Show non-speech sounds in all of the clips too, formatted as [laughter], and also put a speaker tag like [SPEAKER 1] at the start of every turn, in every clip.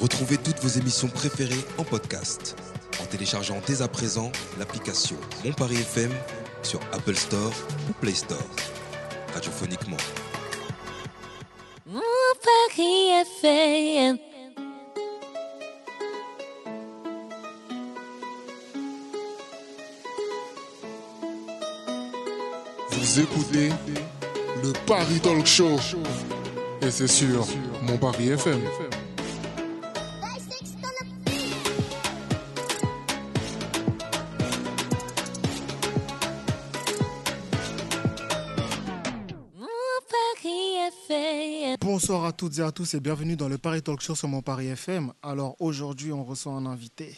[SPEAKER 1] Retrouvez toutes vos émissions préférées en podcast en téléchargeant dès à présent l'application Mon Paris FM sur Apple Store ou Play Store. Radiophoniquement.
[SPEAKER 2] Mon Paris FM.
[SPEAKER 3] Vous écoutez le Paris Talk Show. Et c'est sur mon Paris FM.
[SPEAKER 2] Mon Paris FM.
[SPEAKER 4] Bonsoir à toutes et à tous et bienvenue dans le Paris Talk Show sur mon Paris FM. Alors aujourd'hui, on reçoit un invité,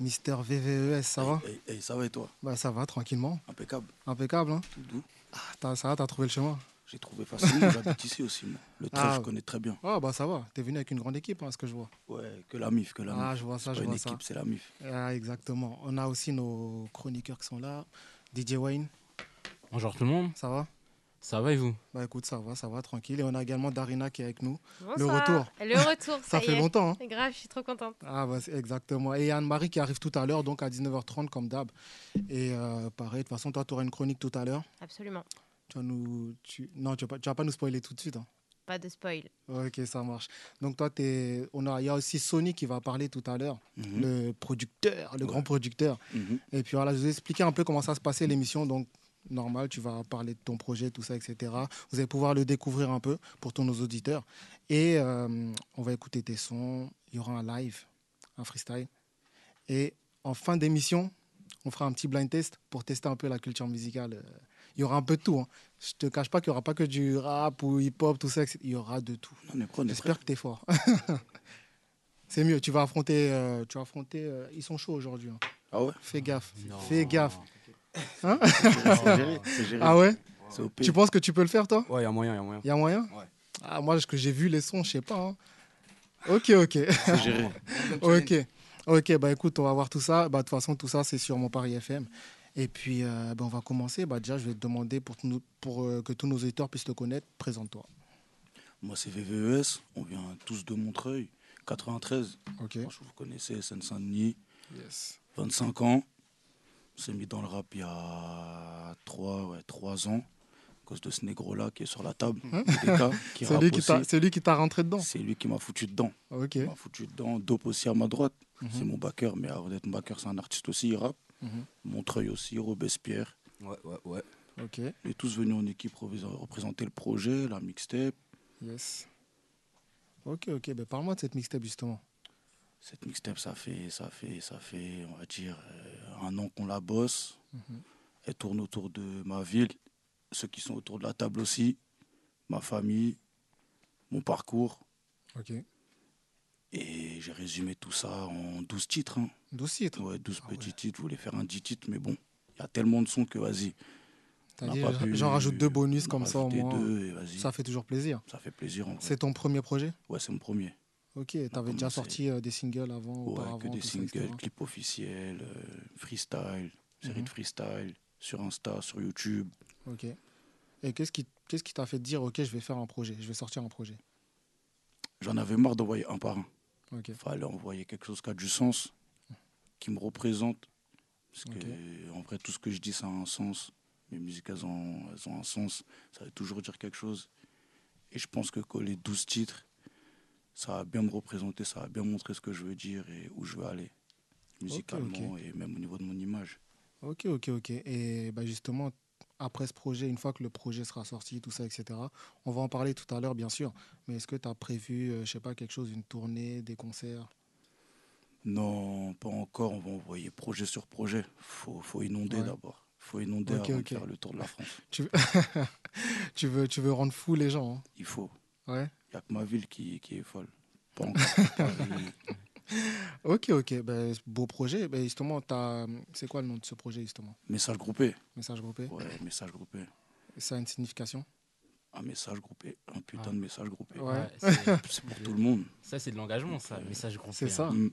[SPEAKER 4] Mister VVES, ça va
[SPEAKER 5] Hey, hey, ça va et toi
[SPEAKER 4] Bah ça va tranquillement,
[SPEAKER 5] Impeccable.
[SPEAKER 4] impeccable hein
[SPEAKER 5] Tout doux.
[SPEAKER 4] Ah, t'as- ça va, t'as trouvé le chemin
[SPEAKER 5] J'ai trouvé facile. J'habite ici aussi. moi. Le train,
[SPEAKER 4] Ah.
[SPEAKER 5] je connais très bien.
[SPEAKER 4] Ah bah ça va, t'es venu avec une grande équipe, hein, ce que je vois.
[SPEAKER 5] Ouais, que la MIF, que la
[SPEAKER 4] Ah,
[SPEAKER 5] MIF.
[SPEAKER 4] je vois ça,
[SPEAKER 5] C'est
[SPEAKER 4] je
[SPEAKER 5] pas une
[SPEAKER 4] vois ça.
[SPEAKER 5] équipe, c'est la MIF.
[SPEAKER 4] Ah, exactement. On a aussi nos chroniqueurs qui sont là. DJ Wayne,
[SPEAKER 6] Bonjour tout le monde,
[SPEAKER 4] ça va
[SPEAKER 6] ça va et vous
[SPEAKER 4] Bah écoute, ça va, ça va, tranquille. Et on a également Darina qui est avec nous.
[SPEAKER 7] Bonsoir.
[SPEAKER 4] Le retour.
[SPEAKER 7] Le retour, ça,
[SPEAKER 4] [laughs] Ça
[SPEAKER 7] y
[SPEAKER 4] fait
[SPEAKER 7] est.
[SPEAKER 4] longtemps, hein
[SPEAKER 7] Grave, je suis trop contente.
[SPEAKER 4] Ah bah, c'est- exactement. Et Anne-Marie qui arrive tout à l'heure, donc à 19h30 comme d'hab. Et euh, pareil, de toute façon, toi, tu auras une chronique tout à l'heure.
[SPEAKER 7] Absolument.
[SPEAKER 4] Tu vas nous... Tu... Non, tu vas, pas, tu vas pas nous spoiler tout de suite. hein.
[SPEAKER 7] Pas de spoil.
[SPEAKER 4] Ok, ça marche. Donc toi, t'es- on a, il y a aussi Sony qui va parler tout à l'heure,
[SPEAKER 5] Mhm.
[SPEAKER 4] le producteur, le
[SPEAKER 5] Ouais.
[SPEAKER 4] grand producteur.
[SPEAKER 5] Mhm.
[SPEAKER 4] Et puis voilà, je vous ai expliqué un peu comment ça se passait l'émission. Donc normal, tu vas parler de ton projet, tout ça, etc. Vous allez pouvoir le découvrir un peu pour tous nos auditeurs. Et euh, on va écouter tes sons. Il y aura un live, un freestyle. Et en fin d'émission, on fera un petit blind test pour tester un peu la culture musicale. Euh, Il y aura un peu de tout. hein. Je te cache pas qu'il y aura pas que du rap ou hip-hop, tout ça. etc. Il y aura de tout.
[SPEAKER 5] On est prêt, on est prêt.
[SPEAKER 4] J'espère que t'es fort. [laughs] C'est mieux, tu vas affronter. euh, tu vas affronter euh, ils sont chauds aujourd'hui. hein.
[SPEAKER 5] Ah ouais
[SPEAKER 4] Fais gaffe. Fais gaffe. Hein?
[SPEAKER 5] C'est géré. C'est géré.
[SPEAKER 4] Ah ouais
[SPEAKER 5] C'est OP.
[SPEAKER 4] Tu penses que tu peux le faire, toi
[SPEAKER 6] Ouais, y a moyen, y a moyen.
[SPEAKER 4] Il y a moyen
[SPEAKER 6] Ouais.
[SPEAKER 4] Ah, moi, ce que j'ai vu les sons, je sais pas. hein. Ok, ok.
[SPEAKER 5] C'est géré.
[SPEAKER 4] [laughs] ok. Ok, bah écoute, on va voir tout ça. Bah, De toute façon, tout ça, c'est sur mon Paris FM. Et puis, euh, bah, on va commencer. Bah, déjà, je vais te demander pour, tous nos- pour euh, que tous nos auditeurs puissent te connaître. Présente-toi.
[SPEAKER 5] Moi, c'est VVES. On vient tous de Montreuil. 93.
[SPEAKER 4] Ok.
[SPEAKER 5] Franchement, vous connaissez Seine-Saint-Denis.
[SPEAKER 4] Yes.
[SPEAKER 5] 25 ans. On s'est mis dans le rap il y a 3, ouais, 3 ans. À cause de ce négro-là qui est sur la table. DK, qui
[SPEAKER 4] Hein [laughs] C'est
[SPEAKER 5] rappe
[SPEAKER 4] lui qui
[SPEAKER 5] aussi.
[SPEAKER 4] t'a- c'est lui qui t'a rentré dedans. Ah,
[SPEAKER 5] C'est lui qui m'a foutu dedans.
[SPEAKER 4] Ok.
[SPEAKER 5] Il m'a foutu dedans. Dope aussi à ma droite.
[SPEAKER 4] Mhm.
[SPEAKER 5] C'est mon backer, mais avant d'être mon backer, c'est un artiste aussi, il rappe.
[SPEAKER 4] Mhm.
[SPEAKER 5] Montreuil aussi, Robespierre.
[SPEAKER 6] Ouais, ouais, ouais.
[SPEAKER 4] Ok.
[SPEAKER 5] On est tous venus en équipe repré- représenter le projet, la mixtape.
[SPEAKER 4] Yes. Ok, ok. Ben, Parle-moi de cette mixtape, justement.
[SPEAKER 5] Cette mixtape, ça fait, ça fait, ça fait, on va dire, euh, un an qu'on la bosse. Elle tourne autour de ma ville, ceux qui sont autour de la table aussi, ma famille, mon parcours.
[SPEAKER 4] Ok.
[SPEAKER 5] Et j'ai résumé tout ça en 12 titres. hein.
[SPEAKER 4] Douze titres.
[SPEAKER 5] Ouais, 12
[SPEAKER 4] Ah ouais.
[SPEAKER 5] petits titres, je voulais faire un 10 titres, mais bon, il y a tellement de sons que vas-y.
[SPEAKER 4] T'as
[SPEAKER 5] On
[SPEAKER 4] dit,
[SPEAKER 5] n'a pas
[SPEAKER 4] j'en-
[SPEAKER 5] pu
[SPEAKER 4] j'en rajoute deux bonus comme ça au
[SPEAKER 5] rajouter
[SPEAKER 4] moins.
[SPEAKER 5] deux, et vas-y.
[SPEAKER 4] Ça fait toujours plaisir.
[SPEAKER 5] Ça fait plaisir en vrai.
[SPEAKER 4] C'est ton premier projet
[SPEAKER 5] Ouais, c'est mon premier.
[SPEAKER 4] Ok, t'avais déjà
[SPEAKER 5] commencé.
[SPEAKER 4] sorti euh, des singles avant,
[SPEAKER 5] Bah,
[SPEAKER 4] auparavant,
[SPEAKER 5] Ouais, que des
[SPEAKER 4] tout ça,
[SPEAKER 5] singles,
[SPEAKER 4] etc.
[SPEAKER 5] clips officiels, euh, freestyle, série
[SPEAKER 4] Mhm.
[SPEAKER 5] de freestyle, sur Insta, sur YouTube.
[SPEAKER 4] Ok. Et qu'est-ce qui qu'est-ce qui t'a fait te dire, ok, je vais faire un projet, je vais sortir un projet
[SPEAKER 5] J'en avais marre d'envoyer un par un.
[SPEAKER 4] Ok.
[SPEAKER 5] Il fallait envoyer quelque chose qui a du sens, qui me représente. Parce que, en vrai, tout ce que je dis, ça a un sens. Mes musiques, elles ont, elles ont un sens. Ça veut toujours dire quelque chose. Et je pense que coller 12 titres, ça va bien me représenter, ça va bien montrer ce que je veux dire et où je veux aller, musicalement et même au niveau de mon image.
[SPEAKER 4] Ok, ok, ok. Et bah, justement, après ce projet, une fois que le projet sera sorti, tout ça, etc., on va en parler tout à l'heure, bien sûr. Mais est-ce que t'as prévu, euh, je sais pas, quelque chose, une tournée, des concerts
[SPEAKER 5] Non, pas encore. On va envoyer projet sur projet. Faut, faut inonder
[SPEAKER 4] Ouais.
[SPEAKER 5] d'abord. Faut inonder
[SPEAKER 4] Ok,
[SPEAKER 5] avant
[SPEAKER 4] ok.
[SPEAKER 5] de faire le tour de la France.
[SPEAKER 4] [laughs] tu, veux, tu veux rendre fou les gens
[SPEAKER 5] Il faut.
[SPEAKER 4] hein Ouais
[SPEAKER 5] Il n'y a que ma ville qui, qui est folle. Pas encore. Paris.
[SPEAKER 4] Ok, ok. Ben, beau projet. Ben, justement, t'as- c'est quoi le nom de ce projet, justement
[SPEAKER 5] Message groupé.
[SPEAKER 4] Message groupé
[SPEAKER 5] Ouais, message groupé.
[SPEAKER 4] Ça a une signification
[SPEAKER 5] Un message groupé. Un putain
[SPEAKER 6] Ah.
[SPEAKER 5] de message groupé.
[SPEAKER 4] Ouais.
[SPEAKER 6] c'est-
[SPEAKER 5] C'est pour tout le monde.
[SPEAKER 6] Ça, c'est de l'engagement, ça, message groupé.
[SPEAKER 4] C'est ça.
[SPEAKER 6] hein.
[SPEAKER 5] Mm.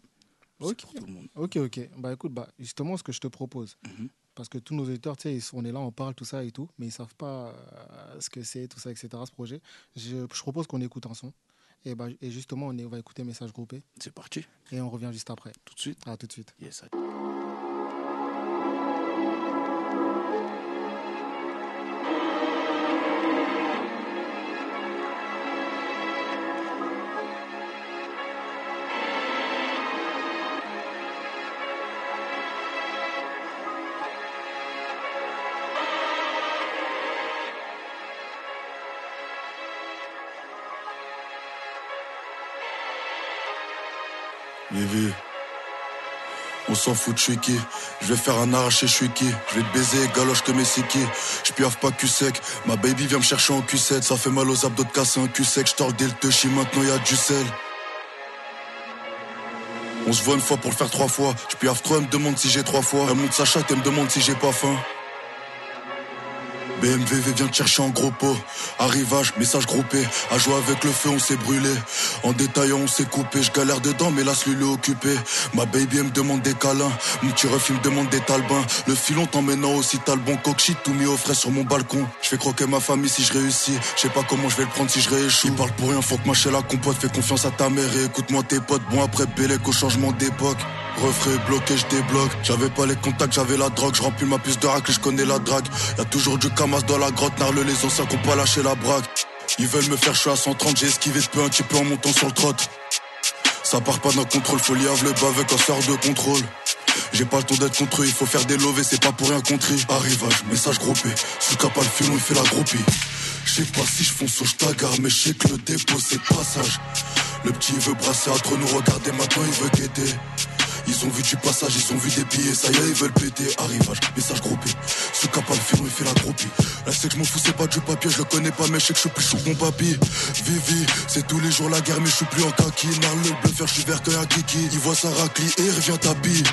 [SPEAKER 4] Ok.
[SPEAKER 5] C'est pour tout le monde.
[SPEAKER 4] Ok, ok. Bah écoute, bah, justement, ce que je te propose,
[SPEAKER 5] Mhm.
[SPEAKER 4] parce que tous nos auditeurs, tu sais, ils sont- on est là, on parle, tout ça et tout, mais ils savent pas euh, ce que c'est, tout ça, etc., ce projet. Je, je propose qu'on écoute un son Et, bah, et justement, on, est- on va écouter message groupé
[SPEAKER 5] C'est parti,
[SPEAKER 4] et on revient juste après.
[SPEAKER 5] tout de suite.
[SPEAKER 4] À tout de suite.
[SPEAKER 5] Yes, à-
[SPEAKER 8] Yévé. On s'en fout de chuiquer, je vais faire un arraché chuiqué, je vais te baiser, galoche comme Essiki, je piaffe pas cul sec, ma baby vient me chercher en Q7, ça fait mal aux abdos de casser un cul sec, je tords dès le touchy, maintenant y a du sel. On se voit une fois pour le faire trois fois, je piaffe trop, elle me demande si j'ai trois fois, elle monte sa chatte, elle me demande si j'ai pas faim. BMVV vient te chercher en gros pot. Arrivage, message groupé. À jouer avec le feu, on s'est brûlé. En détaillant, on s'est coupé. Je galère dedans, mais là, celui-là occupé. Ma baby, elle me demande des câlins. Mon petit ref, il me demande des talbins. Le filon t'emmenant aussi, t'as le bon coquechi, tout mis au frais sur mon balcon. Je fais croquer ma famille si je réussis. Je sais pas comment je vais le prendre si je rééchoue. Il parle pour rien, faut que ma la compote. Fais confiance à ta mère et écoute-moi tes potes. Bon, après, Bélec au changement d'époque. Refrais bloqué, je débloque. J'avais pas les contacts, j'avais la drogue. Je remplis ma puce de racle, je connais la drague. Y'a toujours du camas dans la grotte, narle les anciens qui ont pas lâché la braque. Ils veulent me faire, je suis à 130, j'ai esquivé ce peu un petit peu en montant sur le trot. Ça part pas d'un contrôle, faut liave le baveux quand sort de contrôle. J'ai pas le temps d'être contre eux, il faut faire des lovés, c'est pas pour rien contrer. Arrivage, message groupé, sous cap pas le filon, il fait la groupie. Je sais pas si je fonce ou je t'agarre, mais je sais que le dépôt c'est pas sage. Le petit il veut brasser à trop nous regarder, maintenant il veut guetter. Ils ont vu du passage, ils ont vu des billets, ça y est, ils veulent péter. Arrivage, message groupé. Ce qu'a pas le film, il fait la groupie. La c'est que je m'en fous, c'est pas du papier, je le connais pas, mais je sais que je suis plus chaud que mon papy. Vivi, c'est tous les jours la guerre, mais je suis plus en kaki. Narle le bluffer, je suis vert que un kiki. Il voit sa raclie et il revient tapis.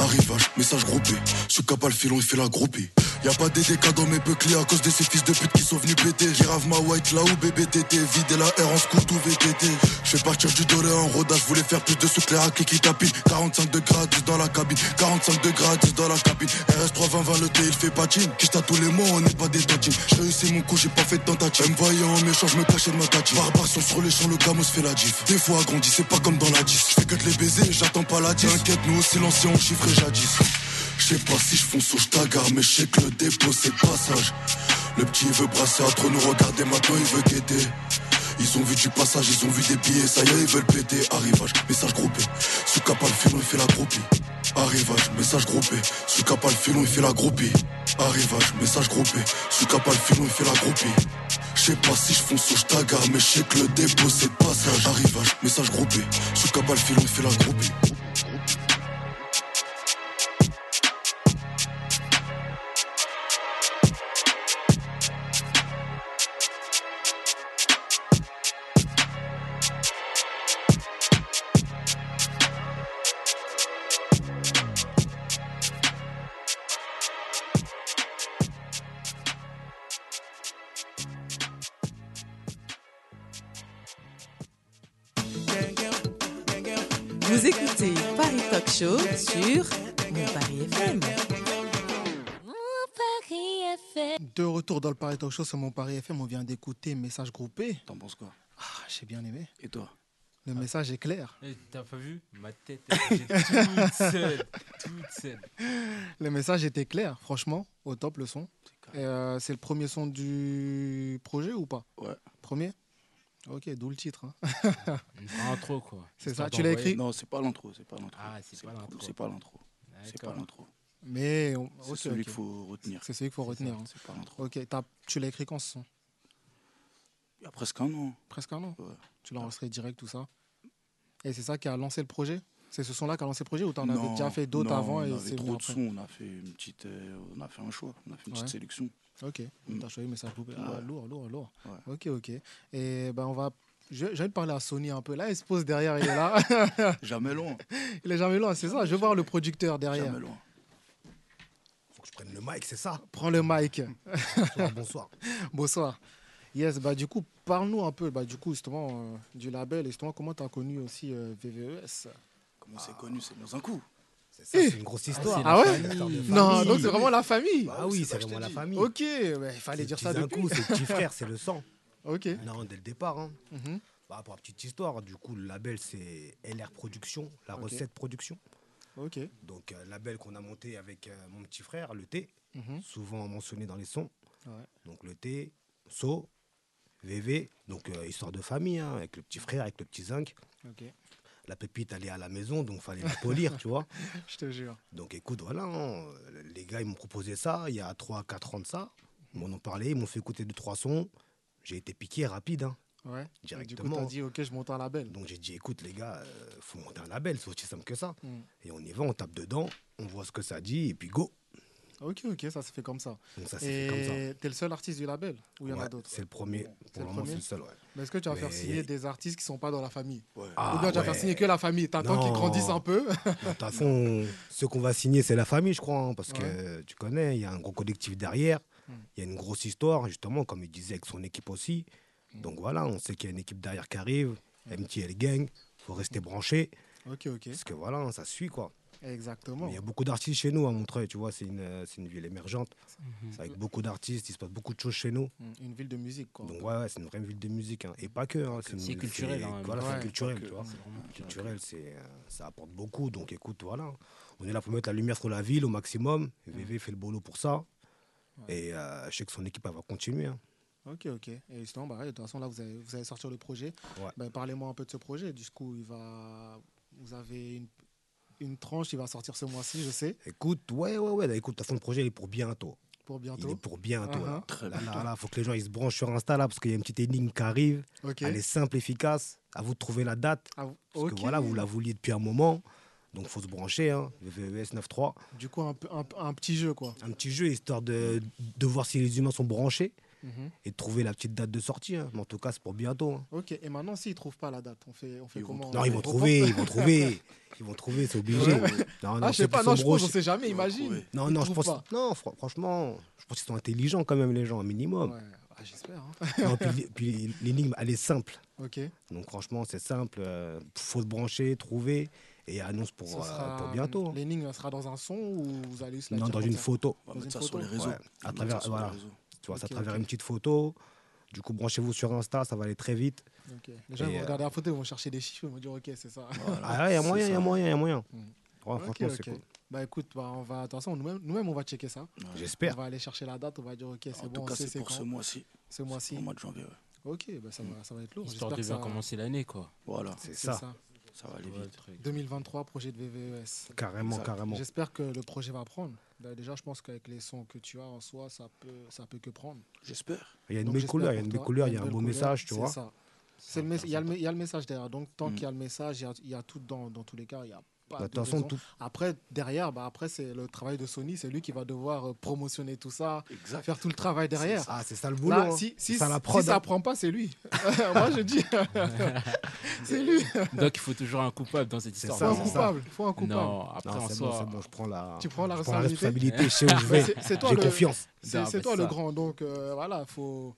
[SPEAKER 8] Arrivage, message groupé. Ce qu'a pas le filon, il fait la groupie. Y a pas des dégâts dans mes bucliers à cause de ces fils de pute qui sont venus péter. J'y rave ma white là où bébé t'étais. Vide la R en scoot ou VTT. Je fais partir du doré en rodage. Je voulais faire plus de sous que les raclés qui tapis. 45 degrés 10 dans la cabine. 45 degrés 10 dans la cabine. RS320 le T il fait patine. Quitte à tous les mots, on n'est pas des tatines. J'ai réussi mon coup, j'ai pas fait de tentative. Elle me voyait en méchant, je me cachais de ma tatine. Barbare sont sur les champs, le gamos fait la gif. Des fois agrandi, c'est pas comme dans la 10. Je fais que de les baiser, j'attends pas la 10. T'inquiète, nous aussi l'ancien, on chiffrait jadis. Je sais pas si je fonce ou je t'agarre, mais je sais que le dépôt c'est pas sage. Le petit il veut brasser à trop nous regarder, maintenant il veut guetter. Ils ont vu du passage, ils ont vu des billets, ça y est, ils veulent péter. Arrivage, message groupé. Sous pas le filon, il fait la groupie. Arrivage, message groupé. Sous pas le filon, il fait la groupie. Arrivage, message groupé. Sous pas le filon, il fait la groupie. Je sais pas si je fonce ou je t'agarre, mais je sais que le dépôt c'est pas sage. Arrivage, message groupé. Sous pas le filon, il fait la groupie.
[SPEAKER 9] Vous écoutez Paris Talk Show sur Mon Paris FM.
[SPEAKER 2] Paris FM.
[SPEAKER 4] De retour dans le Paris Talk Show sur mon Paris FM, on vient d'écouter message groupé.
[SPEAKER 5] T'en penses quoi
[SPEAKER 4] Ah, j'ai bien aimé.
[SPEAKER 5] Et toi Ah.
[SPEAKER 4] Le message est clair.
[SPEAKER 6] Eh, T'as pas vu Ma tête, elle était toute seule. Toute seule.
[SPEAKER 4] Le message était clair, franchement, au top le son.
[SPEAKER 5] C'est
[SPEAKER 4] Et, euh, c'est le premier son du projet ou pas
[SPEAKER 5] Ouais.
[SPEAKER 4] Premier Ok, d'où le titre. hein.
[SPEAKER 6] [laughs] Une vraie intro, quoi.
[SPEAKER 4] [laughs] C'est
[SPEAKER 6] Histoire
[SPEAKER 4] ça, tu l'as
[SPEAKER 6] d'envoyer-
[SPEAKER 4] écrit
[SPEAKER 5] Non, c'est pas l'intro, c'est pas l'intro.
[SPEAKER 6] Ah, c'est pas l'intro.
[SPEAKER 5] C'est pas l'intro. C'est pas
[SPEAKER 6] D'accord.
[SPEAKER 5] l'intro.
[SPEAKER 4] Mais on-
[SPEAKER 5] C'est
[SPEAKER 4] ok,
[SPEAKER 5] celui
[SPEAKER 4] ok.
[SPEAKER 5] qu'il faut retenir.
[SPEAKER 4] C'est celui qu'il faut retenir. hein.
[SPEAKER 5] C'est pas l'intro.
[SPEAKER 4] Ok, t'as- tu l'as écrit quand ce son
[SPEAKER 5] Il y a presque un an.
[SPEAKER 4] Presque un an
[SPEAKER 5] Ouais.
[SPEAKER 4] Tu l'as enregistré direct, tout ça Et c'est ça qui a lancé le projet C'est ce son-là qui a lancé le projet ou t'en
[SPEAKER 5] Non,
[SPEAKER 4] avais déjà fait d'autres
[SPEAKER 5] non,
[SPEAKER 4] avant
[SPEAKER 5] on
[SPEAKER 4] et
[SPEAKER 5] avait
[SPEAKER 4] c'est
[SPEAKER 5] trop
[SPEAKER 4] venu
[SPEAKER 5] de
[SPEAKER 4] après
[SPEAKER 5] sons, on a fait une petite, euh, on a fait un choix, on a fait une
[SPEAKER 4] Ouais.
[SPEAKER 5] petite sélection.
[SPEAKER 4] Ok,
[SPEAKER 5] Mm.
[SPEAKER 4] t'as choisi Message Groupé. Ah,
[SPEAKER 5] Ouais.
[SPEAKER 4] lourd, lourd, lourd.
[SPEAKER 5] Ouais.
[SPEAKER 4] Ok, ok. Et ben on va. Je, je vais te parler à Sony un peu. Là, il se pose derrière, il est là. [laughs]
[SPEAKER 5] Jamais loin,
[SPEAKER 4] il est jamais loin, c'est ça. Je veux voir le producteur derrière.
[SPEAKER 5] jamais loin.
[SPEAKER 10] Faut que je prenne le mic, c'est ça.
[SPEAKER 4] Prends le mic.
[SPEAKER 10] Bonsoir, bonsoir.
[SPEAKER 4] [laughs] Bonsoir. Yes, bah du coup, parle-nous un peu, bah du coup, justement, euh, du label, et justement, comment t'as connu aussi euh, VVES
[SPEAKER 5] Comment c'est connu, c'est dans un coup.
[SPEAKER 10] C'est ça, c'est une grosse histoire.
[SPEAKER 4] Ah ouais
[SPEAKER 10] Une histoire de
[SPEAKER 4] Non,
[SPEAKER 10] famille.
[SPEAKER 4] donc c'est vraiment la famille.
[SPEAKER 10] Bah oui, c'est vraiment la famille.
[SPEAKER 4] Ok, bah, il fallait dire ça
[SPEAKER 10] d'un
[SPEAKER 4] depuis.
[SPEAKER 10] coup, c'est le petit frère, c'est le sang.
[SPEAKER 4] Ok.
[SPEAKER 10] Non, dès le départ. hein.
[SPEAKER 4] Mhm.
[SPEAKER 10] Bah, pour la petite histoire, du coup, le label, c'est LR Production, la
[SPEAKER 4] Ok.
[SPEAKER 10] recette production.
[SPEAKER 4] Ok.
[SPEAKER 10] Donc, euh, label qu'on a monté avec euh, mon petit frère, le thé,
[SPEAKER 4] Mhm.
[SPEAKER 10] souvent mentionné dans les sons.
[SPEAKER 4] Ouais.
[SPEAKER 10] Donc, le thé, So, VV, donc euh, histoire de famille, hein, avec le petit frère, avec le petit zinc.
[SPEAKER 4] [laughs] Ok.
[SPEAKER 10] La pépite, elle est à la maison, donc fallait la polir, tu vois.
[SPEAKER 4] [laughs] Je te jure.
[SPEAKER 10] Donc écoute, voilà, hein, les gars, ils m'ont proposé ça il y a 3-4 ans de ça. Ils m'en ont parlé, ils m'ont fait écouter 2-3 sons. J'ai été piqué rapide, hein,
[SPEAKER 4] Ouais. Et Bah, Du coup,
[SPEAKER 10] directement.
[SPEAKER 4] t'as dit, ok, je monte un label.
[SPEAKER 10] Donc j'ai dit, écoute, les gars, euh, faut monter un label, c'est aussi simple que ça.
[SPEAKER 4] Mm.
[SPEAKER 10] Et on y va, on tape dedans, on voit ce que ça dit, et puis go.
[SPEAKER 4] Ok, ok, ça se fait comme ça.
[SPEAKER 10] Donc ça s'est fait comme ça.
[SPEAKER 4] Et t'es le seul artiste du label ou il y en a
[SPEAKER 10] Ouais,
[SPEAKER 4] d'autres
[SPEAKER 10] C'est le premier. Pour
[SPEAKER 4] le
[SPEAKER 10] le moment,
[SPEAKER 4] premier
[SPEAKER 10] c'est le seul, ouais.
[SPEAKER 4] Mais est-ce que tu vas faire
[SPEAKER 10] Mais-
[SPEAKER 4] signer des artistes qui sont pas dans la famille
[SPEAKER 10] Ah,
[SPEAKER 4] Ou bien tu vas
[SPEAKER 10] ouais.
[SPEAKER 4] faire signer que la famille T'attends qu'ils
[SPEAKER 10] Non.
[SPEAKER 4] grandissent un peu [laughs]
[SPEAKER 10] De toute façon, ce qu'on va signer, c'est la famille, je crois, hein, parce que
[SPEAKER 4] Ouais.
[SPEAKER 10] euh, tu connais, il y a un gros collectif derrière,
[SPEAKER 4] Mm.
[SPEAKER 10] il y a une grosse histoire, justement, comme il disait, avec son équipe aussi.
[SPEAKER 4] Hmm.
[SPEAKER 10] Donc voilà, on sait qu'il y a une équipe derrière qui arrive, MTL Gang, faut rester branché,
[SPEAKER 4] Ok, ok.
[SPEAKER 10] parce que voilà, hein, ça suit, quoi. Mais
[SPEAKER 4] Exactement.
[SPEAKER 10] Il y a beaucoup d'artistes chez nous à Montreuil, tu vois, c'est une, euh, c'est une ville émergente,
[SPEAKER 11] Mhm.
[SPEAKER 10] c'est avec beaucoup d'artistes, il se passe beaucoup de choses chez nous.
[SPEAKER 4] Mm, Une ville de musique, quoi.
[SPEAKER 10] Donc ouais, ouais, c'est une vraie ville de musique, hein. et pas que. hein, une-
[SPEAKER 11] C'est culturel, hein,
[SPEAKER 10] voilà,
[SPEAKER 4] ouais,
[SPEAKER 10] c'est culturel,
[SPEAKER 11] que-
[SPEAKER 10] tu vois.
[SPEAKER 4] hein,
[SPEAKER 11] c'est vraiment
[SPEAKER 10] Culturel, c'est, euh, ça apporte beaucoup. Donc écoute, voilà, on est là pour mettre la lumière sur la ville au maximum.
[SPEAKER 4] Mm.
[SPEAKER 10] VV fait le boulot pour ça. Et euh, je sais que son équipe elle va continuer. hein.
[SPEAKER 4] Ok, ok. Et justement, bah, ouais, de toute façon, là, vous allez, vous allez sortir le projet.
[SPEAKER 10] Ouais.
[SPEAKER 4] Bah, Parlez-moi un peu de ce projet. Du coup, il va... vous avez une, une tranche qui va sortir ce mois-ci, je sais,
[SPEAKER 10] Écoute, ouais, ouais, ouais. Écoute, de toute façon, le projet il est pour bientôt.
[SPEAKER 4] pour
[SPEAKER 10] Il
[SPEAKER 4] bientôt.
[SPEAKER 10] est pour bientôt.
[SPEAKER 4] Ah,
[SPEAKER 10] là.
[SPEAKER 4] ah. Très
[SPEAKER 10] Là,
[SPEAKER 4] bientôt.
[SPEAKER 10] là, là, faut que les gens ils se branchent sur Insta là, parce qu'il y a une petite énigme qui arrive.
[SPEAKER 4] Ok.
[SPEAKER 10] Elle est simple, efficace. À vous de trouver la date.
[SPEAKER 4] Ah, vous-
[SPEAKER 10] Parce
[SPEAKER 4] ok.
[SPEAKER 10] que voilà, vous la vouliez depuis un moment. Donc faut se brancher. Hein. VVS 9.3.
[SPEAKER 4] Du coup, un, peu- un, un petit jeu, quoi.
[SPEAKER 10] Un petit jeu histoire de, de voir si les humains sont branchés.
[SPEAKER 4] Mhm.
[SPEAKER 10] et de trouver la petite date de sortie. hein. Mais en tout cas, c'est pour bientôt. hein.
[SPEAKER 4] Ok, et maintenant, s'ils ne trouvent pas la date, on fait, on fait comment
[SPEAKER 10] Non, ils vont
[SPEAKER 4] On
[SPEAKER 10] trouver,
[SPEAKER 4] reporte
[SPEAKER 10] ils vont
[SPEAKER 4] [laughs]
[SPEAKER 10] trouver, ils vont trouver, c'est obligé.
[SPEAKER 4] Ouais.
[SPEAKER 10] Non,
[SPEAKER 4] ah, je
[SPEAKER 10] ceux
[SPEAKER 4] sais
[SPEAKER 10] qui
[SPEAKER 4] pas,
[SPEAKER 10] sont
[SPEAKER 4] non, je pense,
[SPEAKER 10] brochés-
[SPEAKER 4] on sait jamais, imagine.
[SPEAKER 10] Non,
[SPEAKER 4] Ils
[SPEAKER 10] non, je
[SPEAKER 4] trouvent
[SPEAKER 10] pense,
[SPEAKER 4] pas.
[SPEAKER 10] non, fran- franchement, je pense qu'ils sont intelligents quand même les gens, un minimum.
[SPEAKER 4] Ouais, bah, j'espère. hein.
[SPEAKER 10] Non, puis puis l'énigme, elle est simple.
[SPEAKER 4] [laughs] Ok.
[SPEAKER 10] Donc franchement, c'est simple. euh, faut se brancher, trouver et annonce pour,
[SPEAKER 4] Ce
[SPEAKER 10] euh,
[SPEAKER 4] sera-
[SPEAKER 10] pour bientôt. hein.
[SPEAKER 4] L'énigme elle sera dans un son ou vous allez juste la
[SPEAKER 10] Non,
[SPEAKER 4] dire
[SPEAKER 10] dans
[SPEAKER 4] comme
[SPEAKER 10] une
[SPEAKER 4] ça
[SPEAKER 10] photo.
[SPEAKER 5] On va mettre
[SPEAKER 4] Dans une
[SPEAKER 5] ça sur
[SPEAKER 4] photo
[SPEAKER 5] les réseaux.
[SPEAKER 10] Ouais,
[SPEAKER 5] On va
[SPEAKER 10] à
[SPEAKER 5] mettre
[SPEAKER 10] travers,
[SPEAKER 5] ça sur les
[SPEAKER 10] voilà.
[SPEAKER 5] réseaux.
[SPEAKER 10] Tu vois, c'est à
[SPEAKER 4] Ok,
[SPEAKER 10] travers
[SPEAKER 4] ok.
[SPEAKER 10] une petite photo. Du coup, branchez-vous sur Insta, ça va aller très vite.
[SPEAKER 4] Ok. Les gens ils
[SPEAKER 10] Et,
[SPEAKER 4] vont
[SPEAKER 10] euh,
[SPEAKER 4] regarder la photo, ils vont chercher des chiffres, ils vont dire ok, c'est ça.
[SPEAKER 10] Ah ouais, il y a
[SPEAKER 5] C'est
[SPEAKER 10] moyen, il y a
[SPEAKER 5] ça.
[SPEAKER 10] moyen, il y a moyen.
[SPEAKER 4] Mm.
[SPEAKER 10] Ouais,
[SPEAKER 4] Ok,
[SPEAKER 10] franchement,
[SPEAKER 4] ok.
[SPEAKER 10] c'est cool.
[SPEAKER 4] Bah écoute, bah, on va, de toute façon, nous-mêmes, nous-mêmes, on va checker ça.
[SPEAKER 10] J'espère.
[SPEAKER 4] On va aller chercher la date, on va dire ok, c'est
[SPEAKER 5] En
[SPEAKER 4] bon,
[SPEAKER 5] tout
[SPEAKER 4] on
[SPEAKER 5] cas,
[SPEAKER 4] sait
[SPEAKER 5] c'est
[SPEAKER 4] c'est
[SPEAKER 5] pour ce
[SPEAKER 4] quand.
[SPEAKER 5] mois-ci.
[SPEAKER 4] Ce mois-ci.
[SPEAKER 5] Au mois de janvier, ouais.
[SPEAKER 4] Ok, bah ça va, ça va être lourd.
[SPEAKER 11] Histoire
[SPEAKER 4] J'espère
[SPEAKER 11] de
[SPEAKER 4] que
[SPEAKER 11] bien
[SPEAKER 4] ça...
[SPEAKER 11] commencer l'année, quoi.
[SPEAKER 5] Voilà,
[SPEAKER 10] C'est
[SPEAKER 4] C'est ça.
[SPEAKER 10] ça.
[SPEAKER 5] ça va aller vite.
[SPEAKER 4] 2023, projet de VVES.
[SPEAKER 10] Carrément,
[SPEAKER 5] Exact.
[SPEAKER 10] carrément.
[SPEAKER 4] J'espère que le projet va prendre. Bah, déjà, je pense qu'avec les sons que tu as en soi, ça peut, ça peut que prendre.
[SPEAKER 5] J'espère.
[SPEAKER 10] Il y a une
[SPEAKER 4] Donc,
[SPEAKER 10] belle
[SPEAKER 4] j'espère
[SPEAKER 10] couleur, il y a
[SPEAKER 4] pour
[SPEAKER 10] une belle
[SPEAKER 4] toi.
[SPEAKER 10] couleur, il y a
[SPEAKER 4] une
[SPEAKER 10] un
[SPEAKER 4] belle
[SPEAKER 10] beau
[SPEAKER 4] couleur,
[SPEAKER 10] message, tu
[SPEAKER 4] c'est
[SPEAKER 10] vois.
[SPEAKER 4] ça. C'est le mes- Il y, a le me- il y a le message derrière. Donc, tant qu'il y
[SPEAKER 5] Mm.
[SPEAKER 4] a le message, il y a- il y, a tout dans, dans tous les cas. Il y a
[SPEAKER 10] Bah,
[SPEAKER 4] pas
[SPEAKER 10] De
[SPEAKER 4] de
[SPEAKER 10] toute façon,
[SPEAKER 4] raison.
[SPEAKER 10] tout-
[SPEAKER 4] Après, derrière, bah, après c'est le travail de Sony. C'est lui qui va devoir euh, promotionner tout ça,
[SPEAKER 5] Exact.
[SPEAKER 4] faire tout le travail derrière.
[SPEAKER 10] Ah, c'est ça le boulot.
[SPEAKER 4] Là,
[SPEAKER 10] hein.
[SPEAKER 4] si,
[SPEAKER 10] C'est
[SPEAKER 4] si,
[SPEAKER 10] ça la
[SPEAKER 4] si
[SPEAKER 10] prod.
[SPEAKER 4] ça
[SPEAKER 10] hein.
[SPEAKER 4] prend pas, c'est lui. [laughs] Moi, je dis, [laughs] c'est lui.
[SPEAKER 11] Donc il faut toujours un coupable dans cette
[SPEAKER 10] C'est
[SPEAKER 11] histoire.
[SPEAKER 4] Faut
[SPEAKER 10] ça,
[SPEAKER 4] un
[SPEAKER 11] non
[SPEAKER 10] c'est ça.
[SPEAKER 4] coupable. Faut un coupable.
[SPEAKER 11] Non, après
[SPEAKER 10] Non,
[SPEAKER 11] en
[SPEAKER 10] c'est
[SPEAKER 11] soi,
[SPEAKER 10] bon, c'est bon, je prends la,
[SPEAKER 4] Tu prends la
[SPEAKER 10] je prends la
[SPEAKER 4] responsabilité.
[SPEAKER 10] responsabilité, je sais où je vais.
[SPEAKER 4] C'est- C'est toi
[SPEAKER 10] J'ai
[SPEAKER 4] le,
[SPEAKER 10] confiance.
[SPEAKER 4] c'est-
[SPEAKER 11] Non,
[SPEAKER 4] c'est
[SPEAKER 11] mais
[SPEAKER 4] toi le
[SPEAKER 11] ça.
[SPEAKER 4] grand. Donc euh, voilà, faut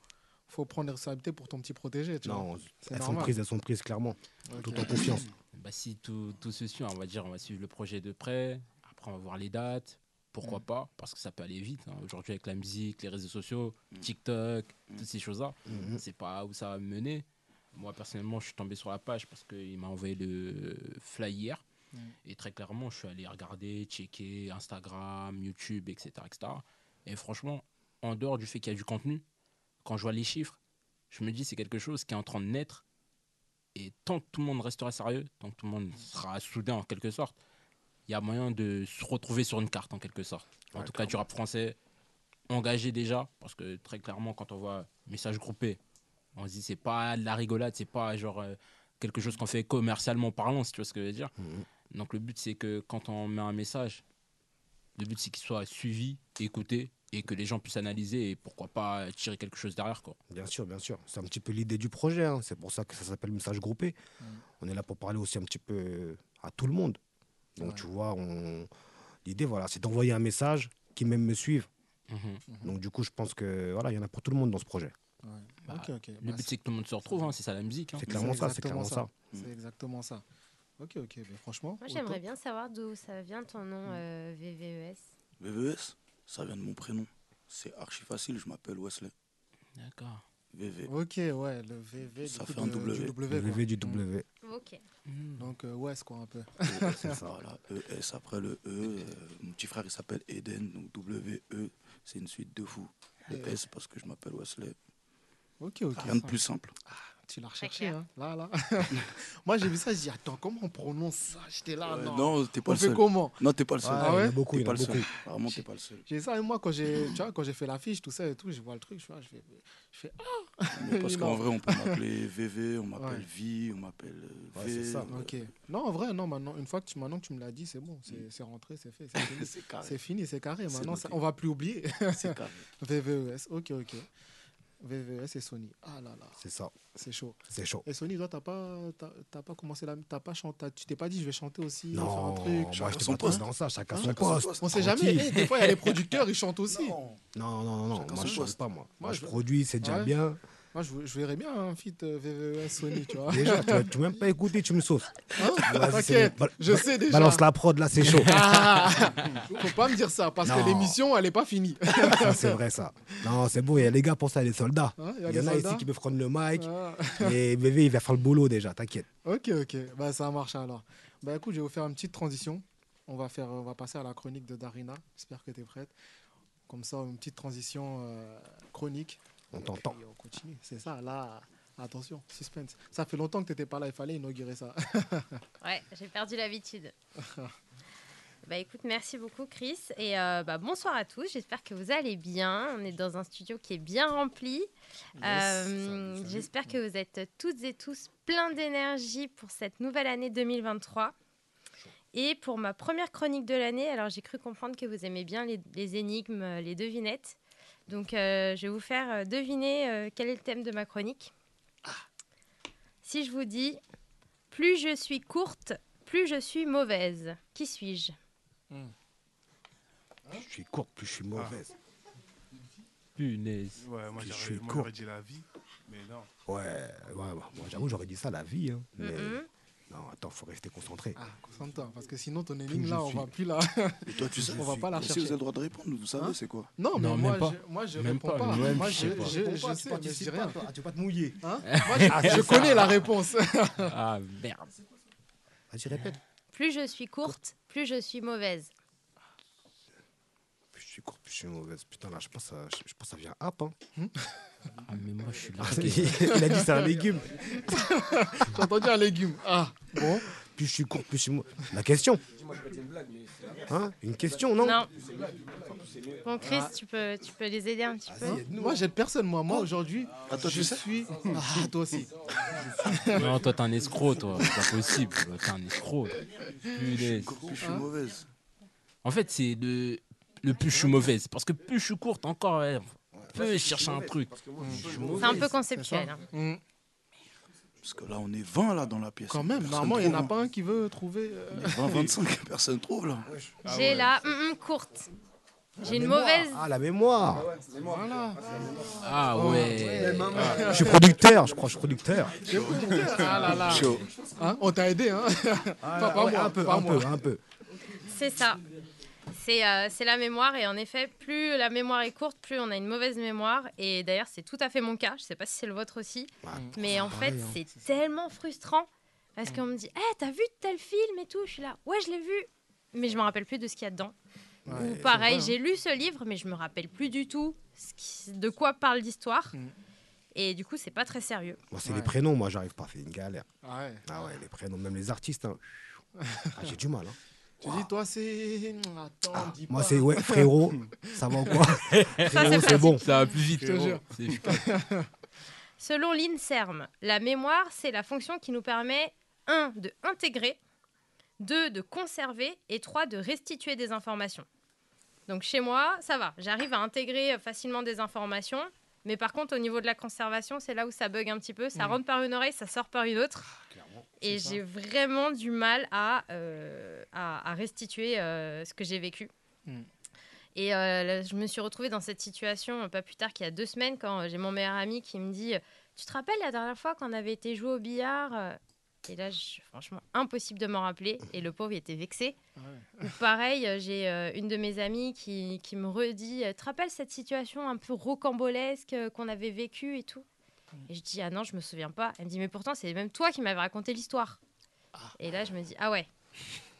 [SPEAKER 4] faut prendre les responsabilités pour ton petit protégé. Tu vois.
[SPEAKER 10] Non,
[SPEAKER 4] C'est
[SPEAKER 10] elles sont
[SPEAKER 4] normal.
[SPEAKER 10] prises, elles sont prises, clairement.
[SPEAKER 4] Ok.
[SPEAKER 10] Tout en confiance.
[SPEAKER 11] bah, si tout, tout se suit, on va dire, on va suivre le projet de près, après on va voir les dates, pourquoi pas, parce que ça peut aller vite. hein. Aujourd'hui avec la musique, les réseaux sociaux, TikTok, toutes ces choses-là, on
[SPEAKER 10] Mhm.
[SPEAKER 11] ne sait pas où ça va me mener. Moi personnellement, je suis tombé sur la page parce qu'il m'a envoyé le flyer. Et très clairement, je suis allé regarder, checker Instagram, YouTube, etc. etc. Et franchement, en dehors du fait qu'il y a du contenu, quand je vois les chiffres, je me dis c'est quelque chose qui est en train de naître. Et tant que tout le monde restera sérieux, tant que tout le monde sera soudain en quelque sorte, il y a moyen de se retrouver sur une carte en quelque sorte. En
[SPEAKER 10] Ouais,
[SPEAKER 11] tout cas, du rap français engagé déjà, parce que très clairement, quand on voit message groupé, on se dit c'est pas de la rigolade, c'est pas genre euh, quelque chose qu'on fait commercialement parlant, si tu vois ce que je veux dire.
[SPEAKER 10] Mhm.
[SPEAKER 11] Donc le but c'est que quand on met un message, le but c'est qu'il soit suivi, écouté et que les gens puissent analyser et pourquoi pas tirer quelque chose derrière quoi.
[SPEAKER 10] Bien sûr, bien sûr. C'est un petit peu l'idée du projet. hein. C'est pour ça que ça s'appelle message groupé. On est là pour parler aussi un petit peu à tout le monde. Donc,
[SPEAKER 4] Ouais.
[SPEAKER 10] tu vois, on... l'idée, voilà, c'est d'envoyer un message qui même me suivent.
[SPEAKER 11] Mhm.
[SPEAKER 10] Donc, du coup, je pense que voilà, il y en a pour tout le monde dans ce projet.
[SPEAKER 11] Bah,
[SPEAKER 4] Ok, ok.
[SPEAKER 11] Le
[SPEAKER 4] Bah,
[SPEAKER 11] but c'est que tout le monde se retrouve, hein, c'est ça la musique. hein.
[SPEAKER 10] C'est clairement ça, c'est
[SPEAKER 4] exactement
[SPEAKER 10] clairement ça.
[SPEAKER 4] C'est exactement ça. Ok, ok, mais franchement.
[SPEAKER 7] Moi,
[SPEAKER 4] au
[SPEAKER 7] j'aimerais
[SPEAKER 4] top.
[SPEAKER 7] bien savoir d'où ça vient ton nom
[SPEAKER 4] Hmm.
[SPEAKER 7] euh, VVES.
[SPEAKER 5] VVS, ça vient de mon prénom. C'est archi facile, je m'appelle Wesley.
[SPEAKER 11] D'accord.
[SPEAKER 5] VV.
[SPEAKER 4] Ok, ouais, le VV
[SPEAKER 5] Ça
[SPEAKER 4] du
[SPEAKER 5] fait un W.
[SPEAKER 4] du W.
[SPEAKER 10] Le
[SPEAKER 4] quoi.
[SPEAKER 10] VV du W.
[SPEAKER 7] Ok.
[SPEAKER 4] Donc, euh, ouais, c'est quoi un peu
[SPEAKER 5] C'est
[SPEAKER 4] [laughs]
[SPEAKER 5] ça, voilà. ES après le E. euh, mon petit frère, il s'appelle Eden, donc W-E, c'est une suite de fou. Le
[SPEAKER 4] Ouais.
[SPEAKER 5] S parce que je m'appelle Wesley.
[SPEAKER 4] Euh. Ok, ok.
[SPEAKER 5] Rien de
[SPEAKER 4] ça.
[SPEAKER 5] plus simple.
[SPEAKER 4] Tu l'as recherché, hein Là, là. [laughs] Moi, j'ai vu ça, j'ai dit, attends, comment on prononce ça J'étais là,
[SPEAKER 5] Euh,
[SPEAKER 4] Ah, non.
[SPEAKER 5] non, t'es pas
[SPEAKER 4] on
[SPEAKER 5] le
[SPEAKER 4] fait
[SPEAKER 5] seul.
[SPEAKER 4] comment
[SPEAKER 5] Non, t'es pas le seul. Il
[SPEAKER 4] Ah
[SPEAKER 5] y en a
[SPEAKER 4] ouais
[SPEAKER 5] beaucoup, T'es il y en a pas le seul. beaucoup. Vraiment, t'es
[SPEAKER 4] J'ai-
[SPEAKER 5] pas le
[SPEAKER 4] [laughs]
[SPEAKER 5] seul.
[SPEAKER 4] J'ai ça, et moi, quand j'ai tu vois, quand j'ai fait l'affiche, tout ça et tout, je vois le truc, tu vois, je fais, je fais ah
[SPEAKER 5] Mais
[SPEAKER 4] [laughs]
[SPEAKER 5] parce qu'en
[SPEAKER 4] Non.
[SPEAKER 5] vrai, on peut m'appeler VV, on m'appelle
[SPEAKER 4] Ouais.
[SPEAKER 5] Vi, on m'appelle euh, V. on-
[SPEAKER 4] Ok. Non, en vrai, non, maintenant, une fois que tu, maintenant que tu me l'as dit, c'est bon, c'est c'est rentré,
[SPEAKER 5] [laughs]
[SPEAKER 4] c'est fait, c'est fini.
[SPEAKER 5] C'est carré.
[SPEAKER 4] C'est fini, c'est carré.
[SPEAKER 5] C'est
[SPEAKER 4] Maintenant,
[SPEAKER 5] noté.
[SPEAKER 4] ça, on va plus oublier. [laughs]
[SPEAKER 5] C'est carré.
[SPEAKER 4] VVES, E ok, ok. VVES et Sony. Ah là là.
[SPEAKER 10] C'est ça.
[SPEAKER 4] C'est chaud.
[SPEAKER 10] C'est chaud.
[SPEAKER 4] Et Sony, toi, t'as pas, t'as- t'as pas commencé la, t'as pas chanté, tu t'es pas dit, je vais chanter aussi,
[SPEAKER 10] Non,
[SPEAKER 4] faire un
[SPEAKER 10] moi,
[SPEAKER 4] truc.
[SPEAKER 10] j'étais
[SPEAKER 4] chacun
[SPEAKER 10] pas
[SPEAKER 4] son
[SPEAKER 10] trop
[SPEAKER 4] poste.
[SPEAKER 10] dans ça, chacun son
[SPEAKER 4] Chacun
[SPEAKER 10] poste,
[SPEAKER 4] On sait jamais.
[SPEAKER 10] tranquille.
[SPEAKER 4] eh, des
[SPEAKER 10] [laughs]
[SPEAKER 4] fois, il y a les producteurs, ils chantent aussi.
[SPEAKER 10] Non, non, non, non.
[SPEAKER 4] Chacun
[SPEAKER 10] Moi,
[SPEAKER 4] son
[SPEAKER 10] je chante
[SPEAKER 4] poste.
[SPEAKER 10] pas, moi. Moi,
[SPEAKER 4] Moi,
[SPEAKER 10] je
[SPEAKER 4] je-
[SPEAKER 10] produis, c'est déjà
[SPEAKER 4] Ouais.
[SPEAKER 10] bien.
[SPEAKER 4] Moi, je, je verrais bien un feat euh, VVES Sony, tu vois.
[SPEAKER 10] [laughs]
[SPEAKER 4] Hein
[SPEAKER 10] Déjà, tu
[SPEAKER 4] [laughs]
[SPEAKER 10] tu m'as même pas écouté, tu me sauves. Ah, Vas-y, c'est
[SPEAKER 4] Ah, T'inquiète,
[SPEAKER 10] bon. Ba-
[SPEAKER 4] je
[SPEAKER 10] ba-
[SPEAKER 4] sais déjà.
[SPEAKER 10] Balance la prod, là, c'est chaud.
[SPEAKER 4] [laughs] Ah,
[SPEAKER 10] [laughs]
[SPEAKER 4] faut pas me dire ça, parce
[SPEAKER 10] Non.
[SPEAKER 4] que l'émission, elle est pas finie.
[SPEAKER 10] Ça,
[SPEAKER 4] [laughs]
[SPEAKER 10] c'est vrai, ça. Non, c'est bon, il y a les gars pour ça, les soldats.
[SPEAKER 4] Hein,
[SPEAKER 10] Il
[SPEAKER 4] il y
[SPEAKER 10] y,
[SPEAKER 4] a
[SPEAKER 10] en
[SPEAKER 4] les
[SPEAKER 10] a ici
[SPEAKER 4] soldats.
[SPEAKER 10] qui peuvent prendre le mic.
[SPEAKER 4] Ah.
[SPEAKER 10] Mais bébé, il va faire le boulot déjà, t'inquiète.
[SPEAKER 4] [laughs] Ok, ok, bah, ça marche alors. Bah écoute, je vais vous faire une petite transition. On va, faire, on va passer à la chronique de Darina. J'espère que tu es prête. Comme ça, une petite transition euh, chronique.
[SPEAKER 10] On t'entend.
[SPEAKER 4] Et on continue. C'est ça, là, attention, suspense. Ça fait longtemps que tu n'étais pas là, il fallait inaugurer ça. [laughs]
[SPEAKER 7] Ouais, j'ai perdu l'habitude. Bah écoute, merci beaucoup Chris et euh, bah, bonsoir à tous. J'espère que vous allez bien. On est dans un studio qui est bien rempli. Euh, J'espère que vous êtes toutes et tous plein d'énergie pour cette nouvelle année 2023. Et pour ma première chronique de l'année, alors j'ai cru comprendre que vous aimez bien les, les énigmes, euh, les devinettes. Donc euh, je vais vous faire euh, deviner euh, quel est le thème de ma chronique. Si je vous dis plus je suis courte, plus je suis mauvaise. Qui suis-je
[SPEAKER 10] Je suis court, plus je suis mauvaise.
[SPEAKER 12] Ah.
[SPEAKER 11] Punaise.
[SPEAKER 12] Ouais, moi
[SPEAKER 10] Puis je
[SPEAKER 12] j'aurais-
[SPEAKER 10] suis
[SPEAKER 12] moi,
[SPEAKER 10] con.
[SPEAKER 12] j'aurais dit la vie, mais non.
[SPEAKER 10] Ouais, ouais, ouais. Moi, j'avoue, j'aurais dit ça, la vie. hein. Mais
[SPEAKER 12] Mhm.
[SPEAKER 10] non, attends, faut rester concentré.
[SPEAKER 4] Ah. Concentre-toi, parce que sinon ton
[SPEAKER 10] Plus
[SPEAKER 4] énigme
[SPEAKER 10] je
[SPEAKER 4] là, on
[SPEAKER 10] suis-
[SPEAKER 4] va plus là.
[SPEAKER 5] Et
[SPEAKER 4] [laughs]
[SPEAKER 5] toi, tu sais,
[SPEAKER 4] on va pas la
[SPEAKER 5] si
[SPEAKER 4] chercher.
[SPEAKER 5] vous avez le droit de répondre, vous savez,
[SPEAKER 4] Hein
[SPEAKER 5] c'est quoi
[SPEAKER 4] Non, mais
[SPEAKER 5] Non, même
[SPEAKER 4] moi,
[SPEAKER 5] pas.
[SPEAKER 4] je, moi, je
[SPEAKER 5] Même
[SPEAKER 4] réponds
[SPEAKER 5] pas,
[SPEAKER 4] pas.
[SPEAKER 5] même
[SPEAKER 4] Moi,
[SPEAKER 5] pas.
[SPEAKER 4] je,
[SPEAKER 5] Tu
[SPEAKER 4] je,
[SPEAKER 5] réponds pas,
[SPEAKER 4] je
[SPEAKER 5] tu
[SPEAKER 4] sais, mais je
[SPEAKER 10] participes
[SPEAKER 4] dis
[SPEAKER 10] pas,
[SPEAKER 4] rien.
[SPEAKER 10] toi. Ah, tu vas pas te mouiller.
[SPEAKER 4] Hein Moi, je,
[SPEAKER 10] Ah, c'est
[SPEAKER 4] je
[SPEAKER 10] ça.
[SPEAKER 4] connais la réponse.
[SPEAKER 11] Ah merde.
[SPEAKER 10] Vas-y, répète.
[SPEAKER 7] Plus je suis courte, plus je suis mauvaise.
[SPEAKER 10] Plus je suis court, plus je suis mauvaise. Putain, là, je pense que ça, je, je pense que ça vient hop. Hein.
[SPEAKER 4] Hmm
[SPEAKER 11] Ah, mais moi, je suis là.
[SPEAKER 10] Ah, [laughs] il a dit c'est un légume.
[SPEAKER 4] [laughs] J'ai entendu un légume. Ah, bon.
[SPEAKER 10] Plus je suis court, plus je suis mauvaise. La question. Hein Une question, non
[SPEAKER 7] Bon, Chris,
[SPEAKER 4] Ah.
[SPEAKER 7] tu, peux, tu peux les aider un petit peu
[SPEAKER 4] Moi, j'aide personne, moi. Moi, aujourd'hui, je suis. Ah, toi aussi.
[SPEAKER 11] Non, toi, t'es un escroc, toi. C'est pas possible. T'es un escroc. toi. Punaise.
[SPEAKER 5] Je
[SPEAKER 4] Hein
[SPEAKER 5] suis mauvaise.
[SPEAKER 11] En fait, c'est le, le plus je suis mauvaise. Parce que plus je suis courte, encore, elle peut chercher un truc.
[SPEAKER 7] C'est un peu conceptuel. hein.
[SPEAKER 5] Parce que là, on est 20 là dans la pièce. hein.
[SPEAKER 4] Quand même, normalement, il n'y en a pas un qui veut trouver. euh,
[SPEAKER 5] [laughs] 20-25, personne trouve là.
[SPEAKER 4] Ah
[SPEAKER 7] J'ai la hum, hum, courte. J'ai une
[SPEAKER 10] mémoire.
[SPEAKER 7] mauvaise.
[SPEAKER 10] Ah, la mémoire.
[SPEAKER 4] Voilà. Oh,
[SPEAKER 11] Ah ouais.
[SPEAKER 10] Je suis producteur, je crois, je suis producteur.
[SPEAKER 4] Ah là là.
[SPEAKER 10] Chaud.
[SPEAKER 4] Hein, on t'a aidé, hein
[SPEAKER 10] Ah,
[SPEAKER 4] Pas, pas
[SPEAKER 10] ouais,
[SPEAKER 4] moi,
[SPEAKER 10] un peu,
[SPEAKER 4] pas
[SPEAKER 10] un
[SPEAKER 4] moi.
[SPEAKER 10] peu, un peu.
[SPEAKER 7] C'est ça. C'est euh, c'est la mémoire et en effet, plus la mémoire est courte, plus on a une mauvaise mémoire. Et d'ailleurs, c'est tout à fait mon cas. Je sais pas si c'est le vôtre aussi. mais en fait,
[SPEAKER 2] pareil, hein.
[SPEAKER 7] c'est tellement frustrant parce qu'on me dit Eh, t'as vu tel film et tout Je suis là, ouais, je l'ai vu, mais je me rappelle plus de ce qu'il y a dedans. Ou pareil, j'ai lu ce livre, mais je me rappelle plus du tout ce qui- de quoi parle l'histoire. Et du coup, c'est pas très sérieux.
[SPEAKER 10] Moi, c'est les prénoms, moi, j'arrive pas, c'est une galère.
[SPEAKER 4] Ah ouais.
[SPEAKER 10] Ah ouais, les prénoms, même les artistes. hein. Ah, j'ai du mal. hein.
[SPEAKER 4] Tu dis, toi, c'est. hmm, Attends, dis
[SPEAKER 10] Ah, Moi,
[SPEAKER 4] pas.
[SPEAKER 10] c'est ouais, frérot, ça va ou
[SPEAKER 4] [laughs]
[SPEAKER 10] quoi Frérot, c'est bon.
[SPEAKER 11] Ça va plus vite.
[SPEAKER 4] Je te jure.
[SPEAKER 11] C'est
[SPEAKER 4] [laughs]
[SPEAKER 11] efficace.
[SPEAKER 7] Selon l'INSERM, la mémoire, c'est la fonction qui nous permet 1. de intégrer, 2. de conserver et 3. de restituer des informations. Donc chez moi, ça va, j'arrive à intégrer euh, facilement des informations, mais par contre au niveau de la conservation, c'est là où ça bug un petit peu, ça
[SPEAKER 2] Mm.
[SPEAKER 7] rentre par une oreille, ça sort par une autre.
[SPEAKER 2] c'est
[SPEAKER 7] Et
[SPEAKER 2] ça.
[SPEAKER 7] j'ai vraiment du mal à, euh, à, à restituer euh, ce que j'ai vécu. Et euh, là, je me suis retrouvée dans cette situation euh, pas plus tard qu'il y a deux semaines quand euh, j'ai mon meilleur ami qui me dit euh, Tu te rappelles la dernière fois qu'on avait été jouer au billard euh Et là, je- franchement, impossible de m'en rappeler. Et le pauvre, il était vexé. Ou pareil, euh, j'ai euh, une de mes amies qui, qui me redit euh, Tu te rappelles cette situation un peu rocambolesque euh, qu'on avait vécue et tout Et je dis, ah non, je me souviens pas. Elle me dit, mais pourtant, c'est même toi qui m'avais raconté l'histoire. Et là, je me dis, ah ouais.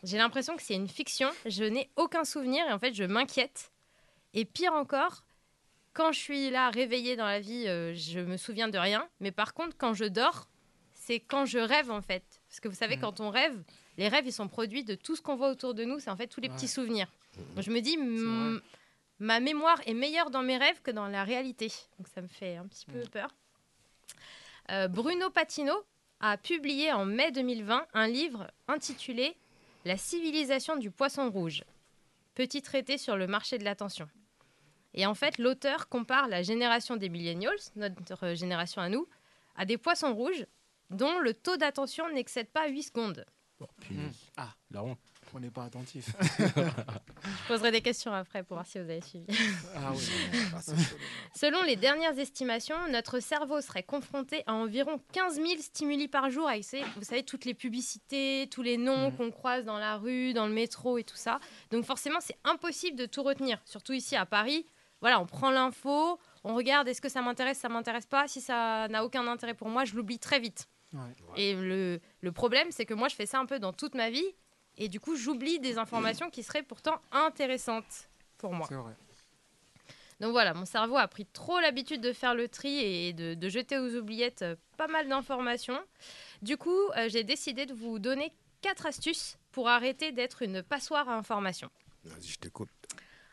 [SPEAKER 7] J'ai l'impression que c'est une fiction. Je n'ai aucun souvenir et en fait, je m'inquiète. Et pire encore, quand je suis là réveillée dans la vie, euh, je me souviens de rien. Mais par contre, quand je dors, c'est quand je rêve en fait. Parce que vous savez, quand on rêve, les rêves, ils sont produits de tout ce qu'on voit autour de nous. C'est en fait tous les
[SPEAKER 2] Ouais.
[SPEAKER 7] petits souvenirs. Donc, je me dis, m- ma mémoire est meilleure dans mes rêves que dans la réalité. Donc ça me fait un petit peu peur. Euh, Bruno Patino a publié en mai 2020 un livre intitulé La civilisation du poisson rouge, petit traité sur le marché de l'attention. Et en fait, l'auteur compare la génération des millennials, notre euh, génération à nous, à des poissons rouges dont le taux d'attention n'excède pas 8 secondes.
[SPEAKER 4] Mmh.
[SPEAKER 11] Ah, la honte.
[SPEAKER 4] Hmm. On n'est pas
[SPEAKER 11] [laughs]
[SPEAKER 4] attentif.
[SPEAKER 7] Je poserai des questions après pour voir si vous avez suivi.
[SPEAKER 4] Ah oui.
[SPEAKER 7] Selon les dernières estimations, notre cerveau serait confronté à environ 15 000 stimuli par jour avec, ces- vous savez, toutes les publicités, tous les noms
[SPEAKER 4] Mm.
[SPEAKER 7] qu'on croise dans la rue, dans le métro et tout ça. Donc forcément, c'est impossible de tout retenir, surtout ici à Paris. Voilà, on prend l'info, on regarde est-ce que ça m'intéresse, ça m'intéresse pas. Si ça n'a aucun intérêt pour moi, je l'oublie très vite. Et le, le problème, c'est que moi, je fais ça un peu dans toute ma vie. Et du coup, j'oublie des informations qui seraient pourtant intéressantes pour moi.
[SPEAKER 4] C'est vrai.
[SPEAKER 7] Donc voilà, mon cerveau a pris trop l'habitude de faire le tri et de, de jeter aux oubliettes euh, pas mal d'informations. Du coup, euh, j'ai décidé de vous donner quatre astuces pour arrêter d'être une passoire à information.
[SPEAKER 10] Vas-y, je t'écoute.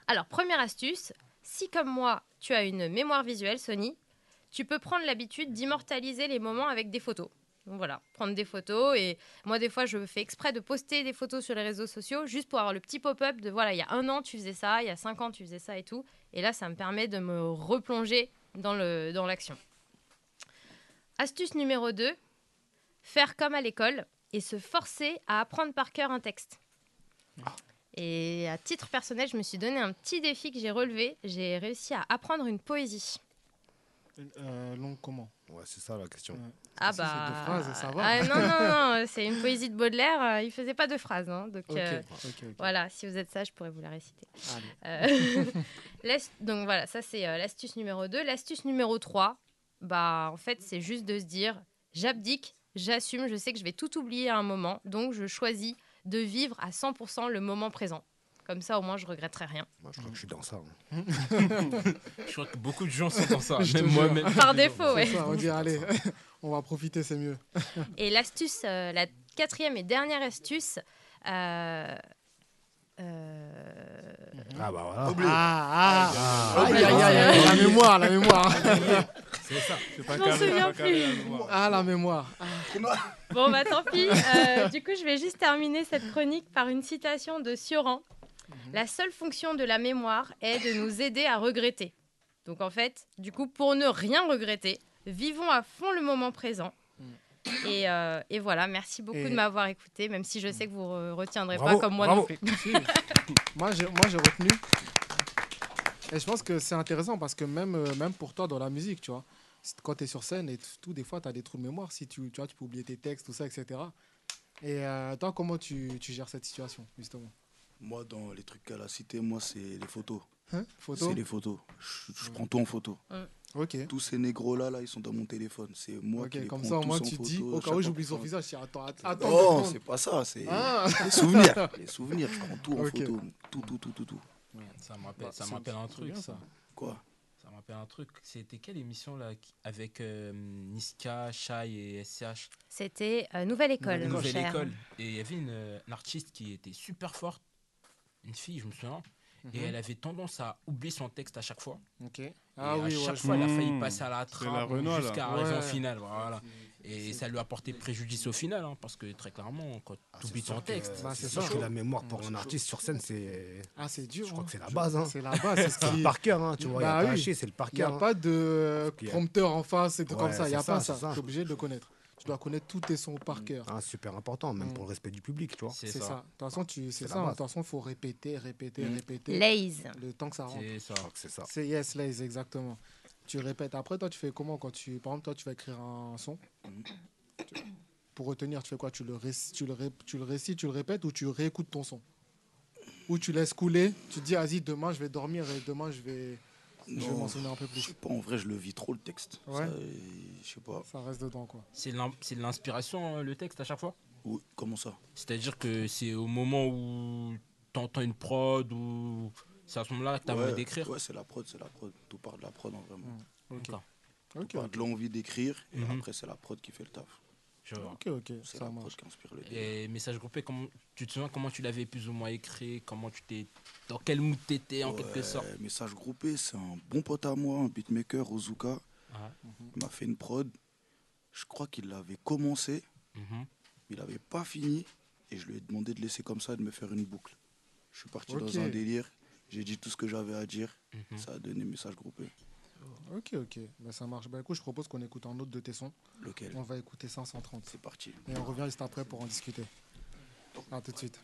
[SPEAKER 7] Alors, première astuce, si comme moi, tu as une mémoire visuelle, Sony, tu peux prendre l'habitude d'immortaliser les moments avec des photos. Donc voilà, prendre des photos et moi des fois je fais exprès de poster des photos sur les réseaux sociaux juste pour avoir le petit pop-up de voilà, il y a un an tu faisais ça, il y a cinq ans tu faisais ça et tout. Et là ça me permet de me replonger dans le- dans l'action. Astuce numéro 2, faire comme à l'école et se forcer à apprendre par cœur un texte. Et à titre personnel, je me suis donné un petit défi que j'ai relevé. J'ai réussi à apprendre une poésie.
[SPEAKER 4] Euh, longue comment
[SPEAKER 10] Ouais, c'est ça la question.
[SPEAKER 7] Ah
[SPEAKER 4] Si c'est deux
[SPEAKER 7] bah.
[SPEAKER 4] phrases, ça va.
[SPEAKER 7] Ah, non, non,
[SPEAKER 4] [laughs]
[SPEAKER 7] non, c'est une poésie de Baudelaire. euh, Il faisait pas de phrases. hein, donc,
[SPEAKER 2] Ok,
[SPEAKER 7] euh,
[SPEAKER 2] ok, ok.
[SPEAKER 7] voilà, si vous êtes sage, je pourrais vous la réciter.
[SPEAKER 2] Allez.
[SPEAKER 7] Euh, [laughs] l'ast- donc voilà, ça c'est euh, l'astuce numéro 2. L'astuce numéro 3, bah, en fait, c'est juste de se dire j'abdique, j'assume, je sais que je vais tout oublier à un moment, donc je choisis de vivre à 100% le moment présent. Comme ça, au moins, je regretterai rien.
[SPEAKER 10] Moi, je crois que je suis dans ça. hein.
[SPEAKER 4] [laughs]
[SPEAKER 11] Je crois que beaucoup de gens sont dans ça,
[SPEAKER 4] Je te
[SPEAKER 11] même
[SPEAKER 4] jure.
[SPEAKER 11] moi-même.
[SPEAKER 7] Par défaut, ouais.
[SPEAKER 4] C'est ça, on dit, allez, [laughs] on va profiter, c'est mieux.
[SPEAKER 7] [laughs] Et l'astuce, euh, la quatrième et dernière astuce. euh, euh,
[SPEAKER 10] Ah bah voilà.
[SPEAKER 4] Oublié.
[SPEAKER 7] Ah,
[SPEAKER 4] ah. Aïe, aïe, aïe, aïe, la mémoire, la mémoire.
[SPEAKER 7] C'est ça.
[SPEAKER 4] C'est
[SPEAKER 7] pas Je m'en carré, souviens pas carré, la plus. mémoire.
[SPEAKER 4] Ah, la mémoire. Ah.
[SPEAKER 7] Bon, bah tant pis. Euh, du coup, je vais juste terminer cette chronique par une citation de Sioran.
[SPEAKER 4] Mhm.
[SPEAKER 7] La seule fonction de la mémoire est de nous aider à regretter. Donc en fait, du coup, pour ne rien regretter, vivons à fond le moment présent. Et, euh, et voilà, merci beaucoup
[SPEAKER 4] Mhm. Et-
[SPEAKER 7] de m'avoir écouté, même si je sais que vous ne retiendrez
[SPEAKER 4] Bravo,
[SPEAKER 7] pas comme moi
[SPEAKER 4] bravo.
[SPEAKER 7] non plus.
[SPEAKER 4] Si. [laughs] moi, j'ai, moi, j'ai retenu. Et je pense que c'est intéressant parce que même, euh, même pour toi dans la musique, tu vois, si- quand tu es sur scène et t- tout, des fois, tu as des trous de mémoire. Si tu, tu, vois, tu peux oublier tes textes, tout ça, etc. Et euh, toi, comment tu, tu gères cette situation, justement
[SPEAKER 5] Moi, dans les trucs qu'elle a cités, moi, c'est les photos.
[SPEAKER 4] Hein Photos
[SPEAKER 5] C'est les photos. Je, je prends tout en photo.
[SPEAKER 4] Ok.
[SPEAKER 5] Tous ces négros-là, là, ils sont dans mon téléphone. C'est moi qui
[SPEAKER 4] Ok,
[SPEAKER 5] les
[SPEAKER 4] comme
[SPEAKER 5] prends
[SPEAKER 4] ça, au
[SPEAKER 5] tous
[SPEAKER 4] moins,
[SPEAKER 5] en
[SPEAKER 4] tu te
[SPEAKER 5] photo,
[SPEAKER 4] dis, au
[SPEAKER 5] à
[SPEAKER 4] cas où
[SPEAKER 5] chaque
[SPEAKER 4] j'oublie son
[SPEAKER 5] instant.
[SPEAKER 4] visage, je dis, attends, att- attends. deux
[SPEAKER 5] Non,
[SPEAKER 4] secondes.
[SPEAKER 5] c'est pas ça. C'est [laughs]
[SPEAKER 4] Ah.
[SPEAKER 5] les
[SPEAKER 4] [laughs]
[SPEAKER 5] souvenirs. Les souvenirs. Je prends tout en
[SPEAKER 4] Ok.
[SPEAKER 5] photo. Tout, tout, tout, tout, tout.
[SPEAKER 11] Ça me rappelle,
[SPEAKER 5] Bah,
[SPEAKER 11] ça me
[SPEAKER 5] c'est-
[SPEAKER 11] rappelle un
[SPEAKER 5] c'est
[SPEAKER 11] truc.
[SPEAKER 5] bien, ça. Quoi
[SPEAKER 11] Ça me rappelle un truc. C'était quelle émission là qui- avec euh, Niska, Shai et SCH
[SPEAKER 7] [laughs] C'était euh, Nouvelle École. mon
[SPEAKER 11] Nouvelle
[SPEAKER 7] cher.
[SPEAKER 11] école. Et il y avait une, euh, une artiste qui était super forte, une fille, je me souviens. Et
[SPEAKER 4] Mhm.
[SPEAKER 11] elle avait tendance à oublier son texte à chaque fois.
[SPEAKER 4] Ok.
[SPEAKER 11] Ah oui, à chaque fois, elle a failli passer à la trappe
[SPEAKER 12] Renault, là.
[SPEAKER 11] jusqu'à arriver en
[SPEAKER 12] Ouais.
[SPEAKER 11] finale. Voilà. Et ça lui a porté préjudice au final, hein, parce que très clairement, quand tu oublies ton texte,
[SPEAKER 10] Bah, c'est
[SPEAKER 11] ça. Mmh.
[SPEAKER 10] sûr que la mémoire pour un artiste sur scène, c'est.
[SPEAKER 4] Ah, c'est dur.
[SPEAKER 10] Je crois que c'est la base. Hein.
[SPEAKER 4] C'est la base, c'est ce
[SPEAKER 10] C'est
[SPEAKER 4] qui-
[SPEAKER 10] le par cœur, hein, tu vois.
[SPEAKER 4] Bah
[SPEAKER 10] il y a pas
[SPEAKER 4] oui.
[SPEAKER 10] haché, c'est le par
[SPEAKER 4] Il n'y a
[SPEAKER 10] cœur, hein.
[SPEAKER 4] pas de euh,
[SPEAKER 10] Parce qu'il y a-
[SPEAKER 4] prompteur en face et tout
[SPEAKER 10] Ouais,
[SPEAKER 4] comme ça. Il n'y a
[SPEAKER 10] c'est
[SPEAKER 4] pas
[SPEAKER 10] ça,
[SPEAKER 4] ça.
[SPEAKER 10] c'est ça.
[SPEAKER 4] Tu es obligé de le connaître. Tu dois connaître tous tes sons par cœur.
[SPEAKER 10] Ah, super important, même
[SPEAKER 4] Mm.
[SPEAKER 10] pour le respect du public, tu vois.
[SPEAKER 4] C'est ça. De toute façon, tu- c'est
[SPEAKER 10] C'est la
[SPEAKER 4] ça. hein. De
[SPEAKER 10] base.
[SPEAKER 4] toute façon, il faut répéter, répéter,
[SPEAKER 10] Mm.
[SPEAKER 4] répéter.
[SPEAKER 7] Lays.
[SPEAKER 4] Le temps que ça rentre.
[SPEAKER 11] C'est ça.
[SPEAKER 10] C'est ça.
[SPEAKER 4] C'est yes, lays, exactement. Tu répètes. Après, toi, tu fais comment quand tu. Par exemple, toi, tu vas écrire un son. Tu- Pour retenir, tu fais quoi tu le, réc- tu, le ré- tu le récites, tu le répètes ou tu réécoutes ton son Ou tu laisses couler, tu te dis, vas-y, demain, je vais dormir et demain, je vais. Je vais m'en souvenir un peu plus.
[SPEAKER 5] Je sais pas, en vrai, je le vis trop le texte.
[SPEAKER 4] Ouais.
[SPEAKER 5] Ça, euh, je sais pas.
[SPEAKER 4] Ça reste dedans, quoi.
[SPEAKER 11] C'est l'in- c'est de l'inspiration, hein, le texte, à chaque fois
[SPEAKER 5] Oui, comment ça
[SPEAKER 11] C'est-à-dire que c'est au moment où t'entends une prod ou c'est à ce moment-là que t'as
[SPEAKER 5] Ouais,
[SPEAKER 11] envie d'écrire
[SPEAKER 5] Ouais, c'est la prod, c'est la prod. Tout part de la prod, en vraiment.
[SPEAKER 11] Mm. Ok. D'accord.
[SPEAKER 5] Tout
[SPEAKER 11] Ok,
[SPEAKER 5] part
[SPEAKER 11] ok.
[SPEAKER 5] de l'envie d'écrire, et
[SPEAKER 11] Mhm.
[SPEAKER 5] après, c'est la prod qui fait le taf.
[SPEAKER 11] Je vois.
[SPEAKER 4] Ok, ok,
[SPEAKER 5] C'est
[SPEAKER 4] ça
[SPEAKER 5] la
[SPEAKER 4] marche.
[SPEAKER 5] prod qui inspire le délire.
[SPEAKER 11] Et message groupé, comment, tu te souviens comment tu l'avais plus ou moins écrit Comment tu t'es, dans quel mood t'étais en quelque
[SPEAKER 5] Ouais,
[SPEAKER 11] sorte
[SPEAKER 5] Message groupé, c'est un bon pote à moi, un beatmaker, Ozuka.
[SPEAKER 11] Ah.
[SPEAKER 5] Il m'a fait une prod. Je crois qu'il l'avait commencé,
[SPEAKER 11] Mhm.
[SPEAKER 5] mais il n'avait pas fini. Et je lui ai demandé de laisser comme ça, de me faire une boucle. Je suis parti
[SPEAKER 4] Ok.
[SPEAKER 5] dans un délire. J'ai dit tout ce que j'avais à dire.
[SPEAKER 11] Mhm.
[SPEAKER 5] Ça a donné message groupé.
[SPEAKER 4] Ok, ok. Bah, ça marche. Bah, écoute, je propose qu'on écoute un autre de tes sons.
[SPEAKER 5] Lequel
[SPEAKER 4] On va écouter 530.
[SPEAKER 5] C'est parti.
[SPEAKER 4] Et on revient juste après pour en discuter. À tout de suite.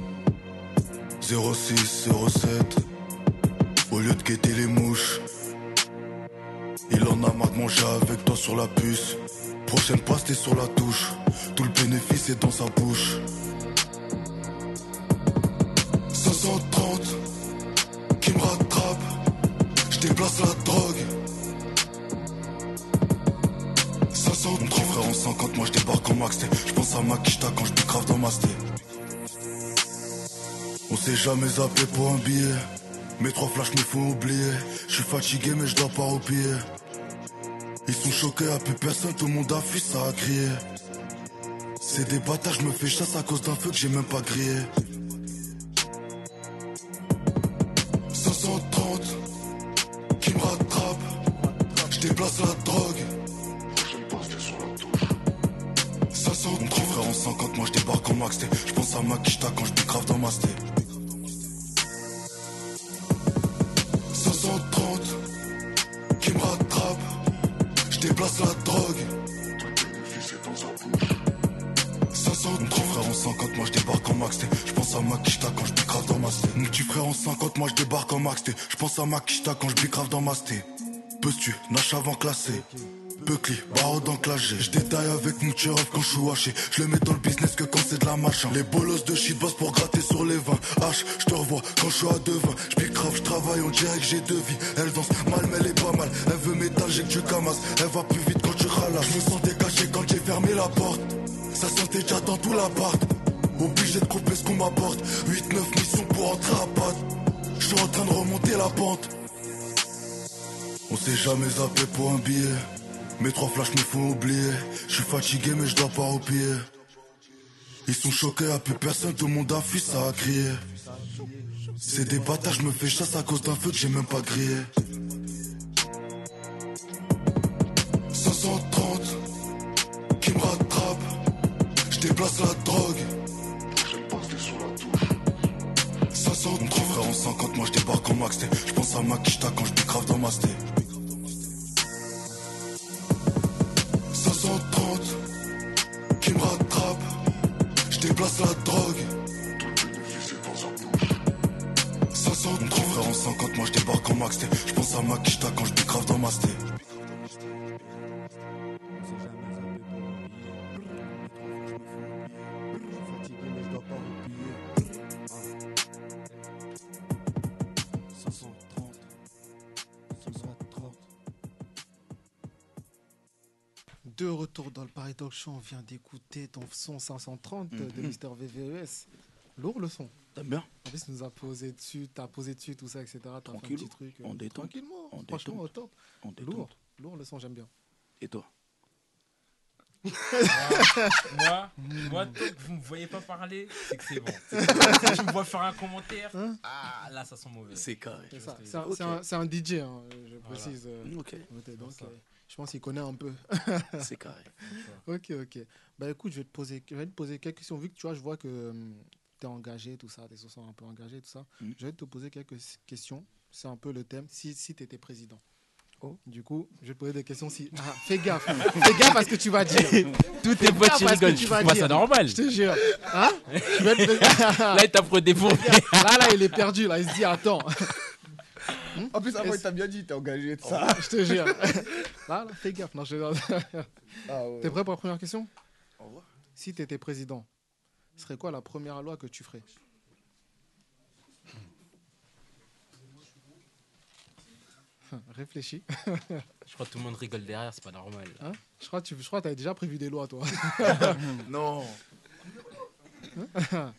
[SPEAKER 8] « 06, 07 Au lieu de guetter les mouches Il en a marre de manger avec toi sur la puce Prochaine passe t'es sur la touche Tout le bénéfice est dans sa bouche 530 Qui me rattrape Je déplace la drogue 530 Mon petit frère en 50 Moi je débarque en max Je pense à ma quicheta quand je crave dans ma sté on s'est jamais appelé pour un billet. Mes trois flashs me font oublier. Je suis fatigué mais je dois pas oublier. Ils sont choqués à plus personne, tout le monde a fui, ça a crié. C'est des bâtards, je me fais chasse à cause d'un feu que j'ai même pas grillé. 530 qui me rattrape. Je déplace la drogue. 500 Mon grand frère en 50, moi je débarque en max Je pense à ma quicheta quand je grave dans ma sté 530 qui me rattrape Je déplace la drogue 500 Mon grand frère en 50, moi je débarque en max Je pense à ma quicheta quand je grave dans ma sté Mon petit frère en 50, moi je débarque en max Je pense à ma quicheta quand je grave dans ma sté Peux-tu, nache avant classé Buckley, barreau dans le clash, Je détaille avec mon tireur quand je suis haché. Je le mets dans le business que quand c'est de la machin. Les bolos de shit boss pour gratter sur les vins. H, je te revois quand je suis à devin. Je pique grave, je travaille, on dirait que j'ai deux vies. Elle danse mal, mais elle est pas mal. Elle veut m'étager que tu camasses. Elle va plus vite quand tu ralasses. Je me sentais caché quand j'ai fermé la porte. Ça sentait déjà dans tout l'appart. Obligé de couper ce qu'on m'apporte. 8-9 missions pour entrer à patte. Je suis en train de remonter la pente. On s'est jamais appelé pour un billet. Mes trois flashs me font oublier. Je suis fatigué mais je dois pas oublier. Ils sont choqués à plus personne, tout le monde a fui, ça a crié. C'est des bâtards, je me fais chasse à cause d'un feu que j'ai même pas grillé. 530 qui me rattrape, je déplace la drogue. 530 Mon grand frère en 50, moi je débarque en max Je pense à ma quicheta quand je grave dans ma sté 530 qui me rattrape, je déplace la drogue. 530 Mon grand frère en 50, moi je débarque en max Je pense à ma quicheta quand je grave dans ma sté
[SPEAKER 4] De retour dans le Paris Talk Show, on vient d'écouter ton son 530 de
[SPEAKER 5] Mhm.
[SPEAKER 4] Mister VVES. Lourd le son.
[SPEAKER 5] T'aimes bien
[SPEAKER 4] En plus, tu nous as posé dessus, t'as posé dessus, tout ça, etc. T'as fait un
[SPEAKER 5] Tranquille,
[SPEAKER 4] petit truc. euh,
[SPEAKER 5] on détend.
[SPEAKER 4] Tranquillement,
[SPEAKER 5] On
[SPEAKER 4] franchement,
[SPEAKER 5] détend.
[SPEAKER 4] au top.
[SPEAKER 5] On
[SPEAKER 4] Lourd, lourd le son, j'aime bien.
[SPEAKER 5] Et toi [laughs]
[SPEAKER 11] moi,
[SPEAKER 6] Moi, tant que vous me voyez pas parler, c'est que c'est bon. Si tu me vois faire un commentaire, ah là, ça sent mauvais.
[SPEAKER 5] C'est carré.
[SPEAKER 6] Tu
[SPEAKER 4] Hein? C'est
[SPEAKER 6] vois
[SPEAKER 4] ça,
[SPEAKER 6] ce que
[SPEAKER 4] c'est un,
[SPEAKER 6] je veux dire
[SPEAKER 4] c'est un- c'est un DJ, hein, je
[SPEAKER 6] Voilà.
[SPEAKER 4] précise. euh,
[SPEAKER 5] Ok.
[SPEAKER 4] noté. Donc,
[SPEAKER 6] ça.
[SPEAKER 4] euh, je pense qu'il connaît un [laughs] peu.
[SPEAKER 5] C'est carré.
[SPEAKER 4] [laughs] ok, ok. Bah écoute, je vais te poser, je vais te poser quelques questions. Vu que tu vois, je vois que tu es engagé, tout ça, tes sons sont un peu engagés, tout ça.
[SPEAKER 5] Mhm.
[SPEAKER 4] Je vais te poser quelques s- questions. C'est un peu le thème. Si, si tu étais président, Du coup, je vais te poser des questions si. Ah, fais [laughs] gaffe. fais gaffe à ce que tu [laughs] vas dire.
[SPEAKER 11] Tous tes
[SPEAKER 4] Fais
[SPEAKER 11] potes,
[SPEAKER 4] gaffe
[SPEAKER 11] ils
[SPEAKER 4] à ce que
[SPEAKER 11] rigolent.
[SPEAKER 4] tu
[SPEAKER 11] Je
[SPEAKER 4] vas
[SPEAKER 11] trouve pas
[SPEAKER 4] dire.
[SPEAKER 11] ça normal.
[SPEAKER 4] Je te jure. Hein Je vais
[SPEAKER 11] [laughs]
[SPEAKER 4] te-
[SPEAKER 11] Là, il
[SPEAKER 4] [laughs]
[SPEAKER 11] t'a pris des bons.
[SPEAKER 4] Là, là, il est perdu. Là, il se
[SPEAKER 11] [laughs]
[SPEAKER 4] dit attends.
[SPEAKER 13] En plus, avant,
[SPEAKER 4] Hmm? Est-ce-
[SPEAKER 13] il t'a bien dit, t'es engagé de ça.
[SPEAKER 4] Ça, Oh, je te
[SPEAKER 13] [laughs]
[SPEAKER 4] jure. Là, là, fais gaffe. Non, je
[SPEAKER 13] Ah ouais.
[SPEAKER 4] T'es prêt pour la première question Si t'étais président, ce serait quoi la première loi que tu ferais Réfléchis. [laughs]
[SPEAKER 11] Je crois que tout le monde rigole derrière, c'est pas normal.
[SPEAKER 4] Hein je crois que tu je crois que t'avais déjà prévu des lois,
[SPEAKER 13] [laughs]
[SPEAKER 4] toi. Hein? [laughs]
[SPEAKER 11] Non.
[SPEAKER 4] Ah.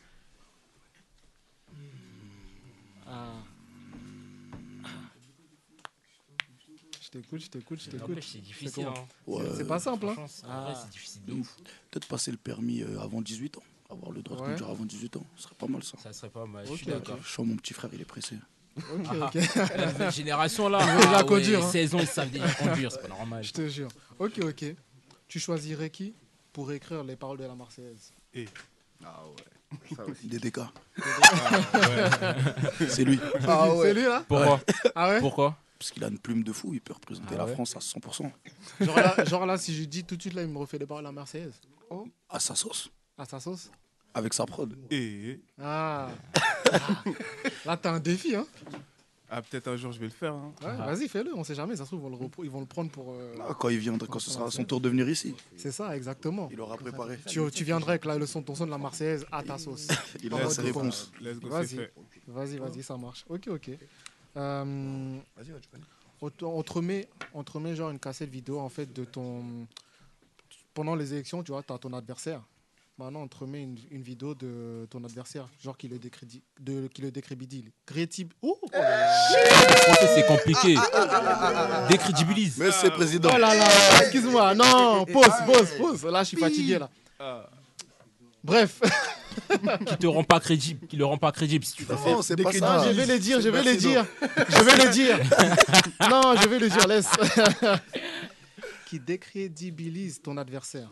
[SPEAKER 11] Ah.
[SPEAKER 4] Ah. Je t'écoute, je t'écoute, je t'écoute.
[SPEAKER 11] N'empêche, c'est difficile,
[SPEAKER 4] comment
[SPEAKER 11] hein.
[SPEAKER 4] C'est-
[SPEAKER 5] Ouais.
[SPEAKER 4] C'est pas simple. Hein.
[SPEAKER 11] Franchement, c'est- en vrai, c'est difficile de ouf.
[SPEAKER 5] Peut-être passer le permis euh, avant 18 ans. Avoir le droit
[SPEAKER 11] Ouais.
[SPEAKER 5] de conduire avant 18 ans. Ce serait pas mal ça.
[SPEAKER 11] Ça serait pas mal, je suis d'accord.
[SPEAKER 5] Je sens mon petit frère, il est pressé.
[SPEAKER 4] Ok, ok.
[SPEAKER 11] Ah. [laughs] La nouvelle génération,
[SPEAKER 4] [laughs]
[SPEAKER 11] là.
[SPEAKER 4] Ils veulent déjà
[SPEAKER 11] Ah ouais,
[SPEAKER 4] conduire, hein.
[SPEAKER 11] 16 ans, ils savent déjà conduire, c'est pas normal.
[SPEAKER 4] Je te jure. Ok, ok. Tu choisirais qui pour écrire les paroles de la Marseillaise
[SPEAKER 5] Et.
[SPEAKER 13] Ah ouais.
[SPEAKER 5] [laughs] Des dégâts.
[SPEAKER 4] ouais.
[SPEAKER 5] C'est lui.
[SPEAKER 4] [laughs] Ah C'est lui, ouais. c'est lui, là Pourquoi Ah ouais
[SPEAKER 11] hein Pourquoi
[SPEAKER 5] Parce qu'il a une plume de fou, il peut représenter
[SPEAKER 11] Ah
[SPEAKER 5] la
[SPEAKER 11] ouais
[SPEAKER 5] France à 100%.
[SPEAKER 4] genre là, genre là, si je dis tout de suite, là, il me refait les paroles de la Marseillaise. Oh.
[SPEAKER 5] À sa sauce.
[SPEAKER 4] À sa sauce
[SPEAKER 5] Avec sa prod.
[SPEAKER 12] Et.
[SPEAKER 4] Ah. Ah. Là, t'as un défi, hein
[SPEAKER 12] Ah, peut-être un jour je vais le faire. hein.
[SPEAKER 4] Ouais, Vas-y, fais-le, on sait jamais. Ça se trouve, ils vont le, repro- ils vont le prendre pour. euh,
[SPEAKER 5] Ah, quand il viendra, quand ce sera à son tour de venir ici.
[SPEAKER 4] C'est ça, exactement.
[SPEAKER 5] Il aura préparé.
[SPEAKER 4] Tu, tu viendrais avec la leçon, ton son de la Marseillaise à ta sauce.
[SPEAKER 5] [laughs] Il
[SPEAKER 4] En
[SPEAKER 5] a
[SPEAKER 4] mode
[SPEAKER 5] ses
[SPEAKER 4] de fond.
[SPEAKER 5] réponses. Let's go, c'est
[SPEAKER 4] Vas-y,
[SPEAKER 5] fait.
[SPEAKER 4] vas-y, vas-y, ça marche. Ok, ok. Euh,
[SPEAKER 13] Vas-y, ouais, tu connais.
[SPEAKER 4] on te- on te remet, on te remet genre une cassette vidéo en fait de ton. Pendant les élections, tu vois, t'as ton adversaire. Maintenant, on te remet une, une vidéo de ton adversaire, genre qui le décrédit, de, qui le décrédit. Crédible. Oh, oh là là.
[SPEAKER 11] Le français, c'est compliqué.
[SPEAKER 4] ah,
[SPEAKER 11] Décrédibilise.
[SPEAKER 5] Mais c'est président.
[SPEAKER 4] Oh là là, excuse-moi, non, pause, pause, pause. Là, je suis fatigué là. Bref.
[SPEAKER 11] Qui te rend pas crédible, qui le rend pas crédible si tu préfères.
[SPEAKER 4] Non, c'est pas ça. Je vais les dire, je vais les dire. [laughs] Je vais les dire. Non, je vais les dire, laisse. Qui décrédibilise ton adversaire.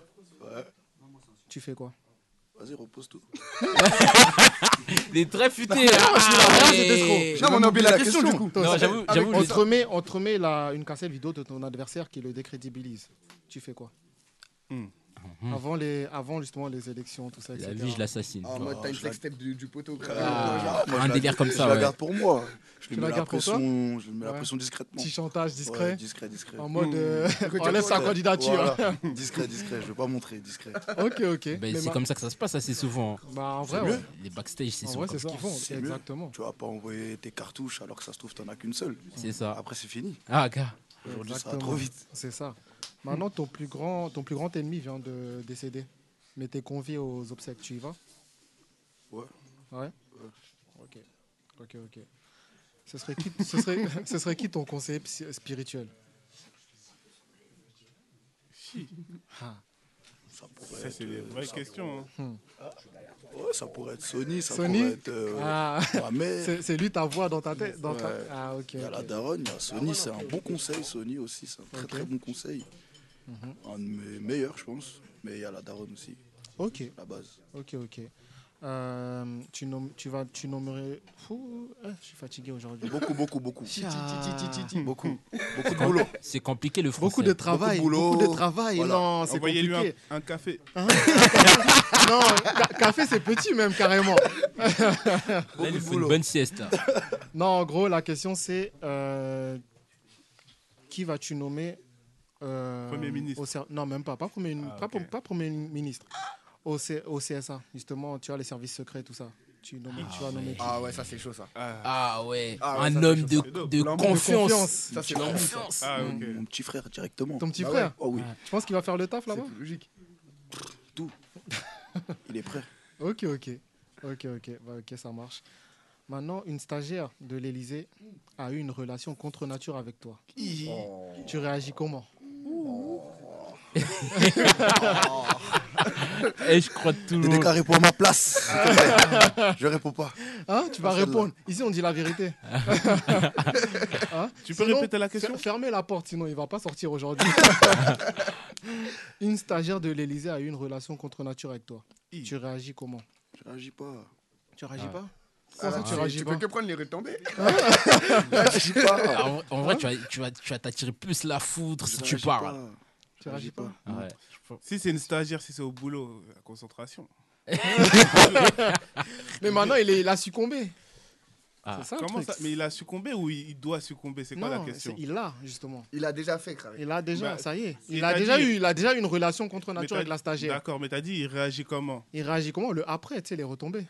[SPEAKER 4] Tu fais quoi
[SPEAKER 5] Vas-y,
[SPEAKER 11] [laughs]
[SPEAKER 5] repose tout.
[SPEAKER 11] Des très futé. hein. Ah,
[SPEAKER 4] Non, celui-là, regarde,
[SPEAKER 11] mais-
[SPEAKER 4] c'était trop.
[SPEAKER 11] Non, mais on a oublié la question, du coup.
[SPEAKER 4] Attends,
[SPEAKER 11] Non,
[SPEAKER 4] ça-
[SPEAKER 11] j'avoue-
[SPEAKER 4] Ah,
[SPEAKER 11] j'avoue,
[SPEAKER 4] On
[SPEAKER 11] les-
[SPEAKER 4] te remet, on te remet la- une cassette vidéo de ton adversaire qui le décrédibilise. Tu fais quoi Mhm. avant, les, avant justement les élections, tout ça, Oh,
[SPEAKER 11] La
[SPEAKER 4] etc.
[SPEAKER 11] vie, je l'assassine.
[SPEAKER 5] Ah,
[SPEAKER 13] En mode, t'as une flex tape du, du poteau. quoi.
[SPEAKER 11] Ah,
[SPEAKER 13] Genre,
[SPEAKER 11] un délire comme ça,
[SPEAKER 5] Je la
[SPEAKER 11] ouais.
[SPEAKER 5] garde pour moi. Je
[SPEAKER 4] Tu
[SPEAKER 5] lui
[SPEAKER 4] la
[SPEAKER 5] mets la
[SPEAKER 4] gardes pour toi
[SPEAKER 5] pression, je lui mets la
[SPEAKER 4] Ouais.
[SPEAKER 5] pression discrètement.
[SPEAKER 4] Petit chantage discret
[SPEAKER 5] Ouais, discret, discret.
[SPEAKER 4] En mode,
[SPEAKER 5] Mmh.
[SPEAKER 4] euh,
[SPEAKER 5] Discret,
[SPEAKER 4] on laisse sa
[SPEAKER 5] discret.
[SPEAKER 4] candidature.
[SPEAKER 5] Voilà. Discret, discret. Je vais pas montrer, discret.
[SPEAKER 4] [laughs] Ok, ok.
[SPEAKER 11] Ben,
[SPEAKER 4] Mais
[SPEAKER 11] c'est
[SPEAKER 4] ma-
[SPEAKER 11] comme ça que ça se passe assez souvent.
[SPEAKER 4] Bah, en vrai,
[SPEAKER 5] C'est
[SPEAKER 4] ouais.
[SPEAKER 5] mieux.
[SPEAKER 11] Les backstage, c'est
[SPEAKER 4] En
[SPEAKER 11] souvent
[SPEAKER 4] vrai,
[SPEAKER 11] comme
[SPEAKER 4] c'est
[SPEAKER 11] ça.
[SPEAKER 4] ça. qu'ils font,
[SPEAKER 5] C'est mieux.
[SPEAKER 4] exactement.
[SPEAKER 5] Tu vas pas envoyer tes cartouches alors que ça se trouve, t'en as qu'une seule.
[SPEAKER 11] C'est ça.
[SPEAKER 5] Après, c'est fini.
[SPEAKER 11] Ah, gars.
[SPEAKER 5] Aujourd'hui, ça va
[SPEAKER 4] Exactement.
[SPEAKER 5] trop vite.
[SPEAKER 4] C'est ça. Maintenant, ton plus grand, ton plus grand ennemi vient de décéder. Mais t'es convié aux obsèques, tu y vas
[SPEAKER 5] Ouais.
[SPEAKER 4] Ouais. Ok. Ok, ok. Ce serait qui, ce serait, [laughs] ce serait qui ton conseiller psy- spirituel Ah.
[SPEAKER 12] Ça, c'est des
[SPEAKER 5] euh,
[SPEAKER 12] vraies questions.
[SPEAKER 4] Hmm.
[SPEAKER 5] Ah. Ouais, ça pourrait être Sony, ça
[SPEAKER 4] Sony
[SPEAKER 5] pourrait être euh,
[SPEAKER 4] Ah.
[SPEAKER 5] Mohamed.
[SPEAKER 4] [laughs] C'est- C'est lui ta voix dans ta tête dans ta-
[SPEAKER 5] Ouais.
[SPEAKER 4] Ah, ok.
[SPEAKER 5] Il y a la
[SPEAKER 4] ok.
[SPEAKER 5] daronne, il y a Sony, c'est un bon conseil. Sony aussi, c'est un très
[SPEAKER 4] Ok.
[SPEAKER 5] très bon conseil.
[SPEAKER 4] Mhm.
[SPEAKER 5] Un de mes meilleurs, je pense. Mais il y a la daronne aussi.
[SPEAKER 4] Ok.
[SPEAKER 5] La base.
[SPEAKER 4] Ok, ok. Euh, tu, nommes, tu, vas, tu nommerais. Fou, ah, je suis fatigué aujourd'hui.
[SPEAKER 5] Beaucoup, beaucoup, beaucoup.
[SPEAKER 4] Ti, ti, ti, ti, ti, ti, ti.
[SPEAKER 5] Beaucoup. Beaucoup de boulot.
[SPEAKER 11] C'est compliqué le français.
[SPEAKER 4] Beaucoup de travail. Beaucoup, de travail. Non, c'est
[SPEAKER 12] Envoyez-lui
[SPEAKER 4] compliqué.
[SPEAKER 12] un, un café.
[SPEAKER 4] Hein [laughs] non, ca- café, c'est petit même, carrément.
[SPEAKER 11] Là, il faut une bonne sieste.
[SPEAKER 4] Non, en gros, la question, c'est euh, qui vas-tu nommer euh,
[SPEAKER 12] Premier ministre.
[SPEAKER 4] au cer- non, même pas. Pas premier,
[SPEAKER 5] Ah,
[SPEAKER 4] pas, pr- pas premier ministre. Au, C- au CSA, justement, tu as les services secrets, tout ça. Tu, nommes- tu vas nommer qui
[SPEAKER 13] Ah ouais, ça c'est chaud ça.
[SPEAKER 11] Ah ouais,
[SPEAKER 13] Ah ouais,
[SPEAKER 11] un
[SPEAKER 13] ça, c'est
[SPEAKER 11] homme
[SPEAKER 13] chaud,
[SPEAKER 11] de,
[SPEAKER 13] ça. L'homme
[SPEAKER 11] de
[SPEAKER 13] de
[SPEAKER 11] confiance.
[SPEAKER 4] confiance.
[SPEAKER 13] Ça, c'est
[SPEAKER 11] De
[SPEAKER 13] l'homme, ça.
[SPEAKER 11] confiance.
[SPEAKER 13] Ah,
[SPEAKER 5] Mon- Mon petit frère directement.
[SPEAKER 4] Ton petit
[SPEAKER 5] Bah
[SPEAKER 4] frère
[SPEAKER 5] ouais. Oh oui.
[SPEAKER 4] Tu penses qu'il va faire le taf là-bas
[SPEAKER 13] logique.
[SPEAKER 4] [laughs]
[SPEAKER 5] Tout. Il est prêt.
[SPEAKER 4] Ok, ok. Ok, ok. Bah, ok, ça marche. Maintenant, une stagiaire de l'Elysée a eu une relation contre nature avec toi. Tu réagis comment
[SPEAKER 11] [laughs] Et je crois toujours.
[SPEAKER 5] Dédéca, réponds à ma place. s'il te plaît. je réponds pas.
[SPEAKER 4] Hein, tu vas
[SPEAKER 5] Pas celle-là.
[SPEAKER 4] répondre. Ici, on dit
[SPEAKER 5] [laughs]
[SPEAKER 4] la vérité. Hein
[SPEAKER 12] Tu peux répéter la question
[SPEAKER 4] fer- Fermez la porte, sinon il va pas sortir
[SPEAKER 12] [laughs]
[SPEAKER 4] aujourd'hui. une stagiaire de l'Elysée a eu une relation contre nature avec toi. Tu réagis comment
[SPEAKER 5] Je réagis pas.
[SPEAKER 4] Tu réagis
[SPEAKER 11] Ah.
[SPEAKER 4] pas
[SPEAKER 6] Ah,
[SPEAKER 13] tu,
[SPEAKER 6] tu réagis
[SPEAKER 13] tu
[SPEAKER 6] pas.
[SPEAKER 13] peux que prendre les
[SPEAKER 4] [laughs]
[SPEAKER 13] retombées. Là, tu dis pas.
[SPEAKER 11] Ah, en, vrai- en vrai, tu vas, tu vas, tu vas t'attirer plus la foudre si tu pars.
[SPEAKER 12] Tu hein. réagis pas.
[SPEAKER 11] Ouais.
[SPEAKER 12] Si c'est une stagiaire, si c'est au boulot, la concentration.
[SPEAKER 4] Mais maintenant, il, est- il a succombé.
[SPEAKER 11] Ah.
[SPEAKER 4] C'est ça, le
[SPEAKER 12] Comment
[SPEAKER 4] truc.
[SPEAKER 12] ça Mais il a succombé ou il il doit succomber C'est quoi la
[SPEAKER 4] Non,
[SPEAKER 12] question
[SPEAKER 4] c'est- Il l'a, justement.
[SPEAKER 13] Il a déjà fait, Kravé.
[SPEAKER 4] Il a déjà,
[SPEAKER 12] Bah,
[SPEAKER 4] ça y est. Il a
[SPEAKER 12] c'est-à-dire-
[SPEAKER 4] déjà, eu, il a déjà eu une relation contre
[SPEAKER 12] Mais
[SPEAKER 4] nature
[SPEAKER 12] t'as-
[SPEAKER 4] avec la stagiaire.
[SPEAKER 12] D'accord, mais t'as dit, il réagit comment
[SPEAKER 4] Il réagit comment Le après, tu sais, les retombées.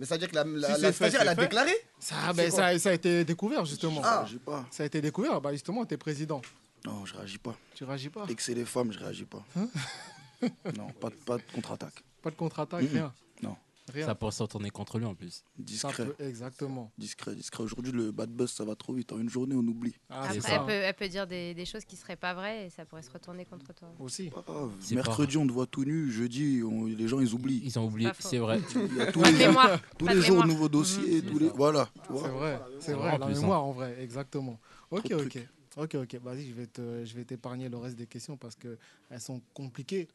[SPEAKER 13] Mais ça veut dire que la,
[SPEAKER 12] Si
[SPEAKER 13] la,
[SPEAKER 12] c'est
[SPEAKER 13] la
[SPEAKER 12] fait,
[SPEAKER 13] stagiaire,
[SPEAKER 12] c'est
[SPEAKER 13] elle a
[SPEAKER 12] fait.
[SPEAKER 13] déclaré
[SPEAKER 4] Ça,
[SPEAKER 13] C'est
[SPEAKER 4] ben,
[SPEAKER 13] quoi
[SPEAKER 4] ça, ça a été découvert, justement.
[SPEAKER 13] Ah.
[SPEAKER 4] Ça a été découvert, bah, justement, t'es président.
[SPEAKER 5] Non, je réagis pas.
[SPEAKER 4] Tu réagis pas Hein?
[SPEAKER 5] Dès que c'est les femmes, je réagis pas. [laughs] non, pas, de- pas de contre-attaque.
[SPEAKER 4] Pas de contre-attaque,
[SPEAKER 5] Mhm.
[SPEAKER 4] rien.
[SPEAKER 5] Non.
[SPEAKER 4] Rien.
[SPEAKER 11] Ça pourrait se retourner contre lui en plus.
[SPEAKER 4] Ça
[SPEAKER 5] Discret.
[SPEAKER 4] peut- exactement.
[SPEAKER 5] Discret, discret. Aujourd'hui, le bad buzz, ça va trop vite. En une journée, on oublie.
[SPEAKER 4] Ah,
[SPEAKER 7] Après, elle peut, elle peut dire des, des choses qui seraient pas vraies et ça pourrait se retourner contre toi.
[SPEAKER 4] Aussi.
[SPEAKER 5] Ah,
[SPEAKER 11] C'est
[SPEAKER 5] mercredi, on te voit tout nu. Jeudi, on- les gens, ils oublient.
[SPEAKER 11] Ils ont oublié,
[SPEAKER 7] Pas faux.
[SPEAKER 11] c'est vrai. Mm-hmm.
[SPEAKER 5] Il y a tous
[SPEAKER 7] Pas de
[SPEAKER 5] les jours,
[SPEAKER 7] mémoire,
[SPEAKER 5] tous
[SPEAKER 7] pas
[SPEAKER 5] les
[SPEAKER 7] de
[SPEAKER 5] jours,
[SPEAKER 7] mémoire.
[SPEAKER 5] nouveaux dossiers. tous les... Voilà. tu vois.
[SPEAKER 4] C'est vrai, c'est
[SPEAKER 11] En
[SPEAKER 4] vrai, la
[SPEAKER 11] plus, hein.
[SPEAKER 4] mémoire en vrai, exactement. Ok,
[SPEAKER 5] de
[SPEAKER 4] ok.
[SPEAKER 5] trucs.
[SPEAKER 4] Ok, ok, vas-y, je vais te- je vais t'épargner le reste des questions parce que elles sont compliquées.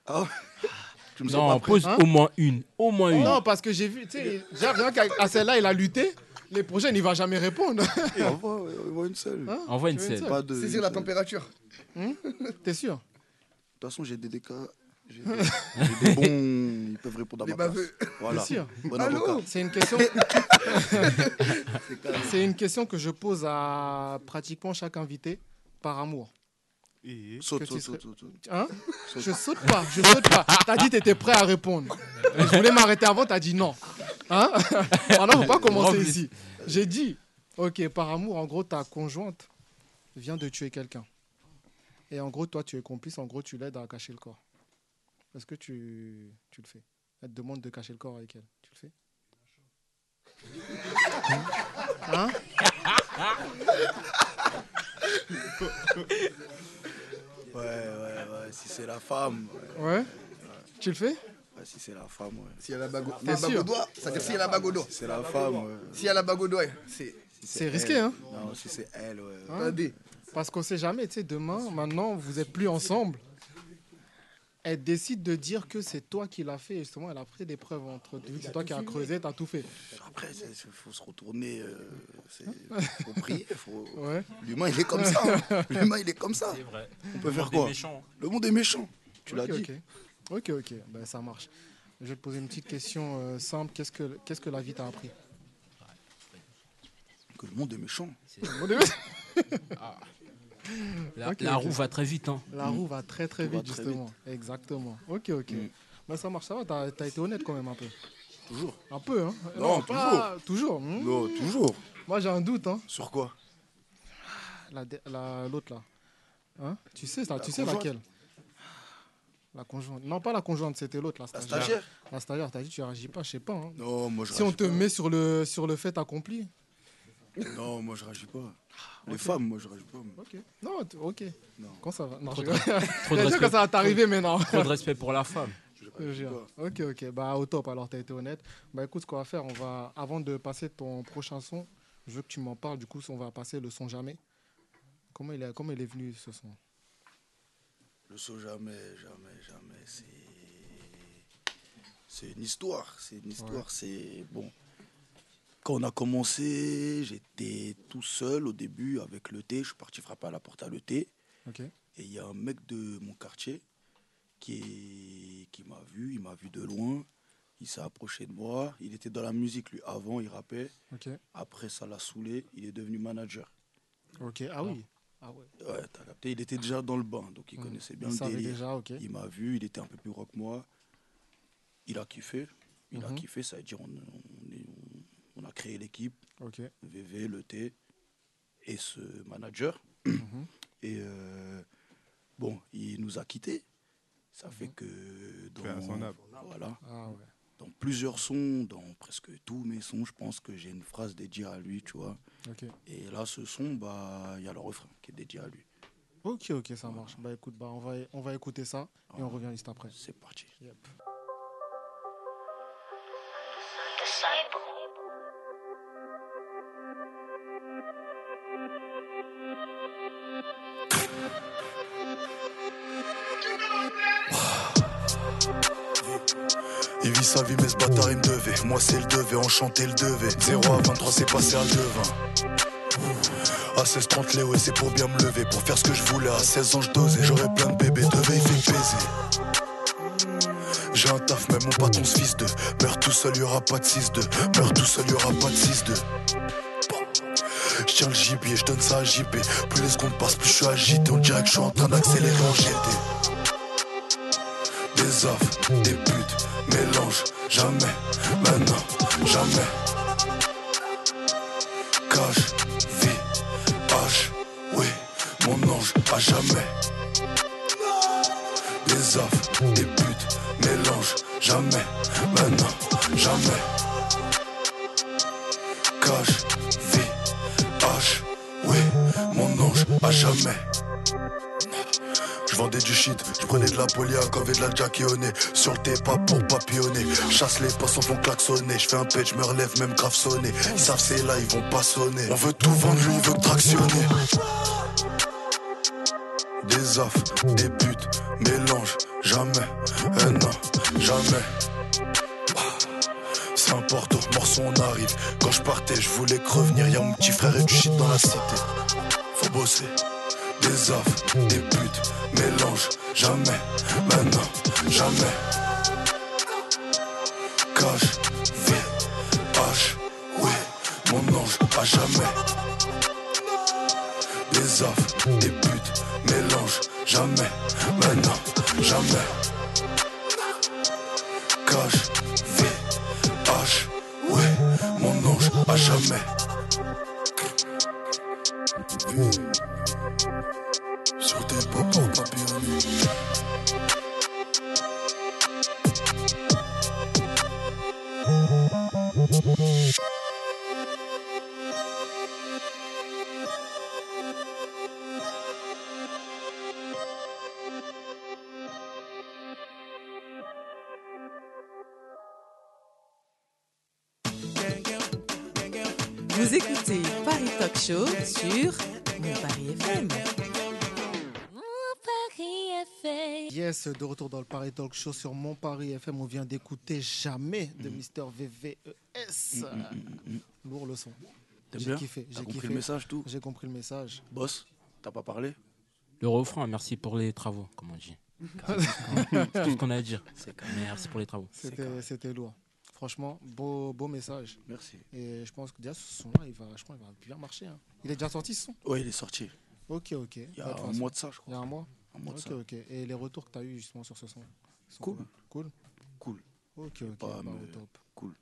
[SPEAKER 5] Ah,
[SPEAKER 4] [laughs]
[SPEAKER 11] Je me sens Non, pas prêt. pose au moins une, au moins une.
[SPEAKER 4] Non, parce que j'ai vu, tu sais, il- déjà, rien qu'à à celle-là, il a lutté, les prochaines, il va jamais répondre.
[SPEAKER 5] Envoie, envoie une seule.
[SPEAKER 4] Hein
[SPEAKER 11] Envoie une
[SPEAKER 4] Tu veux une
[SPEAKER 11] scène.
[SPEAKER 4] seule
[SPEAKER 5] Pas de-
[SPEAKER 13] Saisir la température.
[SPEAKER 4] Hmm T'es sûr
[SPEAKER 5] De toute façon, j'ai des DK. J'ai
[SPEAKER 4] [laughs]
[SPEAKER 5] des, j'ai des bons. Ils peuvent répondre à
[SPEAKER 13] Des
[SPEAKER 5] ma place.
[SPEAKER 13] baveux.
[SPEAKER 5] Voilà.
[SPEAKER 4] T'es sûr
[SPEAKER 5] Bon
[SPEAKER 13] Allô
[SPEAKER 5] avocat.
[SPEAKER 4] C'est
[SPEAKER 5] [laughs]
[SPEAKER 13] [laughs]
[SPEAKER 4] une question.
[SPEAKER 13] C'est carré.
[SPEAKER 4] C'est une question que je pose à pratiquement chaque invité par amour.
[SPEAKER 12] Et-
[SPEAKER 5] Saute,
[SPEAKER 4] Que tu
[SPEAKER 5] saute,
[SPEAKER 4] serais-
[SPEAKER 5] saute, saute, saute.
[SPEAKER 4] Hein
[SPEAKER 5] Saute.
[SPEAKER 4] Je saute pas, je saute [laughs] pas. T'as dit t'étais prêt à répondre. Je voulais m'arrêter avant, t'as dit non. Hein Maintenant, faut pas commencer
[SPEAKER 11] Remplis.
[SPEAKER 4] ici. J'ai dit, ok, par amour, en gros, ta conjointe vient de tuer quelqu'un. Et en gros, toi, tu es complice, en gros, tu l'aides à cacher le corps. Est-ce que tu, tu le fais Elle te demande de cacher le corps avec elle. Tu le fais Hein
[SPEAKER 5] Ouais, ouais, ouais. Si c'est la femme. ouais.
[SPEAKER 4] Ouais Tu le fais
[SPEAKER 5] Ouais, si c'est la femme, ouais.
[SPEAKER 13] Si elle a la bague au-
[SPEAKER 4] T'es
[SPEAKER 13] la bague
[SPEAKER 4] sûr
[SPEAKER 13] au doigt, c'est-à-dire si elle a la bague au doigt.
[SPEAKER 5] Si c'est la femme, ouais.
[SPEAKER 13] Si elle a la bague au doigt, c'est.
[SPEAKER 5] Si
[SPEAKER 4] C'est risqué,
[SPEAKER 5] elle.
[SPEAKER 4] hein
[SPEAKER 5] Non, si c'est elle, ouais.
[SPEAKER 13] Attendez.
[SPEAKER 4] Parce qu'on sait jamais, tu sais, demain, maintenant, vous êtes plus ensemble. Elle décide de dire que c'est toi qui l'as fait, et justement, elle a pris des preuves entre vous, c'est toi qui as creusé, t'as tout fait.
[SPEAKER 5] Après, il faut se retourner. euh, c'est- faut prier. Faut...
[SPEAKER 4] Hein? Ouais.
[SPEAKER 5] L'humain, il est comme ça.
[SPEAKER 4] [laughs]
[SPEAKER 5] hein. L'humain, il est comme ça.
[SPEAKER 6] C'est vrai.
[SPEAKER 5] On peut
[SPEAKER 6] Le
[SPEAKER 5] faire
[SPEAKER 6] monde est
[SPEAKER 5] quoi
[SPEAKER 6] méchant.
[SPEAKER 5] Le monde est méchant. Tu l'as
[SPEAKER 4] Ok,
[SPEAKER 5] dit.
[SPEAKER 4] ok. Ok, ok, ben, ça marche. Je vais te poser une petite question euh, simple. Qu'est-ce que, qu'est-ce que la vie t'a appris
[SPEAKER 5] Que le monde est
[SPEAKER 4] [laughs]
[SPEAKER 5] méchant.
[SPEAKER 4] Bon, déjà-
[SPEAKER 11] Ah. La,
[SPEAKER 4] Ok,
[SPEAKER 11] la
[SPEAKER 4] ok.
[SPEAKER 11] roue va très vite. Hein.
[SPEAKER 4] La roue va très très
[SPEAKER 5] Tout va
[SPEAKER 4] vite,
[SPEAKER 5] très Mm.
[SPEAKER 4] justement. Exactement. Ok, ok. Ben, ça marche, ça va, t'as, t'as été honnête quand même un peu.
[SPEAKER 5] Toujours.
[SPEAKER 4] Un peu, hein
[SPEAKER 5] Non,
[SPEAKER 4] pas- Toujours. hmm.
[SPEAKER 5] Non, toujours.
[SPEAKER 4] Moi, j'ai un doute, hein.
[SPEAKER 5] Sur quoi
[SPEAKER 4] La de- la- L'autre là. Hein tu sais, ça,
[SPEAKER 5] La
[SPEAKER 4] tu sais
[SPEAKER 5] conjointe.
[SPEAKER 4] laquelle La conjointe. Non, pas la conjointe, c'était l'autre, la stagiaire.
[SPEAKER 5] stagiaire.
[SPEAKER 4] La stagiaire, t'as dit, tu réagis pas, je sais pas. hein.
[SPEAKER 5] Non, moi, je
[SPEAKER 4] Si on
[SPEAKER 5] réagis
[SPEAKER 4] te
[SPEAKER 5] pas.
[SPEAKER 4] met sur le, sur le fait accompli.
[SPEAKER 5] Non, moi, je réagis pas. Les femmes, moi, je réagis pas.
[SPEAKER 4] Ah, Ok. Non, t- ok.
[SPEAKER 5] Non.
[SPEAKER 4] Quand ça va Non,
[SPEAKER 11] Trop
[SPEAKER 4] je
[SPEAKER 11] de
[SPEAKER 4] rigole. [laughs]
[SPEAKER 11] Trop de
[SPEAKER 4] Bien sûr que
[SPEAKER 11] respect.
[SPEAKER 4] ça va t'arriver, mais non.
[SPEAKER 11] Trop de respect pour la femme.
[SPEAKER 4] Je jure. Ok, ok. Bah, au top, alors, t'as été honnête. Bah, écoute, ce qu'on va faire, on va, avant de passer ton prochain son, je veux que tu m'en parles. Du coup, on va passer le son jamais. Comment il est, comment il est venu ce son
[SPEAKER 5] Le saut, jamais, jamais, jamais. C'est. C'est une histoire. C'est une histoire. C'est. Bon. Quand on a commencé, j'étais tout seul au début avec le thé. Je suis parti frapper à la porte à le thé.
[SPEAKER 4] Ok.
[SPEAKER 5] Et il y a un mec de mon quartier qui, est- qui m'a vu, il m'a vu de loin, il s'est approché de moi, il était dans la musique lui avant, il rappait,
[SPEAKER 4] Ok.
[SPEAKER 5] après ça l'a saoulé, il est devenu manager.
[SPEAKER 4] Ok. Ah oui. Ah ouais.
[SPEAKER 5] Ouais, t'as capté, il était déjà dans le bain, donc il
[SPEAKER 4] Mhm.
[SPEAKER 5] connaissait
[SPEAKER 4] Il
[SPEAKER 5] bien le
[SPEAKER 4] savait
[SPEAKER 5] délire.
[SPEAKER 4] déjà, ok.
[SPEAKER 5] Il m'a vu, il était un peu plus gros que moi, il a kiffé, il a
[SPEAKER 4] Mhm.
[SPEAKER 5] kiffé, ça veut dire on, on est- on- on a créé l'équipe,
[SPEAKER 11] [coughs]
[SPEAKER 4] Ok.
[SPEAKER 5] VV, le T et ce manager.
[SPEAKER 4] Mhm.
[SPEAKER 5] Et euh, bon, il nous a quittés. Ça fait que
[SPEAKER 12] Paix à son
[SPEAKER 5] dans,
[SPEAKER 12] âme.
[SPEAKER 5] voilà,
[SPEAKER 4] Mhm. Ah ouais.
[SPEAKER 5] dans plusieurs sons, dans presque tous mes sons, je pense que j'ai une phrase dédiée à lui, tu vois.
[SPEAKER 4] Ok.
[SPEAKER 5] Et là, ce son, bah, il y a le refrain qui est dédié à lui.
[SPEAKER 4] Ok, ok, ça marche. Bah écoute, bah, on, va, on va écouter ça et
[SPEAKER 11] Oh.
[SPEAKER 4] on revient juste après.
[SPEAKER 5] C'est parti.
[SPEAKER 8] Il vit sa vie, mais ce bâtard il me devait. Moi c'est le devait, enchanté le devait. 0 à 23, c'est passé à le devin. À 16 30 les ouais, c'est pour bien me lever. Pour faire ce que je voulais, à 16 ans je dosais. J'aurais plein de bébés, devait il fait baiser. J'ai un taf, même mon patron se fils de. Meurs tout seul, y'aura pas de 6-2. Meurs tout seul, y'aura pas de 6-2. Je tiens le gibier, je donne ça à JP. Plus les secondes passent, plus je suis agité. On dirait que je suis en train d'accélérer en GT. Des affres, des putes, mélange. Jamais, maintenant, jamais. Cache, vie, hache, oui, mon ange, à jamais. Des affres, des putes, mélange. Jamais, maintenant, jamais. Cache, vie, hache, oui, mon ange, à jamais. Je vendais du shit, je prenais de la polyacove et de la jack et au nez. Sur le thé, pas pour papillonner. Chasse les passants, font klaxonner. Je fais un pet, je me relève, même grave sonné. Ils savent c'est là, ils vont pas sonner. On veut tout vendre, lui, il veut tractionner. Des affres, des putes, mélange, jamais, un an, jamais. C'est un porto, morceau on arrive. Quand je partais, je voulais que revenir. Y'a mon petit frère et du shit dans la cité. Faut bosser. Des affres, des putes, mélange, jamais, maintenant, jamais. Cache, vie, hache, oui, mon ange, à jamais. Des affres, des putes, mélange, jamais, maintenant, jamais. Cache, vie, hache, oui, mon ange, à jamais. Sur tes pas pour papillonner.
[SPEAKER 9] Vous écoutez Paris Talk Show sur Mon Paris FM.
[SPEAKER 4] Yes, de retour dans le Paris Talk Show sur Mon Paris FM. On vient d'écouter Jamais
[SPEAKER 5] Mm-hmm.
[SPEAKER 4] de Mister VVES.
[SPEAKER 5] Mm, mm, mm, mm.
[SPEAKER 4] Lourd le son.
[SPEAKER 5] T'aimes
[SPEAKER 4] J'ai
[SPEAKER 5] bien
[SPEAKER 4] kiffé.
[SPEAKER 5] T'as
[SPEAKER 4] j'ai
[SPEAKER 5] compris
[SPEAKER 4] kiffé.
[SPEAKER 5] le message, tout
[SPEAKER 4] J'ai compris le message.
[SPEAKER 5] Boss, t'as pas parlé
[SPEAKER 11] Le refrain, merci pour les travaux, comme on
[SPEAKER 13] [laughs]
[SPEAKER 11] dit.
[SPEAKER 4] [laughs]
[SPEAKER 11] C'est tout ce qu'on a à dire. Merci pour les travaux.
[SPEAKER 4] C'était c'était lourd. Franchement, beau, beau message.
[SPEAKER 5] Merci.
[SPEAKER 4] Et je pense que déjà ce son-là, il va, je crois, il va bien marcher. hein. Il est déjà sorti ce son
[SPEAKER 5] Ouais, il est sorti.
[SPEAKER 4] Ok, ok. Bah, Il
[SPEAKER 5] y a un mois de ça, je crois.
[SPEAKER 4] Il y a un mois
[SPEAKER 5] Un mois de
[SPEAKER 4] Ok,
[SPEAKER 5] ça.
[SPEAKER 4] ok. Et les retours que tu as eu justement sur ce son sont
[SPEAKER 5] Cool.
[SPEAKER 4] Cool.
[SPEAKER 5] Cool.
[SPEAKER 4] Ok, ok.
[SPEAKER 5] pas à
[SPEAKER 4] bah,
[SPEAKER 5] me-
[SPEAKER 4] au top.
[SPEAKER 5] Cool.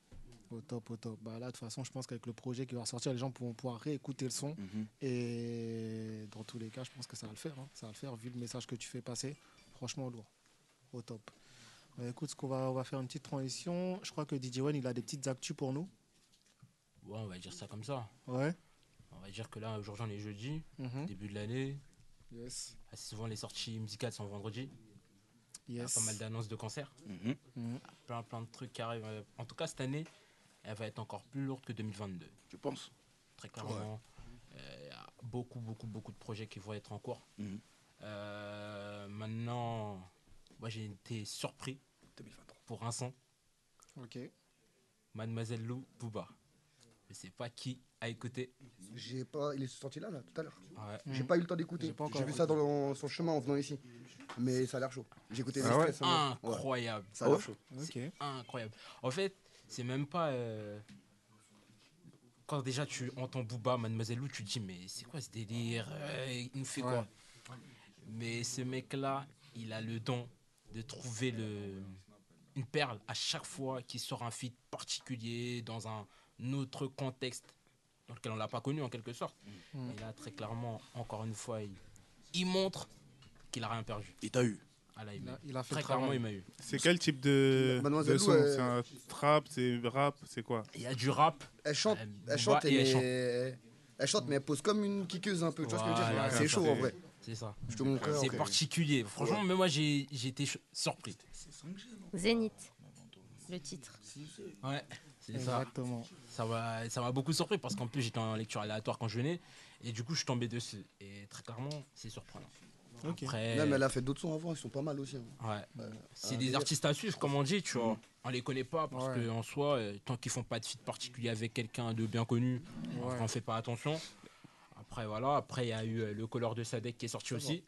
[SPEAKER 4] Au top, au top. Bah, là, de toute façon, je pense qu'avec le projet qui va ressortir, les gens pourront pouvoir réécouter le son.
[SPEAKER 5] Mhm.
[SPEAKER 4] Et dans tous les cas, je pense que ça va le faire. hein. Ça va le faire vu le message que tu fais passer. Franchement, lourd. Au top. Bah, écoute, ce qu'on va, on va faire une petite transition. Je crois que DJ One, il a des petites actus pour nous.
[SPEAKER 11] Ouais, on va dire ça comme ça.
[SPEAKER 4] Ouais.
[SPEAKER 11] On va dire que là, aujourd'hui, on est jeudi,
[SPEAKER 4] Mhm.
[SPEAKER 11] début de l'année.
[SPEAKER 4] Yes.
[SPEAKER 11] Assez souvent, les sorties musicales sont vendredi. Il y a
[SPEAKER 4] Yes.
[SPEAKER 11] pas mal d'annonces de concerts.
[SPEAKER 5] Mhm.
[SPEAKER 4] Mhm.
[SPEAKER 11] Plein, plein de trucs qui arrivent. Euh, En tout cas, cette année, elle va être encore plus lourde que 2022.
[SPEAKER 5] Tu penses
[SPEAKER 11] Très clairement. Euh, Il y a beaucoup, beaucoup, beaucoup de projets qui vont être en cours.
[SPEAKER 5] Mhm.
[SPEAKER 11] Euh, maintenant, moi, j'ai été surpris pour un son.
[SPEAKER 4] Ok.
[SPEAKER 11] Mademoiselle Lou Bouba. Je sais pas qui a écouté.
[SPEAKER 13] J'ai pas, il est sorti là, là, tout à l'heure.
[SPEAKER 11] Ouais.
[SPEAKER 13] J'ai
[SPEAKER 11] Mhm.
[SPEAKER 13] pas eu le temps d'écouter.
[SPEAKER 11] J'ai pas encore
[SPEAKER 13] J'ai vu ça dans le- son chemin en venant ici. Mais ça a l'air chaud. J'ai écouté les
[SPEAKER 11] Ah ouais Oh.
[SPEAKER 13] extraits, ça m'a- hein. ouais.
[SPEAKER 11] Incroyable.
[SPEAKER 13] Ça a l'air chaud.
[SPEAKER 11] C'est Incroyable. En fait, c'est même pas. euh, Quand déjà tu entends Booba, Mademoiselle Lou, tu te dis, mais c'est quoi ce délire Euh, Il nous fait quoi Mais ce mec-là, il a le don de trouver le... une perle à chaque fois qu'il sort un feat particulier dans un autre contexte dans lequel on l'a pas connu en quelque sorte.
[SPEAKER 5] Mm.
[SPEAKER 11] Et là, très clairement, encore une fois, il, il montre qu'il a rien perdu.
[SPEAKER 5] Il t'a eu.
[SPEAKER 11] Ah là, il,
[SPEAKER 4] Il
[SPEAKER 11] m'a
[SPEAKER 4] a-
[SPEAKER 11] eu.
[SPEAKER 4] il a fait
[SPEAKER 11] Très
[SPEAKER 4] le travail.
[SPEAKER 11] clairement, il m'a eu.
[SPEAKER 12] C'est quel type de,
[SPEAKER 13] Mademoiselle
[SPEAKER 12] de
[SPEAKER 13] Lou,
[SPEAKER 12] son
[SPEAKER 13] elle-
[SPEAKER 12] C'est un trap, c'est rap, c'est quoi
[SPEAKER 11] Il y a du rap.
[SPEAKER 13] Elle chante,
[SPEAKER 11] Euh,
[SPEAKER 13] elle chante,
[SPEAKER 11] Booba et
[SPEAKER 13] mais...
[SPEAKER 11] elle chante.
[SPEAKER 13] elle chante, mais elle pose comme une kickeuse un peu. Tu vois ce que je veux dire
[SPEAKER 11] Voilà,
[SPEAKER 13] C'est chaud en vrai.
[SPEAKER 11] C'est ça.
[SPEAKER 13] Je te montrerai
[SPEAKER 11] C'est
[SPEAKER 13] après.
[SPEAKER 11] particulier. Franchement,
[SPEAKER 13] Ouais.
[SPEAKER 11] mais moi, j'ai j'ai été cho- surpris.
[SPEAKER 7] Zénith, le titre.
[SPEAKER 11] Ouais, c'est ça.
[SPEAKER 4] Exactement.
[SPEAKER 11] Ça m'a ça m'a beaucoup surpris parce qu'en plus, j'étais en lecture aléatoire quand je venais. Et du coup, je suis tombé dessus. Et très clairement, c'est surprenant. Après-
[SPEAKER 13] Non, mais elle a fait d'autres sons avant, ils sont pas mal aussi. hein.
[SPEAKER 11] Ouais.
[SPEAKER 13] Euh,
[SPEAKER 11] C'est
[SPEAKER 13] un
[SPEAKER 11] des
[SPEAKER 13] délire. Mm.
[SPEAKER 11] artistes à suivre, comme on dit, tu vois. On les connaît pas parce
[SPEAKER 13] Ouais.
[SPEAKER 11] que en soi, euh, tant qu'ils font pas de feat particulier avec quelqu'un de bien connu, on
[SPEAKER 13] Ouais.
[SPEAKER 11] on fait pas attention. Après voilà, après il y a eu euh, le color de Sadek qui est sorti
[SPEAKER 13] Ça va.
[SPEAKER 11] aussi.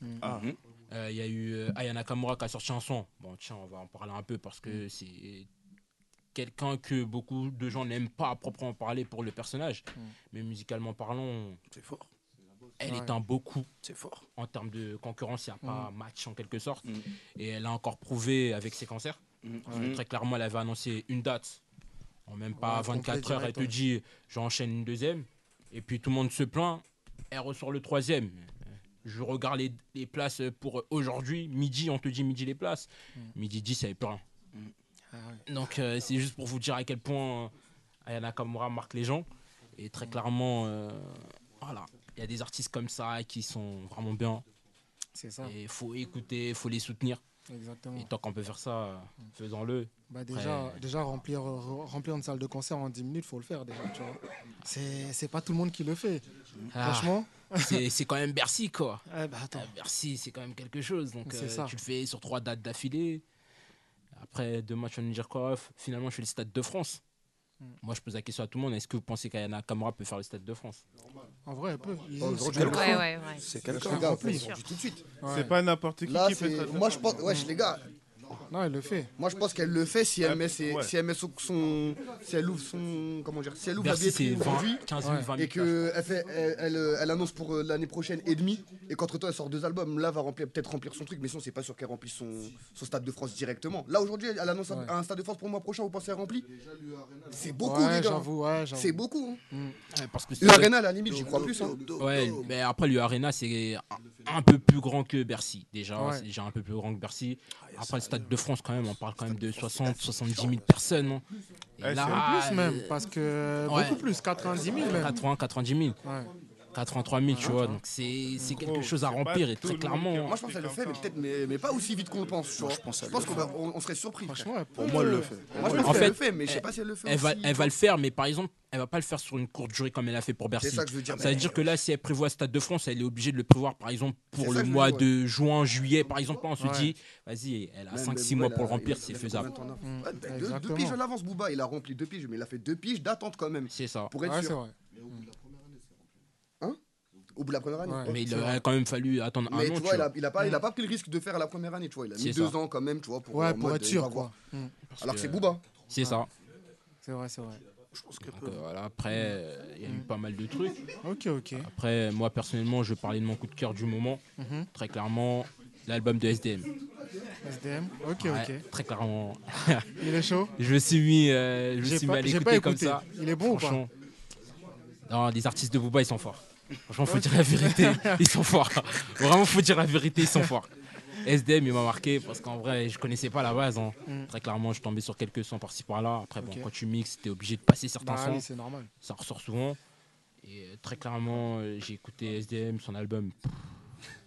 [SPEAKER 13] Mhm.
[SPEAKER 11] Ah. Mhm. Euh, Il y a eu euh, Aya Nakamura qui a sorti un son. Bon tiens, on va en parler un peu parce
[SPEAKER 4] Mm.
[SPEAKER 11] que c'est quelqu'un que beaucoup de gens n'aiment pas à proprement parler pour le personnage,
[SPEAKER 5] Mhm.
[SPEAKER 11] mais musicalement parlant,
[SPEAKER 5] c'est fort.
[SPEAKER 11] Elle est
[SPEAKER 5] Ouais.
[SPEAKER 11] un beau coup.
[SPEAKER 5] C'est fort.
[SPEAKER 11] En termes de concurrence, il n'y a pas
[SPEAKER 5] Mhm.
[SPEAKER 11] match en quelque sorte.
[SPEAKER 5] Mhm.
[SPEAKER 11] Et elle a encore prouvé avec ses cancers.
[SPEAKER 5] Mhm.
[SPEAKER 11] Parce que
[SPEAKER 5] Ouais.
[SPEAKER 11] Très clairement, elle avait annoncé une date. En même pas
[SPEAKER 5] Ouais, complet
[SPEAKER 11] 24 heures, elle
[SPEAKER 5] direct,
[SPEAKER 11] te
[SPEAKER 5] ouais.
[SPEAKER 11] dit j'enchaîne une deuxième. Et puis tout le monde se plaint. Elle ressort le troisième. Je regarde les, les places pour aujourd'hui. Midi, on te dit midi les places.
[SPEAKER 5] Mm.
[SPEAKER 11] Midi 10, elle est plein.
[SPEAKER 4] Ah
[SPEAKER 11] Donc euh, c'est juste pour vous dire à quel point euh, Aya Nakamura marque les gens. Et très clairement, euh, voilà, il y a des artistes comme ça qui sont vraiment bien.
[SPEAKER 4] C'est ça.
[SPEAKER 11] Et faut écouter, faut les soutenir.
[SPEAKER 4] Exactement.
[SPEAKER 11] Et tant qu'on peut faire ça, euh, faisons-le.
[SPEAKER 4] Bah
[SPEAKER 11] Après,
[SPEAKER 4] déjà, déjà remplir, euh, re- remplir une salle de concert en 10 minutes, faut le faire déjà, tu vois. C'est c'est pas tout le monde qui le fait.
[SPEAKER 11] ah,
[SPEAKER 4] Franchement, [laughs]
[SPEAKER 11] c'est c'est quand même Bercy quoi.
[SPEAKER 4] Eh ben, attends.
[SPEAKER 11] Bercy, Ah, c'est quand même quelque chose. Donc
[SPEAKER 4] C'est
[SPEAKER 11] euh,
[SPEAKER 4] ça.
[SPEAKER 11] tu le fais sur trois dates d'affilée. Après deux matchs en Niger Coref, finalement je fais le Stade de France.
[SPEAKER 4] Mm.
[SPEAKER 11] Moi je pose la question à tout le monde, est-ce que vous pensez qu'Aya Nakamura peut faire le Stade de France
[SPEAKER 4] en vrai, elle peut. Ils-
[SPEAKER 13] Oh,
[SPEAKER 4] ils
[SPEAKER 13] ils
[SPEAKER 4] sont
[SPEAKER 13] ont
[SPEAKER 4] bien
[SPEAKER 13] quelqu'un.
[SPEAKER 4] prêts.
[SPEAKER 13] Ouais, ouais, ouais. C'est quelqu'un.
[SPEAKER 4] Ils sont
[SPEAKER 13] Ils
[SPEAKER 4] bien
[SPEAKER 13] sont
[SPEAKER 4] prêts.
[SPEAKER 13] dit tout de suite.
[SPEAKER 4] Ouais.
[SPEAKER 12] C'est pas n'importe qui
[SPEAKER 13] Là,
[SPEAKER 12] qui peut
[SPEAKER 13] c'est-
[SPEAKER 12] être.
[SPEAKER 13] Moi, je pense, wesh, les gars.
[SPEAKER 4] Non, elle le fait.
[SPEAKER 13] Moi, je pense qu'elle le fait si elle
[SPEAKER 12] Ouais,
[SPEAKER 13] met, ses-
[SPEAKER 12] ouais.
[SPEAKER 13] si elle met son, son- Si elle ouvre son. Comment dire Si elle ouvre
[SPEAKER 11] Bercy,
[SPEAKER 13] la
[SPEAKER 11] c'est
[SPEAKER 13] billetterie
[SPEAKER 11] 20,
[SPEAKER 13] aujourd'hui.
[SPEAKER 11] 15 000, 20 000
[SPEAKER 13] Et qu'elle fait, elle, elle, euh, elle annonce pour euh, l'année prochaine et demi. Et qu'entre temps, elle sort deux albums. Là, va remplir peut-être remplir son truc. Mais sinon, c'est pas sûr qu'elle remplisse son, son stade de France directement. Là, aujourd'hui, elle elle annonce un-
[SPEAKER 4] Ouais.
[SPEAKER 13] un stade de France pour le mois prochain. Vous pensez à remplir C'est beaucoup,
[SPEAKER 4] Ouais,
[SPEAKER 13] les gars.
[SPEAKER 4] j'avoue, ouais, j'avoue.
[SPEAKER 13] c'est beaucoup. hein.
[SPEAKER 4] Mmh.
[SPEAKER 11] parce que
[SPEAKER 13] Le
[SPEAKER 11] c'est-
[SPEAKER 13] Arena, à la limite, j'y crois plus. hein.
[SPEAKER 11] Ouais, mais après le Arena c'est un, un peu plus grand que Bercy déjà,
[SPEAKER 13] Ouais.
[SPEAKER 11] c'est déjà un peu plus grand que Bercy. Après le Stade de France quand même, on parle quand même de 60 70 000 personnes. non Et
[SPEAKER 4] Ouais,
[SPEAKER 11] là,
[SPEAKER 4] c'est plus même,
[SPEAKER 11] euh,
[SPEAKER 4] parce que
[SPEAKER 11] ouais.
[SPEAKER 4] beaucoup plus, 90 000 même.
[SPEAKER 11] 80 90 000. 83 000, tu
[SPEAKER 4] Ouais.
[SPEAKER 11] vois, donc c'est c'est quelque chose à remplir et très clairement. hein.
[SPEAKER 13] Moi, je pense qu'elle le fait, mais peut-être, mais, mais pas aussi vite qu'on le pense. tu vois. Je pense, qu'on va- on, on serait surpris. frère.
[SPEAKER 4] Pour moi, elle le fait.
[SPEAKER 13] Euh, Moi, je pense qu'elle le fait, mais je sais pas si elle le fait.
[SPEAKER 11] Elle va,
[SPEAKER 13] aussi.
[SPEAKER 11] elle va le faire, mais par exemple, elle va pas le faire sur une courte durée comme elle a fait pour Bercy.
[SPEAKER 13] C'est ça que je veux dire.
[SPEAKER 11] veut dire que là, si elle prévoit Stade de France, elle est obligée de le prévoir, par exemple, pour le mois de juin, juillet, par exemple. Là, on se
[SPEAKER 13] Ouais.
[SPEAKER 11] dit, vas-y, elle a
[SPEAKER 13] Même
[SPEAKER 11] 5-6
[SPEAKER 13] Booba,
[SPEAKER 11] mois
[SPEAKER 13] il
[SPEAKER 11] pour
[SPEAKER 13] a-
[SPEAKER 11] le remplir,
[SPEAKER 13] il a-
[SPEAKER 11] c'est
[SPEAKER 13] il a
[SPEAKER 11] faisable.
[SPEAKER 13] combien de temps là Ouais,
[SPEAKER 4] Mm.
[SPEAKER 13] ben, deux- deux,
[SPEAKER 4] Exactement.
[SPEAKER 13] piges à l'avance, Booba. Il a rempli deux piges, mais il a fait deux piges d'attente quand même.
[SPEAKER 11] C'est ça.
[SPEAKER 13] Pour être
[SPEAKER 4] Ouais,
[SPEAKER 13] sûr.
[SPEAKER 4] c'est vrai.
[SPEAKER 13] Hein Au bout de la première année.
[SPEAKER 11] Mais il aurait quand même fallu attendre
[SPEAKER 13] Mais
[SPEAKER 11] un an.
[SPEAKER 13] tu
[SPEAKER 11] tu
[SPEAKER 13] vois, il a,
[SPEAKER 11] vois. Mm.
[SPEAKER 13] il, a pas, il a pas pris le risque de faire à la première année, tu vois. Il a mis
[SPEAKER 11] C'est
[SPEAKER 13] deux
[SPEAKER 11] ça.
[SPEAKER 13] ans quand même, tu vois. Pour,
[SPEAKER 11] Ouais,
[SPEAKER 13] en
[SPEAKER 11] pour
[SPEAKER 13] mode,
[SPEAKER 11] être
[SPEAKER 13] euh,
[SPEAKER 11] sûr,
[SPEAKER 13] on va voir.
[SPEAKER 11] quoi. Mm.
[SPEAKER 13] Alors que
[SPEAKER 11] que-
[SPEAKER 13] c'est Booba.
[SPEAKER 11] C'est ça.
[SPEAKER 4] C'est vrai, c'est vrai.
[SPEAKER 11] Donc, euh, voilà, après, euh, il y a eu pas mal de trucs.
[SPEAKER 4] Ok, ok.
[SPEAKER 11] Après, moi personnellement, je vais parler de mon coup de cœur du moment.
[SPEAKER 4] Mhm.
[SPEAKER 11] Très clairement, l'album de SDM.
[SPEAKER 4] SDM, ok,
[SPEAKER 11] Ouais,
[SPEAKER 4] ok.
[SPEAKER 11] Très clairement.
[SPEAKER 4] [laughs] Il est chaud
[SPEAKER 11] Je me suis mis, euh, je me
[SPEAKER 4] J'ai
[SPEAKER 11] suis
[SPEAKER 4] pas-
[SPEAKER 11] mis à
[SPEAKER 4] j'ai pas
[SPEAKER 11] l'écouter comme
[SPEAKER 4] écouté.
[SPEAKER 11] ça.
[SPEAKER 4] Il est bon ou pas
[SPEAKER 11] Franchement. Non, les artistes de Booba, ils sont forts. Franchement, faut dire la vérité,
[SPEAKER 4] [laughs]
[SPEAKER 11] ils sont forts. Vraiment, faut dire la vérité, ils sont forts. SDM, il m'a marqué parce qu'en vrai, je connaissais pas la base. hein.
[SPEAKER 4] Mm.
[SPEAKER 11] Très clairement, je tombais sur quelques sons par-ci par-là. Après, bon,
[SPEAKER 4] Ok.
[SPEAKER 11] quand tu mixes, t'es obligé de passer certains
[SPEAKER 4] Bah
[SPEAKER 11] sons.
[SPEAKER 4] oui, c'est normal.
[SPEAKER 11] Ça ressort souvent. Et euh, très clairement, euh, j'ai écouté SDM, son album. Pff,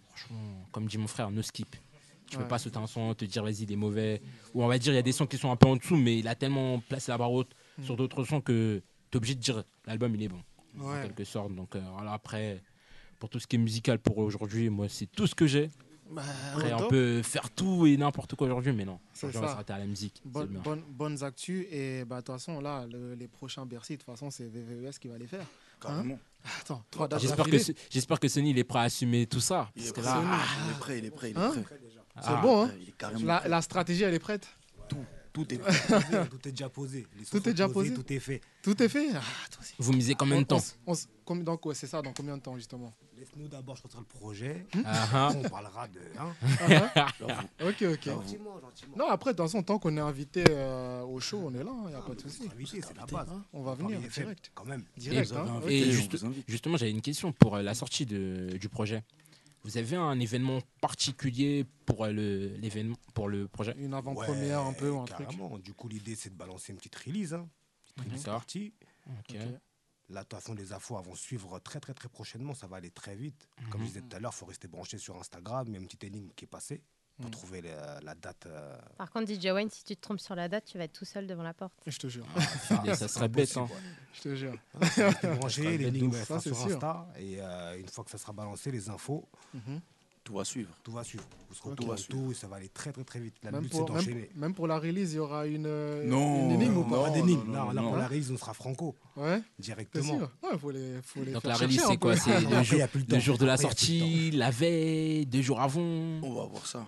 [SPEAKER 11] Franchement, comme dit mon frère, no skip. Tu
[SPEAKER 4] Ouais.
[SPEAKER 11] peux pas sauter un son, te dire vas-y, il est mauvais. Ou on va dire, il y a des sons qui sont un peu en dessous, mais il a tellement placé la barre haute
[SPEAKER 4] Mm.
[SPEAKER 11] sur d'autres sons que t'es obligé de dire l'album, il est bon.
[SPEAKER 4] Ouais.
[SPEAKER 11] En quelque sorte. Donc euh, voilà, après, pour tout ce qui est musical pour aujourd'hui, moi, c'est tout ce que j'ai.
[SPEAKER 4] Bah,
[SPEAKER 11] après,
[SPEAKER 4] au
[SPEAKER 11] on
[SPEAKER 4] top.
[SPEAKER 11] peut faire tout et n'importe quoi aujourd'hui, mais non.
[SPEAKER 4] C'est
[SPEAKER 11] Aujourd'hui, on va
[SPEAKER 4] ça.
[SPEAKER 11] s'arrêter à la musique. c'est
[SPEAKER 4] Bonne-
[SPEAKER 11] bien.
[SPEAKER 4] bonne- bonnes actus. Et bah, de toute façon, là, le- les prochains Bercy, de toute façon, c'est VVES qui va les faire. Hein
[SPEAKER 5] Carrément.
[SPEAKER 4] Attends, trois dates
[SPEAKER 11] J'espère que,
[SPEAKER 4] d'affilée.
[SPEAKER 11] ce- j'espère que Sony il est prêt à assumer tout ça.
[SPEAKER 5] Il
[SPEAKER 11] parce
[SPEAKER 5] est
[SPEAKER 11] que
[SPEAKER 5] prêt,
[SPEAKER 11] là,
[SPEAKER 5] Sony.
[SPEAKER 11] ah,
[SPEAKER 5] Il est prêt, il est prêt, il est
[SPEAKER 4] Hein
[SPEAKER 5] prêt.
[SPEAKER 4] C'est
[SPEAKER 11] Ah,
[SPEAKER 4] bon, hein
[SPEAKER 5] il est carrément
[SPEAKER 4] la,
[SPEAKER 5] prêt.
[SPEAKER 4] la stratégie, elle est prête
[SPEAKER 10] Tout, tout est posé, tout est déjà posé. Les
[SPEAKER 4] Tout
[SPEAKER 10] sons
[SPEAKER 4] est
[SPEAKER 10] sont
[SPEAKER 4] déjà
[SPEAKER 10] posés,
[SPEAKER 4] posé
[SPEAKER 10] Tout est fait.
[SPEAKER 4] Tout est fait Ah, attends, c'est-
[SPEAKER 11] Vous misez combien de
[SPEAKER 4] On- on
[SPEAKER 11] temps
[SPEAKER 4] s- on s- combien- donc, ouais, C'est ça, dans combien de temps, justement
[SPEAKER 10] Laisse-nous d'abord sortir le projet.
[SPEAKER 4] Hmm
[SPEAKER 11] Ah,
[SPEAKER 10] On parlera de. hein.
[SPEAKER 4] Ah,
[SPEAKER 10] [laughs] J'avoue.
[SPEAKER 4] ah. Ok, ok.
[SPEAKER 10] Gentiment, gentiment.
[SPEAKER 4] Non, après, de toute façon, tant qu'on est invité euh, au show, on est là, il n'y a pas de souci. hein.
[SPEAKER 10] C'est la base.
[SPEAKER 4] On va
[SPEAKER 10] Paris
[SPEAKER 4] venir
[SPEAKER 10] FM,
[SPEAKER 4] direct.
[SPEAKER 10] Quand même.
[SPEAKER 4] Direct,
[SPEAKER 11] Et,
[SPEAKER 4] hein.
[SPEAKER 11] et
[SPEAKER 4] Ok.
[SPEAKER 11] juste- justement, j'avais une question pour euh, la sortie de- du projet. Vous avez un événement particulier pour euh, le l'événement pour le projet
[SPEAKER 4] Une avant-première un peu ou un truc. Mhm.
[SPEAKER 10] Carrément. Du coup, l'idée, c'est de balancer une petite release. Hein. Une petite release
[SPEAKER 11] D'accord.
[SPEAKER 10] partie.
[SPEAKER 11] Ok.
[SPEAKER 10] Là, de toute façon, les infos elles vont suivre très, très, très prochainement. Ça va aller très vite. Comme je
[SPEAKER 11] Mhm.
[SPEAKER 10] disais tout à l'heure, il faut rester branché sur Instagram. Il y a une petite énigme qui est passée pour
[SPEAKER 4] Mhm.
[SPEAKER 10] trouver la, la date. euh,
[SPEAKER 7] Par contre, DJ Wayne, si tu te trompes sur la date, tu vas être tout seul devant la porte.
[SPEAKER 4] [laughs] Je te jure.
[SPEAKER 10] Ah,
[SPEAKER 4] [laughs]
[SPEAKER 11] Mais ça
[SPEAKER 10] c'est
[SPEAKER 11] serait bête,
[SPEAKER 10] impossible,
[SPEAKER 11] hein.
[SPEAKER 10] ouais.
[SPEAKER 4] Je te jure.
[SPEAKER 10] Hein, faut
[SPEAKER 4] [laughs]
[SPEAKER 10] rester
[SPEAKER 4] Ça serait
[SPEAKER 10] branché,
[SPEAKER 4] bête de
[SPEAKER 10] l'énigme
[SPEAKER 4] ouf,
[SPEAKER 10] elle
[SPEAKER 4] ça,
[SPEAKER 10] sera
[SPEAKER 4] c'est
[SPEAKER 10] sur
[SPEAKER 4] sûr.
[SPEAKER 10] Insta. Et euh, une fois que ça sera balancé, les infos,
[SPEAKER 4] Mhm.
[SPEAKER 5] Tout va suivre.
[SPEAKER 10] Tout va suivre. Vous serez au
[SPEAKER 5] Ok.
[SPEAKER 10] tout,
[SPEAKER 5] Tout va
[SPEAKER 10] en tout, et ça va aller très très très vite. La
[SPEAKER 4] Même
[SPEAKER 10] lutte, c'est
[SPEAKER 4] pour, même,
[SPEAKER 10] d'enchaîner.
[SPEAKER 4] même pour la release, il y aura une, euh,
[SPEAKER 10] Non,
[SPEAKER 4] une énigme ou pas
[SPEAKER 10] non, Pas d'énigme.
[SPEAKER 4] Non,
[SPEAKER 10] Non, là,
[SPEAKER 4] non.
[SPEAKER 10] pour la release, on sera franco.
[SPEAKER 4] Ouais.
[SPEAKER 10] Directement.
[SPEAKER 4] T'es sûr Ouais, faut les, faut les
[SPEAKER 11] Donc
[SPEAKER 4] faire
[SPEAKER 11] la
[SPEAKER 4] chercher
[SPEAKER 11] release,
[SPEAKER 4] un
[SPEAKER 11] c'est
[SPEAKER 4] peu.
[SPEAKER 11] quoi
[SPEAKER 4] [laughs]
[SPEAKER 11] C'est le
[SPEAKER 4] Après,
[SPEAKER 11] jour,
[SPEAKER 4] y a plus le
[SPEAKER 11] le
[SPEAKER 4] temps.
[SPEAKER 11] jour de la
[SPEAKER 4] Après, y a plus le
[SPEAKER 11] sortie, la veille, deux jours avant.
[SPEAKER 5] On va voir ça.